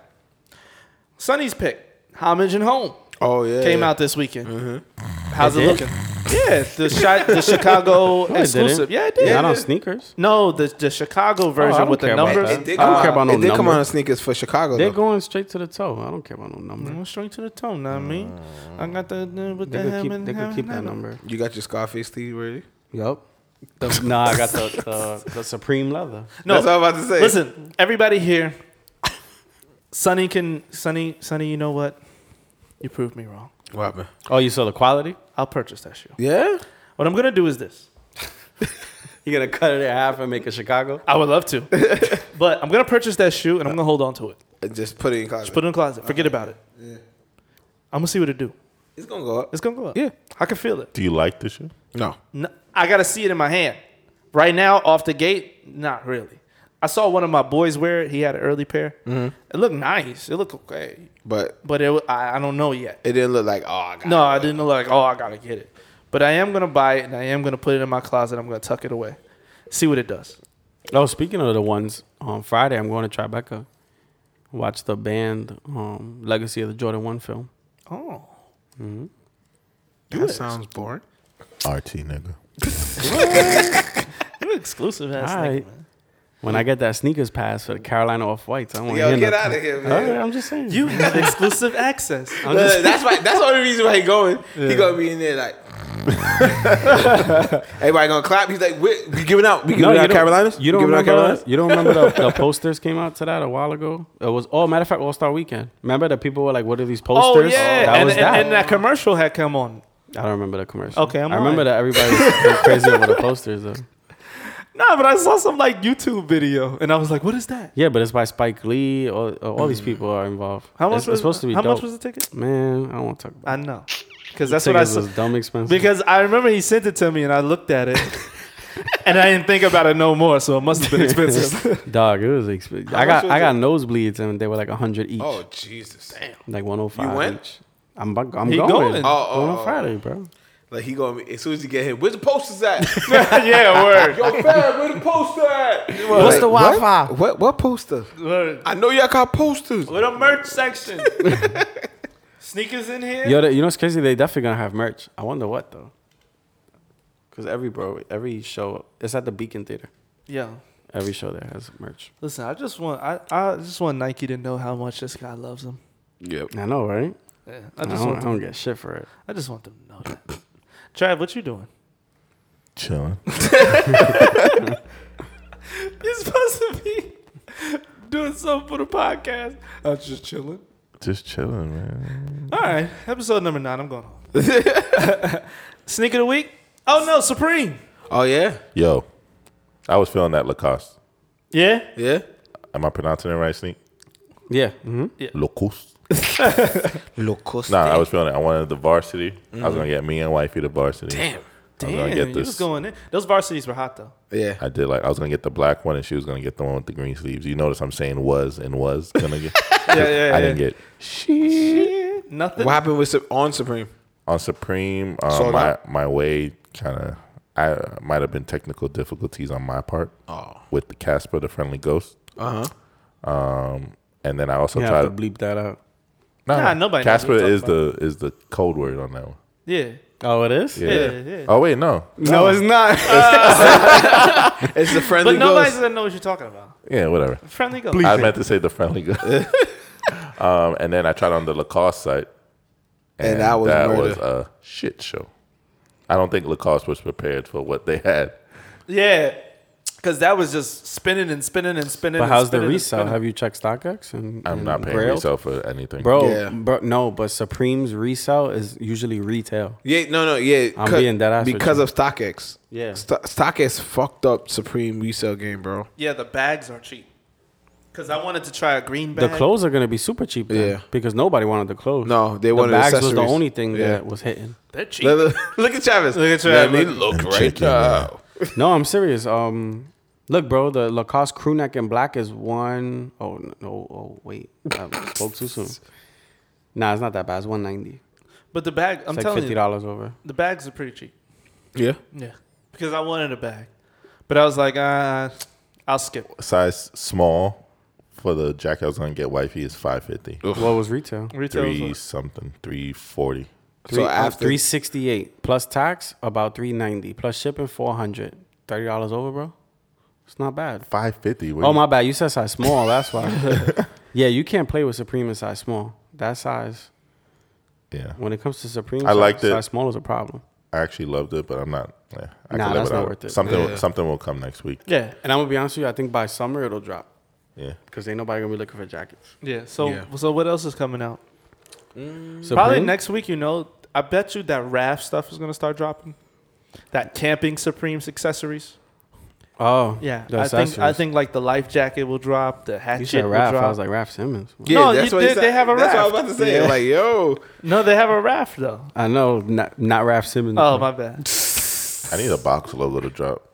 [SPEAKER 2] Sonny's pick, Homage and Home,
[SPEAKER 8] Oh yeah,
[SPEAKER 2] came
[SPEAKER 8] yeah.
[SPEAKER 2] out this weekend. How's it,
[SPEAKER 7] Uh, mm-hmm. It did?
[SPEAKER 2] looking? Yeah, the shot, the Chicago
[SPEAKER 7] No, it didn't.
[SPEAKER 2] exclusive. Yeah, it did.
[SPEAKER 7] Not
[SPEAKER 2] It
[SPEAKER 7] on
[SPEAKER 2] did.
[SPEAKER 7] sneakers.
[SPEAKER 2] No, the the Chicago version
[SPEAKER 7] Oh, don't
[SPEAKER 2] with the
[SPEAKER 7] care about
[SPEAKER 2] numbers. Uh,
[SPEAKER 7] that.
[SPEAKER 8] It did
[SPEAKER 7] I
[SPEAKER 8] come
[SPEAKER 7] don't care
[SPEAKER 8] out-
[SPEAKER 7] about no
[SPEAKER 8] It did come
[SPEAKER 7] number.
[SPEAKER 8] out on sneakers for Chicago.
[SPEAKER 7] They're
[SPEAKER 8] though.
[SPEAKER 7] going straight to the toe. I don't care about no number.
[SPEAKER 2] Went straight to the tone. Know what I mean, I got the, the with
[SPEAKER 7] Mm. They
[SPEAKER 2] the
[SPEAKER 7] could
[SPEAKER 2] ham
[SPEAKER 7] keep,
[SPEAKER 2] and
[SPEAKER 7] they could
[SPEAKER 2] ham
[SPEAKER 7] keep
[SPEAKER 2] and
[SPEAKER 7] that
[SPEAKER 2] ham.
[SPEAKER 7] number.
[SPEAKER 8] You got your Scarface tee ready?
[SPEAKER 7] Yep. The, nah, I got the, the, the Supreme Leather.
[SPEAKER 2] No,
[SPEAKER 8] That's what I'm about to say.
[SPEAKER 2] Listen, everybody here, Sonny can Sonny Sonny. You know what? You proved me wrong.
[SPEAKER 8] What happened?
[SPEAKER 7] Oh, you saw the quality?
[SPEAKER 2] I'll purchase that shoe.
[SPEAKER 8] Yeah.
[SPEAKER 2] What I'm gonna do is this.
[SPEAKER 7] You gonna cut it in half and make a Chicago?
[SPEAKER 2] I would love to, but I'm gonna purchase that shoe and I'm gonna hold on to it.
[SPEAKER 8] And Uh, Just put it in closet.
[SPEAKER 2] Just put it in the closet. Forget
[SPEAKER 7] Uh-huh.
[SPEAKER 2] about it. I'm gonna see what it do.
[SPEAKER 8] it's gonna go up.
[SPEAKER 2] It's gonna go up. Yeah, I can feel it.
[SPEAKER 6] Do you like the shoe?
[SPEAKER 8] No.
[SPEAKER 2] N- I gotta see it in my hand. Right now, off the gate, not really. I saw one of my boys wear it. He had an early pair. It looked nice. It looked okay,
[SPEAKER 8] But
[SPEAKER 2] but it wa- I, I don't know yet.
[SPEAKER 8] it didn't look like oh I got
[SPEAKER 2] No, I didn't look like, oh, I gotta get it. But I am gonna buy it and I am gonna put it in my closet. I'm gonna tuck it away. See what it does.
[SPEAKER 7] Oh, speaking of the ones on Friday, I'm going to Tribeca. Watch the band um, Legacy of the Jordan One film.
[SPEAKER 2] Oh.
[SPEAKER 8] it. That sounds boring.
[SPEAKER 6] RT, nigga.
[SPEAKER 2] You exclusive ass
[SPEAKER 7] All
[SPEAKER 2] nigga,
[SPEAKER 7] right.
[SPEAKER 2] man.
[SPEAKER 7] When I get that sneakers pass for the Carolina Off Whites, I want to
[SPEAKER 8] Yo,
[SPEAKER 7] hear
[SPEAKER 8] get
[SPEAKER 7] nothing.
[SPEAKER 8] out of here,
[SPEAKER 7] All
[SPEAKER 8] man.
[SPEAKER 7] right, I'm just saying.
[SPEAKER 2] You have exclusive access.
[SPEAKER 7] I'm
[SPEAKER 8] Look,
[SPEAKER 7] just,
[SPEAKER 8] that's why. That's the only reason why he going. He gonna be in there like. Everybody gonna clap. He's like, we we giving out. We giving
[SPEAKER 7] no, you
[SPEAKER 8] out
[SPEAKER 7] don't,
[SPEAKER 8] Carolinas.
[SPEAKER 7] You don't
[SPEAKER 8] We giving out
[SPEAKER 7] remember? You don't remember the, the posters came out to that a while ago. It was oh, matter of fact, All Star Weekend. Remember that people were like, "What are these posters?"
[SPEAKER 2] Oh yeah,
[SPEAKER 7] that
[SPEAKER 2] and,
[SPEAKER 7] was
[SPEAKER 2] and-
[SPEAKER 7] that.
[SPEAKER 2] and that commercial had come on.
[SPEAKER 7] I don't remember the commercial.
[SPEAKER 2] Okay, I'm
[SPEAKER 7] I remember
[SPEAKER 2] lying.
[SPEAKER 7] that everybody was going crazy over the posters though.
[SPEAKER 2] Nah, but I saw some like YouTube video, and I was like, "What is that?
[SPEAKER 7] Yeah, but it's by Spike Lee. All, all these people are involved.
[SPEAKER 2] Mm. How much
[SPEAKER 7] It's,
[SPEAKER 2] was
[SPEAKER 7] it's supposed to be
[SPEAKER 2] How
[SPEAKER 7] dope.
[SPEAKER 2] much was the ticket?
[SPEAKER 7] Man, I don't want to talk about.
[SPEAKER 2] I know, because
[SPEAKER 7] it.
[SPEAKER 2] that's what I
[SPEAKER 7] Tickets
[SPEAKER 2] saw.
[SPEAKER 7] was dumb expensive.
[SPEAKER 2] Because I remember he sent it to me, and I looked at it, and I didn't think about it no more. So it must have been expensive.
[SPEAKER 7] dog, it was expensive. I
[SPEAKER 8] much
[SPEAKER 7] got
[SPEAKER 8] was
[SPEAKER 7] I got nosebleeds and they were like hundred each,
[SPEAKER 8] Oh Jesus! Damn.
[SPEAKER 7] like one hundred five.
[SPEAKER 8] You went?
[SPEAKER 7] Each. I'm bu- I'm
[SPEAKER 2] He
[SPEAKER 7] going.
[SPEAKER 2] going.
[SPEAKER 8] Oh, oh,
[SPEAKER 7] Going
[SPEAKER 8] oh.
[SPEAKER 7] on Friday, bro.
[SPEAKER 8] Like he gonna be, as soon as he get hit. Where's the posters at?
[SPEAKER 2] yeah, word.
[SPEAKER 8] Yo, Fab, where the poster at?
[SPEAKER 3] What's the Wi-Fi?
[SPEAKER 8] What? what? What poster?
[SPEAKER 2] word.
[SPEAKER 8] I know y'all got posters.
[SPEAKER 2] With a merch section, sneakers in here.
[SPEAKER 7] Yo, the- you know what's crazy? They definitely gonna have merch. I wonder what though. Because every bro, every show, it's at the Beacon Theater.
[SPEAKER 2] Yeah.
[SPEAKER 7] Every show there has merch.
[SPEAKER 2] Listen, I just want I, I just want Nike to know how much this guy loves him.
[SPEAKER 6] Yep.
[SPEAKER 7] I know, right?
[SPEAKER 2] Yeah,
[SPEAKER 7] I,
[SPEAKER 2] I just
[SPEAKER 7] don't,
[SPEAKER 2] want
[SPEAKER 7] I
[SPEAKER 2] them,
[SPEAKER 7] don't get shit for it.
[SPEAKER 2] I just want them to know that. Trav, what you doing?
[SPEAKER 6] Chilling.
[SPEAKER 2] You're supposed to be doing something for the podcast. I'm just chilling.
[SPEAKER 6] Just chilling, man.
[SPEAKER 2] All right, episode number nine. I'm going home. Sneak of the week? Oh no, Supreme.
[SPEAKER 8] Oh yeah,
[SPEAKER 6] Yo, I was feeling that Lacoste.
[SPEAKER 2] Yeah,
[SPEAKER 8] yeah.
[SPEAKER 6] Am I pronouncing it right, Sneak?
[SPEAKER 7] Yeah. Mm-hmm.
[SPEAKER 6] Lacoste.
[SPEAKER 8] Locos.
[SPEAKER 6] Nah, I was feeling it. I wanted the varsity. I was gonna get me and wifey the varsity. I
[SPEAKER 8] Damn.
[SPEAKER 6] was
[SPEAKER 2] Mm. damn.
[SPEAKER 6] gonna
[SPEAKER 2] You
[SPEAKER 6] get
[SPEAKER 2] was
[SPEAKER 6] this.
[SPEAKER 2] going in. Those varsities were hot though.
[SPEAKER 8] Yeah.
[SPEAKER 6] I did like I was gonna get the black one and she was gonna get the one with the green sleeves. You notice I'm saying was and was gonna get.
[SPEAKER 2] Yeah, yeah,
[SPEAKER 6] I didn't get
[SPEAKER 2] nothing.
[SPEAKER 8] What happened with Sup- on Supreme?
[SPEAKER 6] on Supreme. Um,
[SPEAKER 8] Sold
[SPEAKER 6] my
[SPEAKER 8] out?
[SPEAKER 6] my way kind of I uh, might have been technical difficulties on my part
[SPEAKER 2] Oh.
[SPEAKER 6] with the Casper, the friendly ghost.
[SPEAKER 2] Uh-huh.
[SPEAKER 8] Uh huh.
[SPEAKER 6] Um, and then I also
[SPEAKER 7] You
[SPEAKER 6] tried.
[SPEAKER 7] have to bleep that out.
[SPEAKER 6] nah,
[SPEAKER 2] Nah, nobody knows
[SPEAKER 6] Casper
[SPEAKER 2] what we're
[SPEAKER 6] is
[SPEAKER 2] talking
[SPEAKER 6] the is the code word on that one.
[SPEAKER 2] Yeah,
[SPEAKER 7] Oh, it is?
[SPEAKER 6] Yeah.
[SPEAKER 2] yeah, yeah.
[SPEAKER 6] Oh wait, no.
[SPEAKER 7] No, it's not.
[SPEAKER 8] It's the friendly
[SPEAKER 2] But nobody's
[SPEAKER 8] ghost.
[SPEAKER 2] gonna know what you're talking about.
[SPEAKER 6] Yeah, whatever.
[SPEAKER 2] Friendly ghost.
[SPEAKER 6] I meant to say the friendly ghost. um, and then I tried on the Lacoste site,
[SPEAKER 8] And that was
[SPEAKER 6] that
[SPEAKER 8] murder.
[SPEAKER 6] was a shit show. I don't think Lacoste was prepared for what they had.
[SPEAKER 2] Yeah, because that was just spinning and spinning and spinning.
[SPEAKER 7] But
[SPEAKER 2] and
[SPEAKER 7] how's the
[SPEAKER 2] spinning and
[SPEAKER 7] resale?
[SPEAKER 2] spinning.
[SPEAKER 7] Have you checked StockX? And,
[SPEAKER 6] I'm
[SPEAKER 7] and
[SPEAKER 6] not paying
[SPEAKER 7] Grail?
[SPEAKER 6] myself for anything,
[SPEAKER 7] Bro,
[SPEAKER 8] Yeah.
[SPEAKER 7] bro, no, but Supreme's resale is usually retail.
[SPEAKER 8] Yeah, no, no, yeah.
[SPEAKER 7] I'm
[SPEAKER 8] 'cause-
[SPEAKER 7] being deadass with
[SPEAKER 8] because
[SPEAKER 7] you.
[SPEAKER 8] of StockX.
[SPEAKER 7] Yeah.
[SPEAKER 8] Sto- StockX fucked up Supreme resale game, bro.
[SPEAKER 2] Yeah, the bags are cheap. Because I wanted to try a green
[SPEAKER 7] The
[SPEAKER 2] bag.
[SPEAKER 7] clothes are gonna be super cheap, then,
[SPEAKER 8] Yeah.
[SPEAKER 7] because nobody wanted the clothes.
[SPEAKER 8] No, they
[SPEAKER 7] the
[SPEAKER 8] wanted
[SPEAKER 7] bags was the
[SPEAKER 8] accessories.
[SPEAKER 7] only thing
[SPEAKER 8] Yeah.
[SPEAKER 7] that was hitting.
[SPEAKER 2] They're cheap.
[SPEAKER 8] Look, look at Travis. Look
[SPEAKER 2] at Travis.
[SPEAKER 8] Let me look right
[SPEAKER 6] check it out.
[SPEAKER 8] now.
[SPEAKER 7] No, I'm serious. Um, look, bro, the Lacoste crew neck in black is one oh no, oh wait, I spoke too soon. Nah, it's not that bad. It's one ninety.
[SPEAKER 2] But the bag, I'm
[SPEAKER 7] It's like
[SPEAKER 2] telling
[SPEAKER 7] fifty
[SPEAKER 2] you,
[SPEAKER 7] dollars over.
[SPEAKER 2] the bags are pretty cheap.
[SPEAKER 8] Yeah.
[SPEAKER 2] Yeah. Because I wanted a bag. But I was like, uh, I'll skip.
[SPEAKER 6] Size small for the jacket I was gonna get wifey is five fifty.
[SPEAKER 7] What was retail?
[SPEAKER 2] Retail was
[SPEAKER 6] Three
[SPEAKER 2] like-
[SPEAKER 6] something, three forty.
[SPEAKER 7] Three,
[SPEAKER 8] so after
[SPEAKER 7] three sixty eight plus tax, about three ninety plus shipping four hundred. Thirty dollars over, bro. It's not bad.
[SPEAKER 6] Five fifty.
[SPEAKER 7] Oh my bad. You said size small. That's why. yeah, you can't play with Supreme in size small. That size,
[SPEAKER 6] Yeah.
[SPEAKER 7] when it comes to Supreme,
[SPEAKER 6] I
[SPEAKER 7] size-
[SPEAKER 6] liked it.
[SPEAKER 7] Size small is a problem.
[SPEAKER 6] I actually loved it, but I'm not yeah, I
[SPEAKER 7] Nah,
[SPEAKER 6] can live
[SPEAKER 7] that's not
[SPEAKER 6] without-
[SPEAKER 7] worth it.
[SPEAKER 6] Something
[SPEAKER 8] Yeah.
[SPEAKER 6] something will come next week.
[SPEAKER 2] Yeah.
[SPEAKER 7] And I'm gonna be honest with you. I think by summer it'll drop
[SPEAKER 6] Yeah.
[SPEAKER 7] because ain't nobody gonna be looking for jackets.
[SPEAKER 2] Yeah. So,
[SPEAKER 8] Yeah.
[SPEAKER 2] so what else is coming out?
[SPEAKER 7] Supreme?
[SPEAKER 2] Probably next week, you know. I bet you that raft stuff is going to start dropping. That camping Supremes accessories.
[SPEAKER 7] Oh,
[SPEAKER 2] Yeah.
[SPEAKER 7] the
[SPEAKER 2] I think, I
[SPEAKER 7] accessories.
[SPEAKER 2] think like the life jacket will drop. The
[SPEAKER 7] You
[SPEAKER 2] hatchet
[SPEAKER 7] said
[SPEAKER 2] will
[SPEAKER 7] Raph.
[SPEAKER 2] drop.
[SPEAKER 7] I was like Raph Simmons.
[SPEAKER 8] Yeah,
[SPEAKER 2] No,
[SPEAKER 8] that's
[SPEAKER 2] you
[SPEAKER 8] what he
[SPEAKER 2] did-
[SPEAKER 8] said.
[SPEAKER 2] they have a
[SPEAKER 8] That's what I
[SPEAKER 2] raft.
[SPEAKER 8] was about to say. Like, yo,
[SPEAKER 2] no, they have a raft though.
[SPEAKER 7] I know, not not Raph Simmons.
[SPEAKER 2] Oh,
[SPEAKER 7] bro.
[SPEAKER 2] my bad.
[SPEAKER 6] I need a box logo to drop.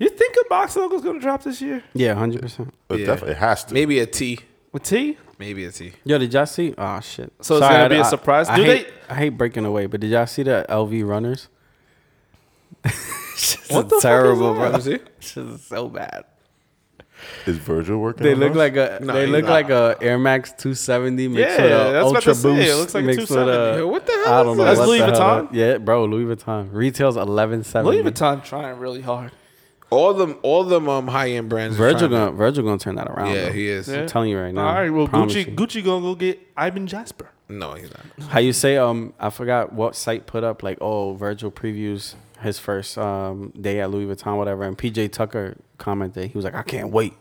[SPEAKER 2] You think a box logo's going to drop this year?
[SPEAKER 7] yeah, hundred percent.
[SPEAKER 6] It
[SPEAKER 8] Yeah.
[SPEAKER 6] definitely it has to.
[SPEAKER 8] maybe a T,
[SPEAKER 2] With T?
[SPEAKER 8] maybe a T.
[SPEAKER 7] Yo, did y'all see? Oh shit.
[SPEAKER 2] So it's gonna be a
[SPEAKER 7] a
[SPEAKER 2] surprise?
[SPEAKER 7] I,
[SPEAKER 2] Do
[SPEAKER 7] hate, I hate breaking away, but did y'all see the LV runners?
[SPEAKER 2] the
[SPEAKER 7] what
[SPEAKER 2] fuck is
[SPEAKER 7] terrible,
[SPEAKER 8] Let me see.
[SPEAKER 7] bro. This is so bad.
[SPEAKER 6] Is Virgil working?
[SPEAKER 7] They
[SPEAKER 6] on
[SPEAKER 7] look
[SPEAKER 6] those?
[SPEAKER 7] like a
[SPEAKER 8] No,
[SPEAKER 7] they
[SPEAKER 8] he's
[SPEAKER 7] look
[SPEAKER 8] not.
[SPEAKER 7] like a Air Max 270 mixed
[SPEAKER 2] Yeah,
[SPEAKER 7] with a
[SPEAKER 2] that's what I
[SPEAKER 7] Ultra
[SPEAKER 2] was about to say. It
[SPEAKER 7] Boost
[SPEAKER 2] looks like a
[SPEAKER 7] mixed with
[SPEAKER 2] 270.
[SPEAKER 7] a
[SPEAKER 8] Yo, what the hell
[SPEAKER 7] I
[SPEAKER 8] is
[SPEAKER 7] don't know.
[SPEAKER 8] this?
[SPEAKER 2] That's
[SPEAKER 7] what
[SPEAKER 2] Louis
[SPEAKER 7] the hell
[SPEAKER 2] Vuitton?
[SPEAKER 7] that- Yeah, bro, Louis Vuitton. Retails 1170.
[SPEAKER 2] Louis Vuitton trying really hard.
[SPEAKER 8] All them, all them um, high end brands. are
[SPEAKER 7] Virgil
[SPEAKER 8] trying
[SPEAKER 7] gonna Virgil gonna turn that around.
[SPEAKER 8] to- yeah,
[SPEAKER 7] though.
[SPEAKER 8] he is.
[SPEAKER 2] Yeah.
[SPEAKER 7] I'm telling you right now.
[SPEAKER 2] All right, well,
[SPEAKER 7] Promise
[SPEAKER 2] Gucci
[SPEAKER 7] you.
[SPEAKER 2] Gucci gonna go get Ivan Jasper.
[SPEAKER 8] No, he's not.
[SPEAKER 7] How you say? Um, I forgot what site put up like, oh, Virgil previews his first um day at Louis Vuitton, whatever. And PJ Tucker commented, he was like, I can't wait.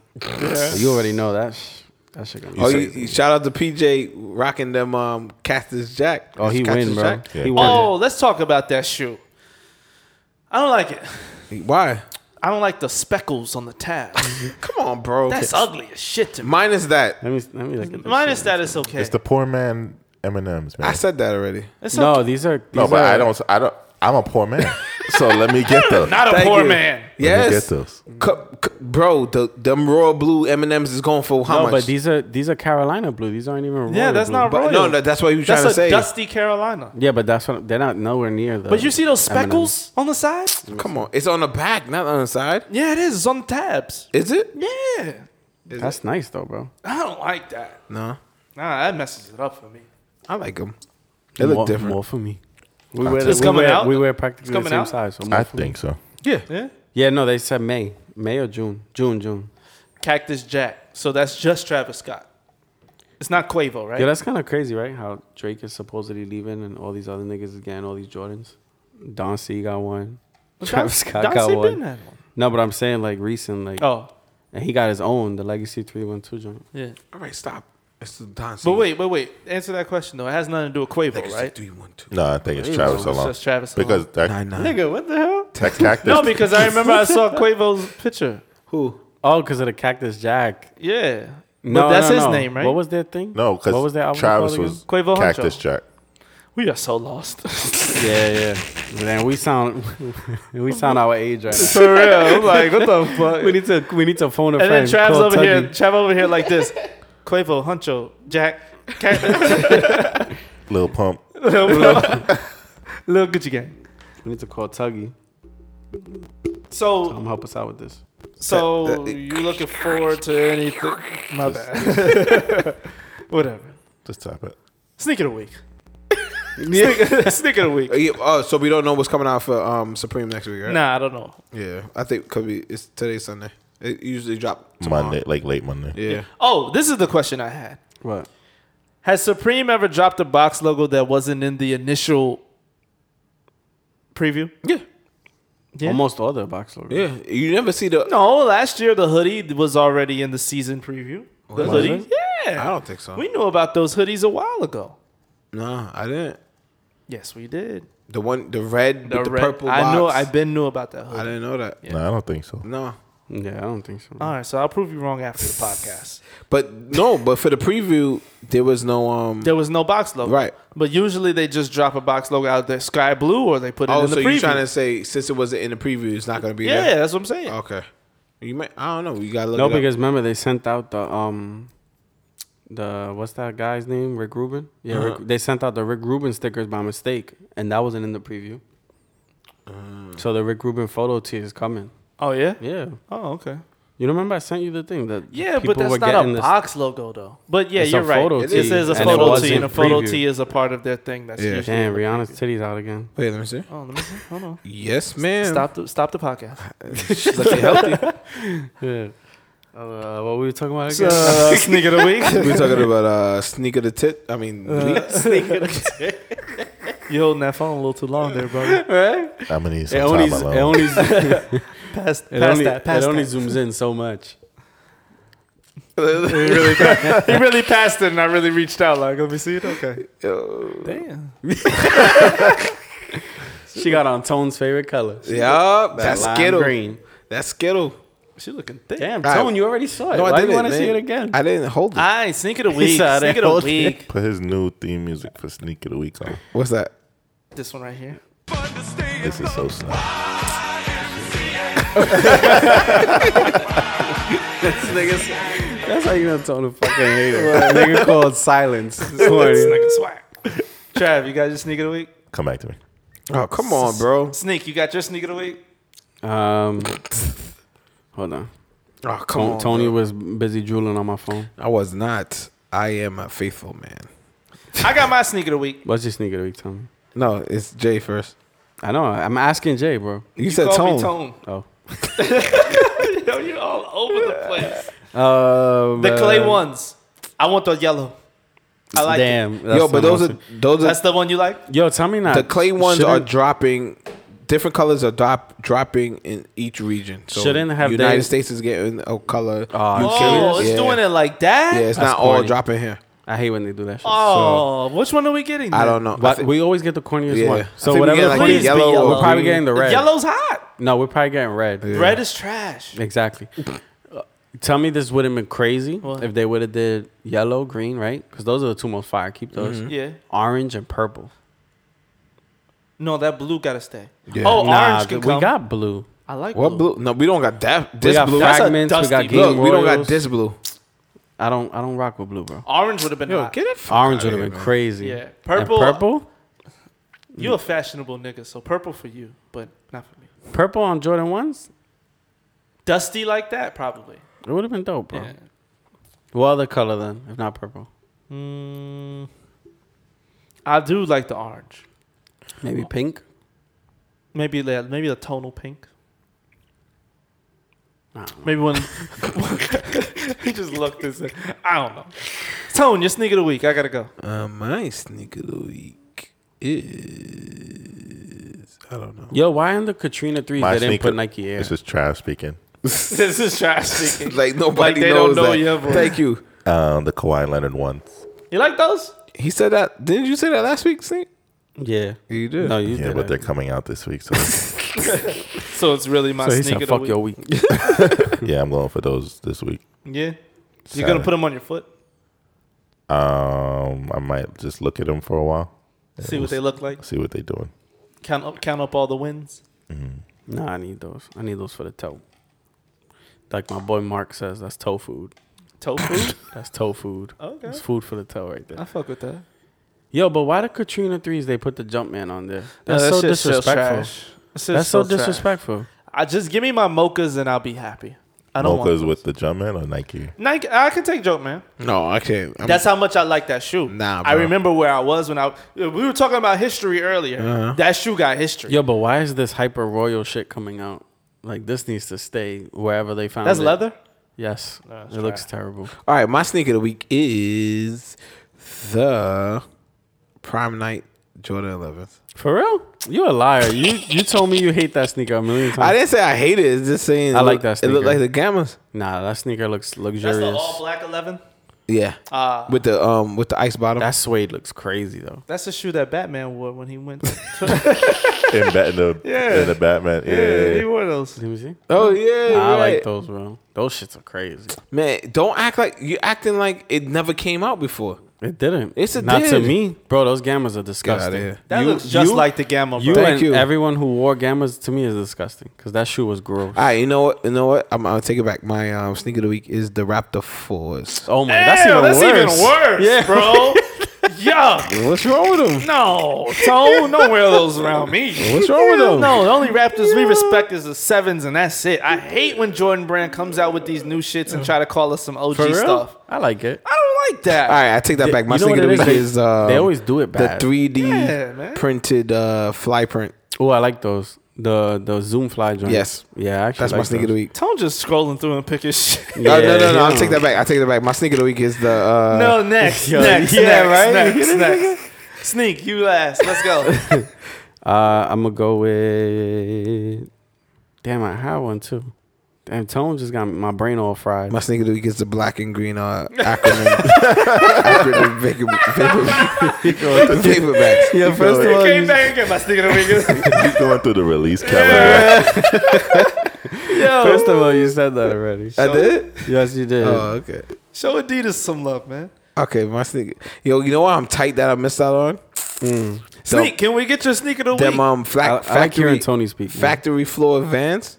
[SPEAKER 7] you already know that. sh- That shit gonna
[SPEAKER 8] Oh, you, you- shout out to PJ rocking them um Cactus Jack.
[SPEAKER 7] Oh, he
[SPEAKER 8] Cactus
[SPEAKER 7] win, bro.
[SPEAKER 8] Jack.
[SPEAKER 7] He win.
[SPEAKER 2] Oh, let's talk about that shoe. I don't like it.
[SPEAKER 8] Why?
[SPEAKER 2] I don't like the speckles on the tab.
[SPEAKER 8] Come on, bro.
[SPEAKER 2] That's ugly as shit to me.
[SPEAKER 8] Minus that.
[SPEAKER 7] Let me let me look at this.
[SPEAKER 2] Minus
[SPEAKER 7] shit.
[SPEAKER 2] that, it's okay.
[SPEAKER 6] It's the poor man M and M's, man.
[SPEAKER 8] I said that already.
[SPEAKER 2] It's
[SPEAKER 7] No,
[SPEAKER 2] okay.
[SPEAKER 7] these are
[SPEAKER 6] no,
[SPEAKER 7] these
[SPEAKER 6] but
[SPEAKER 7] are-
[SPEAKER 6] I don't. I don't. I'm a poor man, so let me get those.
[SPEAKER 2] not a
[SPEAKER 8] Thank
[SPEAKER 2] poor
[SPEAKER 8] you.
[SPEAKER 2] man.
[SPEAKER 6] Let me
[SPEAKER 8] Yes.
[SPEAKER 6] get those.
[SPEAKER 8] Cu- cu- bro, the them royal blue M and M's is going for how
[SPEAKER 7] No,
[SPEAKER 8] much?
[SPEAKER 7] but these are these are Carolina blue. These aren't even.
[SPEAKER 2] Yeah,
[SPEAKER 7] royal
[SPEAKER 2] that's
[SPEAKER 7] blue.
[SPEAKER 2] not
[SPEAKER 8] But
[SPEAKER 2] royal.
[SPEAKER 8] no, no, that's what you were trying
[SPEAKER 2] that's
[SPEAKER 8] to
[SPEAKER 2] a
[SPEAKER 8] say.
[SPEAKER 2] dusty Carolina.
[SPEAKER 7] Yeah, but that's what they're not nowhere near though.
[SPEAKER 2] But you see those speckles on the side?
[SPEAKER 8] Come on, it's on the back, not on the side.
[SPEAKER 2] Yeah, it is. It's on the tabs.
[SPEAKER 8] Is it?
[SPEAKER 2] Yeah,
[SPEAKER 7] That's nice though, bro.
[SPEAKER 2] I don't like that.
[SPEAKER 8] No,
[SPEAKER 2] Nah, that messes it up for me.
[SPEAKER 8] I like them. They look
[SPEAKER 7] more,
[SPEAKER 8] different.
[SPEAKER 7] More for me. We wear,
[SPEAKER 2] It's
[SPEAKER 7] we
[SPEAKER 2] coming
[SPEAKER 7] wear-
[SPEAKER 2] out?
[SPEAKER 7] We wear practically the
[SPEAKER 2] coming
[SPEAKER 7] same
[SPEAKER 2] out?
[SPEAKER 7] size. So more
[SPEAKER 6] I
[SPEAKER 7] for me.
[SPEAKER 6] think so.
[SPEAKER 8] Yeah.
[SPEAKER 2] Yeah,
[SPEAKER 7] Yeah, no, they said May, May or June, June, June.
[SPEAKER 2] Cactus Jack. So that's just Travis Scott. It's not Quavo, right?
[SPEAKER 7] Yeah, that's kind of crazy, right? How Drake is supposedly leaving, and all these other niggas is getting all these Jordans. Don C got one. Travis Scott
[SPEAKER 2] Don
[SPEAKER 7] got
[SPEAKER 2] C
[SPEAKER 7] one.
[SPEAKER 2] been had one.
[SPEAKER 7] No, but I'm saying like recent, like,
[SPEAKER 2] Oh,
[SPEAKER 7] and he got his own, the Legacy Three One Two joint.
[SPEAKER 2] yeah.
[SPEAKER 8] All right, stop. It's the Don.
[SPEAKER 2] But wait, wait, wait. Answer that question though. It has nothing to do with Quavo, right?
[SPEAKER 8] Three, one, two.
[SPEAKER 6] No, I think it's Travis
[SPEAKER 2] It's
[SPEAKER 6] alone.
[SPEAKER 2] just Travis alone.
[SPEAKER 6] Because that,
[SPEAKER 8] Nine, nine.
[SPEAKER 2] Nigga, what the hell?
[SPEAKER 6] that cactus.
[SPEAKER 2] No, because I remember I saw Quavo's picture.
[SPEAKER 8] Who?
[SPEAKER 7] Oh, because of the Cactus Jack.
[SPEAKER 2] Yeah.
[SPEAKER 7] No,
[SPEAKER 2] but that's
[SPEAKER 7] no,
[SPEAKER 2] his
[SPEAKER 7] no.
[SPEAKER 2] name, right?
[SPEAKER 7] What was their thing?
[SPEAKER 6] no,
[SPEAKER 7] what was their
[SPEAKER 6] because
[SPEAKER 7] album
[SPEAKER 6] Travis
[SPEAKER 7] called
[SPEAKER 6] was
[SPEAKER 2] Quavo Huncho.
[SPEAKER 6] Cactus Jack.
[SPEAKER 2] we are so lost.
[SPEAKER 7] again? Yeah, yeah. Man, we sound we sound our age right now.
[SPEAKER 2] For real. I'm like, what the Oh, fuck?
[SPEAKER 7] We need to we need to phone a
[SPEAKER 2] and
[SPEAKER 7] friend.
[SPEAKER 2] then Trav's
[SPEAKER 7] call
[SPEAKER 2] over
[SPEAKER 7] Tuggy.
[SPEAKER 2] here, Trav over here like this. Quavo, Huncho, Jack, Cat,
[SPEAKER 6] Lil Pump.
[SPEAKER 2] Lil Gucci Gang.
[SPEAKER 7] We need to call Tuggy.
[SPEAKER 2] So,
[SPEAKER 7] Come help us out with this.
[SPEAKER 2] so you looking forward to anything? My bad. Whatever.
[SPEAKER 6] Just tap it.
[SPEAKER 2] Sneaker of the week. Sneaker, sneaker of the week.
[SPEAKER 8] Oh, yeah, oh, so we don't know what's coming out for um Supreme next week, right?
[SPEAKER 2] Nah, I don't know.
[SPEAKER 8] Yeah, I think could be. It's today's Sunday. It usually drop tomorrow.
[SPEAKER 6] Monday, like late Monday.
[SPEAKER 8] Yeah.
[SPEAKER 2] Oh, this is the question I had.
[SPEAKER 7] What?
[SPEAKER 2] Has Supreme ever dropped a box logo that wasn't in the initial preview?
[SPEAKER 8] Yeah.
[SPEAKER 2] Yeah.
[SPEAKER 7] Almost all the box logos.
[SPEAKER 8] Yeah. You never see the.
[SPEAKER 2] No, last year the hoodie was already in the season preview. The
[SPEAKER 8] Was
[SPEAKER 2] hoodies,
[SPEAKER 7] it?
[SPEAKER 2] yeah.
[SPEAKER 8] I don't think so.
[SPEAKER 2] We knew about those hoodies a while ago.
[SPEAKER 8] no, I didn't.
[SPEAKER 2] Yes, we did.
[SPEAKER 8] The one, the red, with the
[SPEAKER 2] red-
[SPEAKER 8] purple.
[SPEAKER 2] I know.
[SPEAKER 8] box.
[SPEAKER 2] I been knew about that
[SPEAKER 8] I
[SPEAKER 2] hoodie.
[SPEAKER 8] didn't know that.
[SPEAKER 6] No, I don't think so.
[SPEAKER 8] No.
[SPEAKER 7] Yeah, I don't think so.
[SPEAKER 2] All right, so I'll prove you wrong after the podcast.
[SPEAKER 8] But no, but for the preview, there was no um.
[SPEAKER 2] There was no box logo,
[SPEAKER 8] Right.
[SPEAKER 2] But usually they just drop a box logo out there, sky blue, or they put it
[SPEAKER 8] Oh,
[SPEAKER 2] in the
[SPEAKER 8] so
[SPEAKER 2] preview.
[SPEAKER 8] you're trying to say since it wasn't in the preview, it's not gonna be
[SPEAKER 2] yeah,
[SPEAKER 8] there?
[SPEAKER 2] that's what I'm saying.
[SPEAKER 8] Okay. You might. I don't know. You gotta look.
[SPEAKER 7] No,
[SPEAKER 8] it up.
[SPEAKER 7] because remember they sent out the um, the what's that guy's name? Rick Rubin. Yeah, Rick, they sent out the Rick Rubin stickers by mistake, and that wasn't in the preview. So the Rick Rubin photo tee is coming.
[SPEAKER 2] Oh yeah.
[SPEAKER 7] Yeah,
[SPEAKER 2] Oh okay.
[SPEAKER 7] you remember I sent you the thing that
[SPEAKER 2] Yeah, but that's not a box logo though. But yeah,
[SPEAKER 7] It's a
[SPEAKER 2] you're right.
[SPEAKER 7] photo
[SPEAKER 2] it
[SPEAKER 7] tee,
[SPEAKER 2] is a
[SPEAKER 7] and it
[SPEAKER 2] photo
[SPEAKER 7] was
[SPEAKER 2] tee,
[SPEAKER 7] in
[SPEAKER 2] and a photo
[SPEAKER 7] preview.
[SPEAKER 2] tee is a part of their thing. That's
[SPEAKER 8] Yeah.
[SPEAKER 2] usually
[SPEAKER 7] Damn, Rihanna's titties out again.
[SPEAKER 8] Wait, let me see.
[SPEAKER 2] Oh, let me see. Hold on.
[SPEAKER 8] Yes, ma'am.
[SPEAKER 2] Stop the stop the podcast.
[SPEAKER 8] She's looking healthy.
[SPEAKER 7] Yeah. Uh, what were we talking about
[SPEAKER 2] So,
[SPEAKER 7] again?
[SPEAKER 2] uh, sneak of the week.
[SPEAKER 8] We're talking about uh, sneak of the tit. I
[SPEAKER 7] Uh,
[SPEAKER 8] mean, leak.
[SPEAKER 2] You holding that phone a little too long there, brother.
[SPEAKER 6] I'm gonna need
[SPEAKER 7] it
[SPEAKER 6] some
[SPEAKER 7] only,
[SPEAKER 6] time
[SPEAKER 7] it
[SPEAKER 6] alone.
[SPEAKER 7] only, it
[SPEAKER 2] Pass, pass
[SPEAKER 7] only,
[SPEAKER 2] that. Pass
[SPEAKER 7] it only
[SPEAKER 2] that.
[SPEAKER 7] zooms in so much.
[SPEAKER 2] He really, pa- he really passed it, and I really reached out. Like, let me see it. Okay. Damn.
[SPEAKER 7] She got on Tone's favorite color.
[SPEAKER 8] yup, that's
[SPEAKER 7] lime
[SPEAKER 8] Skittle.
[SPEAKER 7] green.
[SPEAKER 8] That's Skittle.
[SPEAKER 2] She looking thick.
[SPEAKER 7] Damn,
[SPEAKER 8] All right.
[SPEAKER 7] Tone, you already saw it.
[SPEAKER 8] No, I
[SPEAKER 7] Why do
[SPEAKER 8] didn't,
[SPEAKER 7] you want to
[SPEAKER 8] man.
[SPEAKER 7] see it again?
[SPEAKER 8] I didn't hold it.
[SPEAKER 2] All right, sneak of the week.
[SPEAKER 7] said
[SPEAKER 2] Sneak
[SPEAKER 7] that
[SPEAKER 2] of
[SPEAKER 7] whole
[SPEAKER 2] the week.
[SPEAKER 6] Put his new theme music for Sneak of the Week on.
[SPEAKER 8] What's that?
[SPEAKER 2] This one right here.
[SPEAKER 6] This is so snap.
[SPEAKER 7] That's how you know Tone a fucking hater. nigga called silence.
[SPEAKER 2] Sneak of swag. Trav, you got your sneak of the week.
[SPEAKER 6] Come back to me.
[SPEAKER 8] Oh, come on, bro.
[SPEAKER 2] Sneak, you got your sneak of the week.
[SPEAKER 7] um, hold on.
[SPEAKER 8] Oh, come
[SPEAKER 7] Tone,
[SPEAKER 8] on,
[SPEAKER 7] Tony
[SPEAKER 8] bro.
[SPEAKER 7] was busy drooling on my phone.
[SPEAKER 8] I was not. I am a faithful man.
[SPEAKER 2] I got my sneak of the week.
[SPEAKER 7] What's your sneaker of the week, Tony?
[SPEAKER 8] No, it's Jay first.
[SPEAKER 7] I know. I'm asking Jay, bro.
[SPEAKER 8] You, said
[SPEAKER 2] Call
[SPEAKER 8] tone.
[SPEAKER 2] me Tone.
[SPEAKER 7] Oh.
[SPEAKER 2] Yo, you're all over the place.
[SPEAKER 7] Um,
[SPEAKER 2] The clay
[SPEAKER 7] uh,
[SPEAKER 2] ones. I want the yellow. I like it.
[SPEAKER 7] Damn. that's
[SPEAKER 8] Yo,
[SPEAKER 7] the
[SPEAKER 8] but those
[SPEAKER 7] most-
[SPEAKER 8] are those
[SPEAKER 2] That's
[SPEAKER 8] are
[SPEAKER 2] the one you like?
[SPEAKER 7] Yo, tell me not.
[SPEAKER 8] the clay ones are
[SPEAKER 7] shouldn't-
[SPEAKER 8] dropping different colors are drop, dropping in each region. So
[SPEAKER 7] Shouldn't have
[SPEAKER 8] United
[SPEAKER 7] they-
[SPEAKER 8] States is getting a color.
[SPEAKER 7] Oh,
[SPEAKER 8] UK
[SPEAKER 2] Oh,
[SPEAKER 8] is-
[SPEAKER 2] it's
[SPEAKER 8] yeah.
[SPEAKER 2] doing it like that.
[SPEAKER 8] Yeah, it's
[SPEAKER 7] That's
[SPEAKER 8] not all
[SPEAKER 7] corny.
[SPEAKER 8] dropping here.
[SPEAKER 7] I hate when they do that shit.
[SPEAKER 2] Oh, which one are we getting?
[SPEAKER 8] I
[SPEAKER 2] then?
[SPEAKER 8] don't know. I
[SPEAKER 7] But
[SPEAKER 8] think-
[SPEAKER 7] we always get the corniest
[SPEAKER 8] Yeah. I
[SPEAKER 7] one. So
[SPEAKER 8] think we get,
[SPEAKER 7] whatever,
[SPEAKER 8] like,
[SPEAKER 7] the
[SPEAKER 8] the
[SPEAKER 7] corniest-
[SPEAKER 8] yellow
[SPEAKER 7] we're
[SPEAKER 8] or
[SPEAKER 7] probably
[SPEAKER 8] green.
[SPEAKER 7] getting the red.
[SPEAKER 2] Yellow's hot.
[SPEAKER 7] No, we're probably getting red.
[SPEAKER 2] Red is trash.
[SPEAKER 7] Exactly. Tell me this would have been crazy
[SPEAKER 2] What?
[SPEAKER 7] if they would have did yellow, green, right? Because those are the two most fire. Keep those.
[SPEAKER 2] Yeah.
[SPEAKER 7] Orange and purple.
[SPEAKER 2] No, that blue gotta stay.
[SPEAKER 8] Yeah.
[SPEAKER 2] Oh,
[SPEAKER 7] Nah,
[SPEAKER 2] orange can
[SPEAKER 7] th-
[SPEAKER 2] come.
[SPEAKER 7] we got blue.
[SPEAKER 2] I like
[SPEAKER 8] What blue? No, we don't got that. This
[SPEAKER 7] we got
[SPEAKER 8] blue.
[SPEAKER 2] That's a
[SPEAKER 7] fragments. We got
[SPEAKER 2] dusty
[SPEAKER 7] game
[SPEAKER 8] Look, we don't got
[SPEAKER 7] Royals.
[SPEAKER 8] this blue.
[SPEAKER 7] I don't. I don't rock with blue, bro.
[SPEAKER 2] Orange would have been hot.
[SPEAKER 8] it.
[SPEAKER 7] Orange would have been crazy.
[SPEAKER 2] Yeah.
[SPEAKER 7] And
[SPEAKER 2] Purple-
[SPEAKER 7] purple.
[SPEAKER 2] You a fashionable nigga, so purple for you, but not for me.
[SPEAKER 7] Purple on Jordan ones.
[SPEAKER 2] Dusty like that, probably.
[SPEAKER 7] It would have been dope, bro.
[SPEAKER 2] Yeah.
[SPEAKER 7] What other color then, if not purple?
[SPEAKER 2] Mm, I do like the orange.
[SPEAKER 7] Maybe pink.
[SPEAKER 2] Maybe the maybe the tonal pink.
[SPEAKER 7] I don't
[SPEAKER 2] Maybe one. Ah. he just looked and said, "I don't know." Tone, your sneak of the week. I gotta go.
[SPEAKER 8] Uh, my sneaker of the week is I don't know.
[SPEAKER 7] Yo, why in the Katrina threes
[SPEAKER 6] My
[SPEAKER 7] they didn't
[SPEAKER 6] sneaker-
[SPEAKER 7] put Nike Air?
[SPEAKER 6] This is Trav speaking.
[SPEAKER 2] this is trash speaking.
[SPEAKER 8] Like nobody
[SPEAKER 2] Like they
[SPEAKER 8] knows
[SPEAKER 2] don't know
[SPEAKER 8] that.
[SPEAKER 2] your voice.
[SPEAKER 8] Thank you.
[SPEAKER 6] Uh, the Kawhi Leonard ones.
[SPEAKER 2] You like those?
[SPEAKER 8] He said that. Didn't you say that last week? Sneak?
[SPEAKER 7] yeah.
[SPEAKER 8] You did.
[SPEAKER 7] No, you
[SPEAKER 6] yeah,
[SPEAKER 7] did.
[SPEAKER 6] but they're coming out this week, so
[SPEAKER 2] So it's really my
[SPEAKER 7] so he
[SPEAKER 2] sneak
[SPEAKER 7] said,
[SPEAKER 2] of the
[SPEAKER 7] "Fuck
[SPEAKER 2] week.
[SPEAKER 7] your week."
[SPEAKER 6] yeah, I'm going for those this week.
[SPEAKER 2] yeah, you're gonna
[SPEAKER 6] Saturday.
[SPEAKER 2] put them on your foot.
[SPEAKER 6] Um, I might just look at them for a while,
[SPEAKER 2] See what they look like.
[SPEAKER 6] see what they're doing. Mm-hmm.
[SPEAKER 2] Count up, count up all the wins.
[SPEAKER 7] Nah, I need those. I need those for the toe. Like my boy Mark says, that's toe food.
[SPEAKER 2] Tofu.
[SPEAKER 7] That's toe food.
[SPEAKER 2] okay,
[SPEAKER 7] It's food for the toe right
[SPEAKER 2] I
[SPEAKER 7] there.
[SPEAKER 2] fuck with that.
[SPEAKER 7] Yo, but why the Katrina threes? They put the Jumpman on there.
[SPEAKER 2] No,
[SPEAKER 7] That's
[SPEAKER 2] that
[SPEAKER 7] so
[SPEAKER 2] shit's so
[SPEAKER 7] disrespectful.
[SPEAKER 2] trash. That shit's
[SPEAKER 7] That's so
[SPEAKER 2] trash.
[SPEAKER 7] disrespectful.
[SPEAKER 2] I just give me my mochas and I'll be happy. I don't
[SPEAKER 6] Mocha's
[SPEAKER 2] want
[SPEAKER 6] with the Jumpman or Nike.
[SPEAKER 2] Nike. I can take joke, man.
[SPEAKER 8] No, I can't. I'm,
[SPEAKER 2] That's how much I like that shoe.
[SPEAKER 8] Nah,
[SPEAKER 2] I
[SPEAKER 8] bro.
[SPEAKER 2] remember where I was when I we were talking about history earlier.
[SPEAKER 8] Uh-huh.
[SPEAKER 2] That shoe got history.
[SPEAKER 7] Yo, but why is this hyper royal shit coming out? Like this needs to stay wherever they found
[SPEAKER 2] That's
[SPEAKER 7] it.
[SPEAKER 2] leather.
[SPEAKER 7] Yes,
[SPEAKER 2] that's
[SPEAKER 7] it looks terrible.
[SPEAKER 8] all right. My sneaker of the week is the Prime Night Jordan 11th.
[SPEAKER 7] For real? You a liar. You you told me you hate that sneaker a million times.
[SPEAKER 8] I didn't say I hate it. It's just saying
[SPEAKER 7] Hmm. I
[SPEAKER 8] it
[SPEAKER 7] like
[SPEAKER 8] look-
[SPEAKER 7] that
[SPEAKER 8] It looked like
[SPEAKER 7] sneaker.
[SPEAKER 8] the Gammas.
[SPEAKER 7] Nah, that sneaker looks
[SPEAKER 2] That's the
[SPEAKER 7] luxurious.
[SPEAKER 2] all black eleven.
[SPEAKER 8] Yeah.
[SPEAKER 2] Uh,
[SPEAKER 8] with the um with the ice bottom.
[SPEAKER 7] Uh-uh. that suede looks crazy though.
[SPEAKER 2] that's the shoe that Batman wore when he went.
[SPEAKER 6] In, Bat- in the
[SPEAKER 2] Yeah.
[SPEAKER 6] in the Batman. Yeah,
[SPEAKER 2] he wore those.
[SPEAKER 7] Let me see.
[SPEAKER 8] oh yeah.
[SPEAKER 7] Nah, I like
[SPEAKER 8] right.
[SPEAKER 7] those, bro. Those shits are crazy.
[SPEAKER 8] Man, don't act like you're acting like it never came out before.
[SPEAKER 7] It didn't.
[SPEAKER 8] Yes, it
[SPEAKER 7] not to
[SPEAKER 8] did.
[SPEAKER 7] me, bro. Those gammas are
[SPEAKER 8] outta
[SPEAKER 7] disgusting.
[SPEAKER 8] here.
[SPEAKER 2] That
[SPEAKER 7] You-
[SPEAKER 2] looks just
[SPEAKER 7] you-
[SPEAKER 2] like the Gamma.
[SPEAKER 7] you
[SPEAKER 2] bro.
[SPEAKER 8] Thank
[SPEAKER 7] and
[SPEAKER 8] you.
[SPEAKER 7] everyone who wore gammas to me is disgusting because that shoe was gross.
[SPEAKER 8] All right, you know what? You know what? I'm, I'll take it back. My um, sneaker of the week is the Raptor Fours.
[SPEAKER 7] oh my,
[SPEAKER 2] Damn,
[SPEAKER 7] that's even
[SPEAKER 2] that's
[SPEAKER 7] worse.
[SPEAKER 2] even worse, bro. Yuck.
[SPEAKER 8] What's wrong with them?
[SPEAKER 2] No, Tone, don't wear those around me.
[SPEAKER 8] What's wrong with them?
[SPEAKER 2] No, the only Raptors we respect is the sevens, and that's it. I hate when Jordan Brand comes out with these new shits and try to call us some OG
[SPEAKER 7] For real?
[SPEAKER 2] stuff.
[SPEAKER 7] I like it.
[SPEAKER 2] I don't like that.
[SPEAKER 8] All right, I take that back. My
[SPEAKER 7] you know
[SPEAKER 8] sneaker of
[SPEAKER 7] what
[SPEAKER 8] the
[SPEAKER 7] it
[SPEAKER 8] week
[SPEAKER 7] is?
[SPEAKER 8] is
[SPEAKER 7] They-
[SPEAKER 8] um,
[SPEAKER 7] they always do it bad.
[SPEAKER 8] The 3D
[SPEAKER 2] Yeah, man.
[SPEAKER 8] printed uh, fly print.
[SPEAKER 7] Oh, I like those. The the Zoom Fly joints.
[SPEAKER 8] Yes.
[SPEAKER 7] Yeah, I actually.
[SPEAKER 8] That's my
[SPEAKER 7] like
[SPEAKER 8] sneaker of the
[SPEAKER 7] those.
[SPEAKER 8] week.
[SPEAKER 2] Tone just scrolling through and picking shit.
[SPEAKER 8] No, no, no,
[SPEAKER 7] Yeah,
[SPEAKER 8] no.
[SPEAKER 7] yeah.
[SPEAKER 8] I'll take that back. I'll take that back. My sneaker of the week is the. Uh,
[SPEAKER 2] no, next, next,
[SPEAKER 8] yeah,
[SPEAKER 2] next,
[SPEAKER 8] right?
[SPEAKER 2] next, next. Sneak, you last. Let's go.
[SPEAKER 7] Uh, I'm gonna go with. Damn, I had one too. Damn, Tone just got my brain all fried.
[SPEAKER 8] My sneaker of the week is the black and green uh, acronym. acronym vapor, vapor, paperbacks. Yeah,
[SPEAKER 6] first of
[SPEAKER 2] Came back and got my sneak of the week.
[SPEAKER 6] He's going through the release calendar.
[SPEAKER 7] First of all, you said that already.
[SPEAKER 8] I did.
[SPEAKER 7] yes, you did.
[SPEAKER 8] Oh, okay.
[SPEAKER 2] Show Adidas some love, man.
[SPEAKER 8] Okay, my sneaker. Yo, you know what? I'm tight that I missed out on.
[SPEAKER 2] Sneak, can we get your sneak of the
[SPEAKER 8] Them
[SPEAKER 2] week?
[SPEAKER 8] um
[SPEAKER 7] Mm. I, I
[SPEAKER 8] fla-
[SPEAKER 7] like
[SPEAKER 8] factory
[SPEAKER 7] hearing Tony speak. man.
[SPEAKER 8] factory floor vans.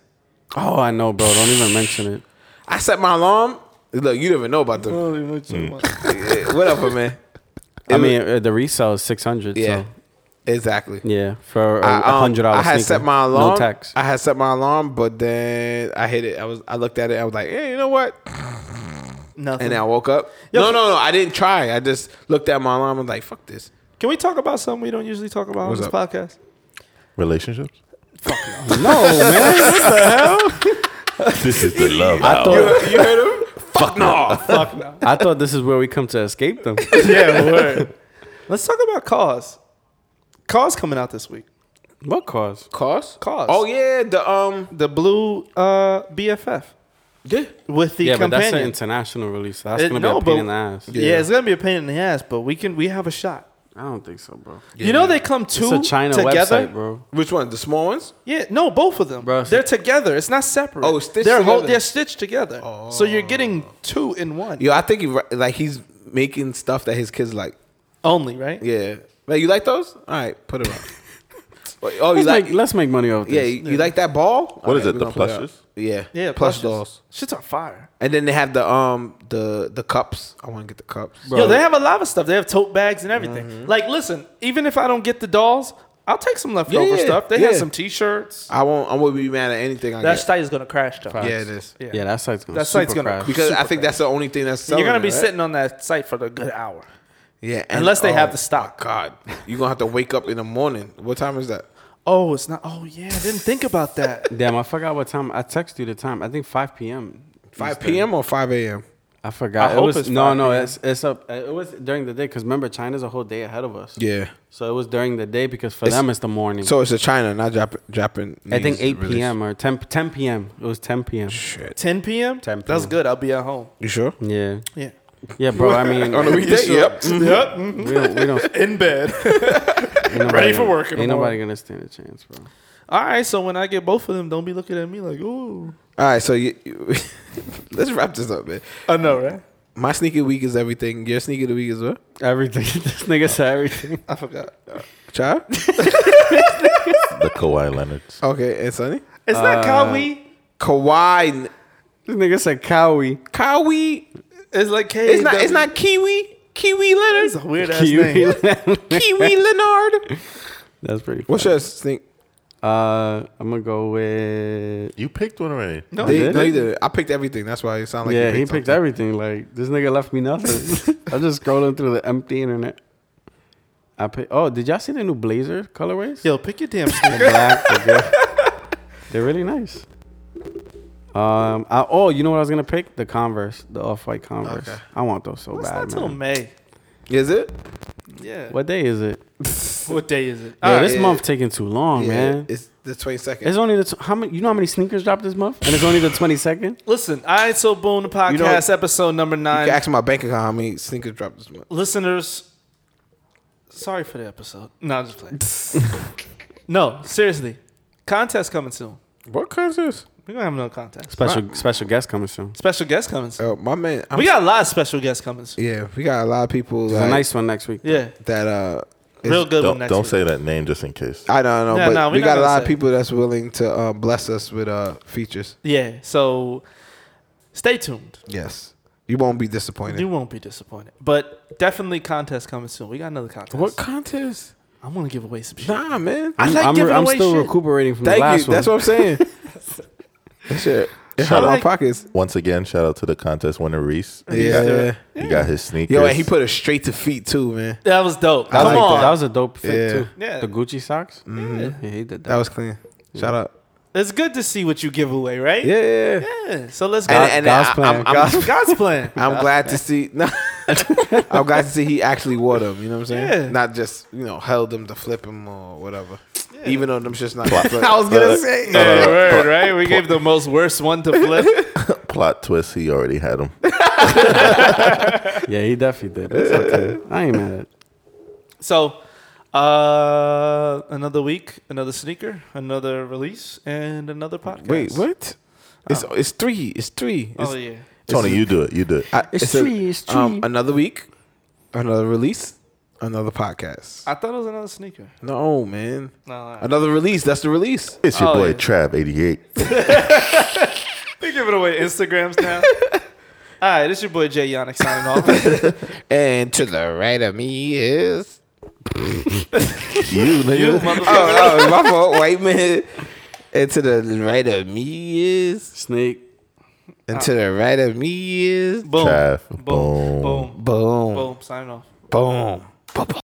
[SPEAKER 7] Oh, I know, bro. Don't even mention it.
[SPEAKER 8] I set my alarm. Look, you don't even know about them.
[SPEAKER 2] Holy moly,
[SPEAKER 7] Mm.
[SPEAKER 2] so much.
[SPEAKER 8] Yeah, Whatever, man.
[SPEAKER 7] I mean, uh, the resale is six hundred.
[SPEAKER 8] Yeah,
[SPEAKER 7] So.
[SPEAKER 8] exactly.
[SPEAKER 7] Yeah, for a
[SPEAKER 8] I, um,
[SPEAKER 7] hundred dollars.
[SPEAKER 8] I had set my alarm.
[SPEAKER 7] No tax.
[SPEAKER 8] I had set my alarm, but then I hit it. I was I looked at it. I was like, hey, you know what?
[SPEAKER 2] Nothing.
[SPEAKER 8] And then I woke up. No, no, no. I didn't try. I just looked at my alarm. I was like, fuck this.
[SPEAKER 2] Can we talk about something we don't usually talk about
[SPEAKER 8] What's
[SPEAKER 2] on this
[SPEAKER 8] up?
[SPEAKER 2] podcast?
[SPEAKER 6] Relationships.
[SPEAKER 7] no, man.
[SPEAKER 6] This is the love.
[SPEAKER 7] I thought,
[SPEAKER 8] You heard him? fuck no.
[SPEAKER 2] Fuck no.
[SPEAKER 7] I thought this is where we come to escape them.
[SPEAKER 2] yeah, word. Let's talk about cause. Cause coming out this week.
[SPEAKER 7] What cause?
[SPEAKER 8] Cause?
[SPEAKER 2] Cause.
[SPEAKER 8] Oh yeah, the um
[SPEAKER 2] The blue uh, BFF
[SPEAKER 8] yeah.
[SPEAKER 2] with the
[SPEAKER 7] yeah, but that's an
[SPEAKER 2] companion.
[SPEAKER 7] international release. That's
[SPEAKER 2] It-
[SPEAKER 7] gonna be
[SPEAKER 2] no,
[SPEAKER 7] a pain
[SPEAKER 2] but-
[SPEAKER 7] in the ass.
[SPEAKER 2] yeah. it's gonna be a pain in the ass, but we can we have a shot.
[SPEAKER 7] I don't think so, bro.
[SPEAKER 2] You know they come two
[SPEAKER 7] It's a China
[SPEAKER 2] together.
[SPEAKER 7] website, bro.
[SPEAKER 8] Which one? The small ones?
[SPEAKER 2] Yeah, no, both of them.
[SPEAKER 7] Bro, it's-
[SPEAKER 2] they're together. It's not separate.
[SPEAKER 8] Oh, stitched
[SPEAKER 2] they're
[SPEAKER 8] together. Oh.
[SPEAKER 2] they're stitched together. So you're getting two in one
[SPEAKER 8] Yo, I think he ri- like he's making stuff that his kids like.
[SPEAKER 2] only, right?
[SPEAKER 8] Yeah. Like you like those? All right, put it up. Wait, oh, you
[SPEAKER 7] Let's,
[SPEAKER 8] like
[SPEAKER 7] make, let's make money off this.
[SPEAKER 8] yeah, you, you like that ball? What
[SPEAKER 6] What
[SPEAKER 8] is
[SPEAKER 6] is it, the plushes?
[SPEAKER 8] Yeah.
[SPEAKER 2] Yeah,
[SPEAKER 8] plush
[SPEAKER 2] plushes.
[SPEAKER 8] dolls.
[SPEAKER 2] Shit's on fire.
[SPEAKER 8] And then they have the um the the cups. I want to get the cups.
[SPEAKER 2] Yo, they have a lot of stuff. They have tote bags and everything.
[SPEAKER 8] Mm-hmm.
[SPEAKER 2] Like, listen, even if I don't get the dolls, I'll take some leftover
[SPEAKER 8] Yeah, yeah,
[SPEAKER 2] stuff. They have
[SPEAKER 8] yeah.
[SPEAKER 2] some T-shirts.
[SPEAKER 8] I won't I won't be mad at anything I
[SPEAKER 2] That
[SPEAKER 8] get.
[SPEAKER 2] site is gonna crash though.
[SPEAKER 7] Facts.
[SPEAKER 8] Yeah, it is.
[SPEAKER 2] Yeah.
[SPEAKER 7] Yeah, that site's gonna.
[SPEAKER 2] That site's
[SPEAKER 7] super
[SPEAKER 2] gonna
[SPEAKER 7] crash.
[SPEAKER 8] Because I
[SPEAKER 2] Super
[SPEAKER 8] think that's the only thing that's selling.
[SPEAKER 2] You're gonna be
[SPEAKER 8] it, right?
[SPEAKER 2] sitting on that site for a good hour.
[SPEAKER 8] Yeah,
[SPEAKER 2] Unless they have
[SPEAKER 8] oh,
[SPEAKER 2] the stock.
[SPEAKER 8] my God, you're gonna have to wake up in the morning. What time is that?
[SPEAKER 2] Oh, it's not. Oh yeah, I didn't think about that.
[SPEAKER 7] Damn, I forgot what time. I texted you the time. I think 5 p.m.
[SPEAKER 8] 5 p.m. or 5 a.m.
[SPEAKER 7] I forgot.
[SPEAKER 2] I
[SPEAKER 7] it
[SPEAKER 2] hope
[SPEAKER 7] was
[SPEAKER 2] it's
[SPEAKER 7] no,
[SPEAKER 2] 5
[SPEAKER 7] no.
[SPEAKER 2] p.m.
[SPEAKER 7] It's it's up. It was during the day because remember China's a whole day ahead of us.
[SPEAKER 8] Yeah.
[SPEAKER 7] So it was during the day because for
[SPEAKER 8] It's-
[SPEAKER 7] them it's the morning.
[SPEAKER 8] So it's a China, not Jap- Japan.
[SPEAKER 7] I think 8 p.m. or 10 10 p.m. It was 10 p.m.
[SPEAKER 8] Shit.
[SPEAKER 2] 10 p.m.
[SPEAKER 7] 10
[SPEAKER 2] That's
[SPEAKER 7] p.m..
[SPEAKER 2] good. I'll be at home.
[SPEAKER 8] You sure?
[SPEAKER 7] Yeah.
[SPEAKER 2] Yeah.
[SPEAKER 7] Yeah, bro. I mean,
[SPEAKER 8] On a weekday? Yep. Mm-hmm.
[SPEAKER 2] Yep.
[SPEAKER 7] we don't. We don't
[SPEAKER 2] In bed.
[SPEAKER 7] ain't nobody
[SPEAKER 2] Ready for
[SPEAKER 7] gonna-
[SPEAKER 2] work in the
[SPEAKER 7] Ain't nobody gonna stand a chance, bro.
[SPEAKER 2] All right. So when I get both of them, don't be looking at me like, ooh.
[SPEAKER 8] All right. So you, you let's wrap this up, man.
[SPEAKER 2] I know, right?
[SPEAKER 8] My sneaker week is everything. Your sneaker of the week is what?
[SPEAKER 7] Everything. this nigga said everything.
[SPEAKER 2] I forgot.
[SPEAKER 8] Child.
[SPEAKER 6] The Kawhi Leonard's.
[SPEAKER 8] okay. And Sonny.
[SPEAKER 2] It's not Kawi.
[SPEAKER 8] Kawhi.
[SPEAKER 7] This nigga said Cowie.
[SPEAKER 8] Kawhi.
[SPEAKER 2] It's like K.
[SPEAKER 8] It's not. It's not Kiwi. Kiwi
[SPEAKER 2] It's
[SPEAKER 8] Leonard.
[SPEAKER 2] a weird ass name.
[SPEAKER 7] That's
[SPEAKER 8] Kiwi Leonard.
[SPEAKER 7] pretty.
[SPEAKER 8] What's
[SPEAKER 7] funny.
[SPEAKER 8] your sneak?
[SPEAKER 7] Uh, I'm gonna go with.
[SPEAKER 6] You picked one already.
[SPEAKER 2] No,
[SPEAKER 8] They-
[SPEAKER 2] you
[SPEAKER 8] no,
[SPEAKER 2] didn't.
[SPEAKER 8] you didn't. I picked everything. That's why it sounded like you
[SPEAKER 7] yeah, he picked
[SPEAKER 8] something.
[SPEAKER 7] everything. Like this nigga left me nothing. I'm just scrolling through the empty internet. I pick. Oh, did y'all see the new blazer colorways?
[SPEAKER 2] Yo, pick your damn sneaker.
[SPEAKER 7] They're black. They're, good. They're really nice. Um. I, oh, you know what I was gonna pick? The Converse, the off-white Converse.
[SPEAKER 8] Okay.
[SPEAKER 7] I want those so
[SPEAKER 2] It's
[SPEAKER 7] bad,
[SPEAKER 2] not till
[SPEAKER 7] man.
[SPEAKER 2] May.
[SPEAKER 8] Is it?
[SPEAKER 2] Yeah. What,
[SPEAKER 7] What day is it?
[SPEAKER 2] day is it?
[SPEAKER 7] Yo,
[SPEAKER 8] Alright,
[SPEAKER 7] this
[SPEAKER 8] yeah.
[SPEAKER 7] month taking too long, Oh, man. It's,
[SPEAKER 8] It's the twenty second.
[SPEAKER 7] only the t- how many? You know how many sneakers dropped this month? And it's only the twenty second.
[SPEAKER 2] Listen, I ain't so boom the podcast episode number
[SPEAKER 8] You
[SPEAKER 2] nine.
[SPEAKER 8] can ask my bank account how many sneakers dropped this month.
[SPEAKER 2] Listeners, sorry for the episode. No, I'm just playing. no, seriously, contest coming soon.
[SPEAKER 8] What comes this?
[SPEAKER 2] We're gonna have no contest.
[SPEAKER 7] Special special guest coming soon.
[SPEAKER 2] Special guest coming soon.
[SPEAKER 8] Oh, my man. I'm,
[SPEAKER 2] we got a lot of special guests coming soon.
[SPEAKER 8] yeah, we got a lot of people
[SPEAKER 7] There's
[SPEAKER 8] like,
[SPEAKER 7] a nice one next week.
[SPEAKER 2] Yeah,
[SPEAKER 8] that. Uh, is-
[SPEAKER 2] real good one
[SPEAKER 6] Don't,
[SPEAKER 2] next
[SPEAKER 6] don't
[SPEAKER 2] week.
[SPEAKER 6] say that name just in case.
[SPEAKER 8] I don't know,
[SPEAKER 2] Nah,
[SPEAKER 8] but
[SPEAKER 2] nah, we
[SPEAKER 8] we
[SPEAKER 2] not
[SPEAKER 8] got a
[SPEAKER 2] gonna
[SPEAKER 8] lot
[SPEAKER 2] say.
[SPEAKER 8] of people that's willing to uh, bless us with uh, features.
[SPEAKER 2] Yeah, so stay tuned.
[SPEAKER 8] Yes, you won't be disappointed.
[SPEAKER 2] You won't be disappointed. But definitely contest coming soon. We got another contest.
[SPEAKER 8] what contest?
[SPEAKER 2] I'm gonna give away some shit.
[SPEAKER 8] Nah, man.
[SPEAKER 2] I like
[SPEAKER 7] I'm,
[SPEAKER 2] giving
[SPEAKER 7] I'm
[SPEAKER 2] away
[SPEAKER 7] still
[SPEAKER 2] shit.
[SPEAKER 7] recuperating from the
[SPEAKER 8] Thank
[SPEAKER 7] last
[SPEAKER 8] you.
[SPEAKER 7] one.
[SPEAKER 8] That's what I'm saying. That shit. It hurt my
[SPEAKER 2] like-
[SPEAKER 8] pockets.
[SPEAKER 6] Once again, shout out to the contest winner Reese. He
[SPEAKER 8] Yeah.
[SPEAKER 6] got, he got his sneakers.
[SPEAKER 8] Yo, and he put it straight to feet too, man.
[SPEAKER 2] That was dope.
[SPEAKER 8] I
[SPEAKER 2] Come
[SPEAKER 8] like
[SPEAKER 2] on.
[SPEAKER 7] That was a dope fit
[SPEAKER 8] Yeah. Mm-hmm.
[SPEAKER 7] too.
[SPEAKER 2] Yeah.
[SPEAKER 7] The Gucci socks. Yeah, he did that.
[SPEAKER 8] That was clean. Shout out.
[SPEAKER 2] It's good to see what you give away, right?
[SPEAKER 8] Yeah, yeah. yeah.
[SPEAKER 2] Yeah. So let's go.
[SPEAKER 8] And, and
[SPEAKER 7] God's
[SPEAKER 8] I,
[SPEAKER 7] plan.
[SPEAKER 8] I'm, I'm,
[SPEAKER 2] God's plan.
[SPEAKER 8] I'm glad to see. No, I'm glad to see he actually wore them. You know what I'm saying?
[SPEAKER 2] Yeah.
[SPEAKER 8] Not just you know held them to flip them or whatever. Even though them shit's not.
[SPEAKER 6] I was gonna
[SPEAKER 8] say.
[SPEAKER 2] Yeah, word, right? We gave the most worst one to flip.
[SPEAKER 6] Plot twist, he already had him.
[SPEAKER 7] yeah, he definitely did. It's okay. I ain't mad at. It.
[SPEAKER 2] So, uh, another week, another sneaker, another release, and another podcast.
[SPEAKER 8] Wait, what? It's it's three. It's three. It's,
[SPEAKER 2] Oh yeah.
[SPEAKER 6] Tony, you do it. You do it.
[SPEAKER 8] I- it's a-
[SPEAKER 7] three, it's
[SPEAKER 8] Um,
[SPEAKER 7] three.
[SPEAKER 8] another week, another release, another podcast.
[SPEAKER 2] I thought it was another sneaker.
[SPEAKER 8] no man,
[SPEAKER 2] No, I
[SPEAKER 8] another release. That's the release.
[SPEAKER 6] It's your
[SPEAKER 2] Oh,
[SPEAKER 6] boy
[SPEAKER 2] yeah.
[SPEAKER 6] Trav88.
[SPEAKER 2] They giving away Instagrams now. All right, this your boy Jay Yannick signing off.
[SPEAKER 8] And to the right of me is.
[SPEAKER 6] you,
[SPEAKER 2] You
[SPEAKER 6] nigga.
[SPEAKER 2] motherfucker.
[SPEAKER 8] Oh, my fault, white man. And to the right of me is.
[SPEAKER 7] Snake.
[SPEAKER 8] And to the right of me is.
[SPEAKER 2] Boom.
[SPEAKER 6] Trav.
[SPEAKER 2] Boom.
[SPEAKER 6] boom.
[SPEAKER 2] Boom.
[SPEAKER 8] Boom.
[SPEAKER 2] Boom. Signing off.
[SPEAKER 8] Boom.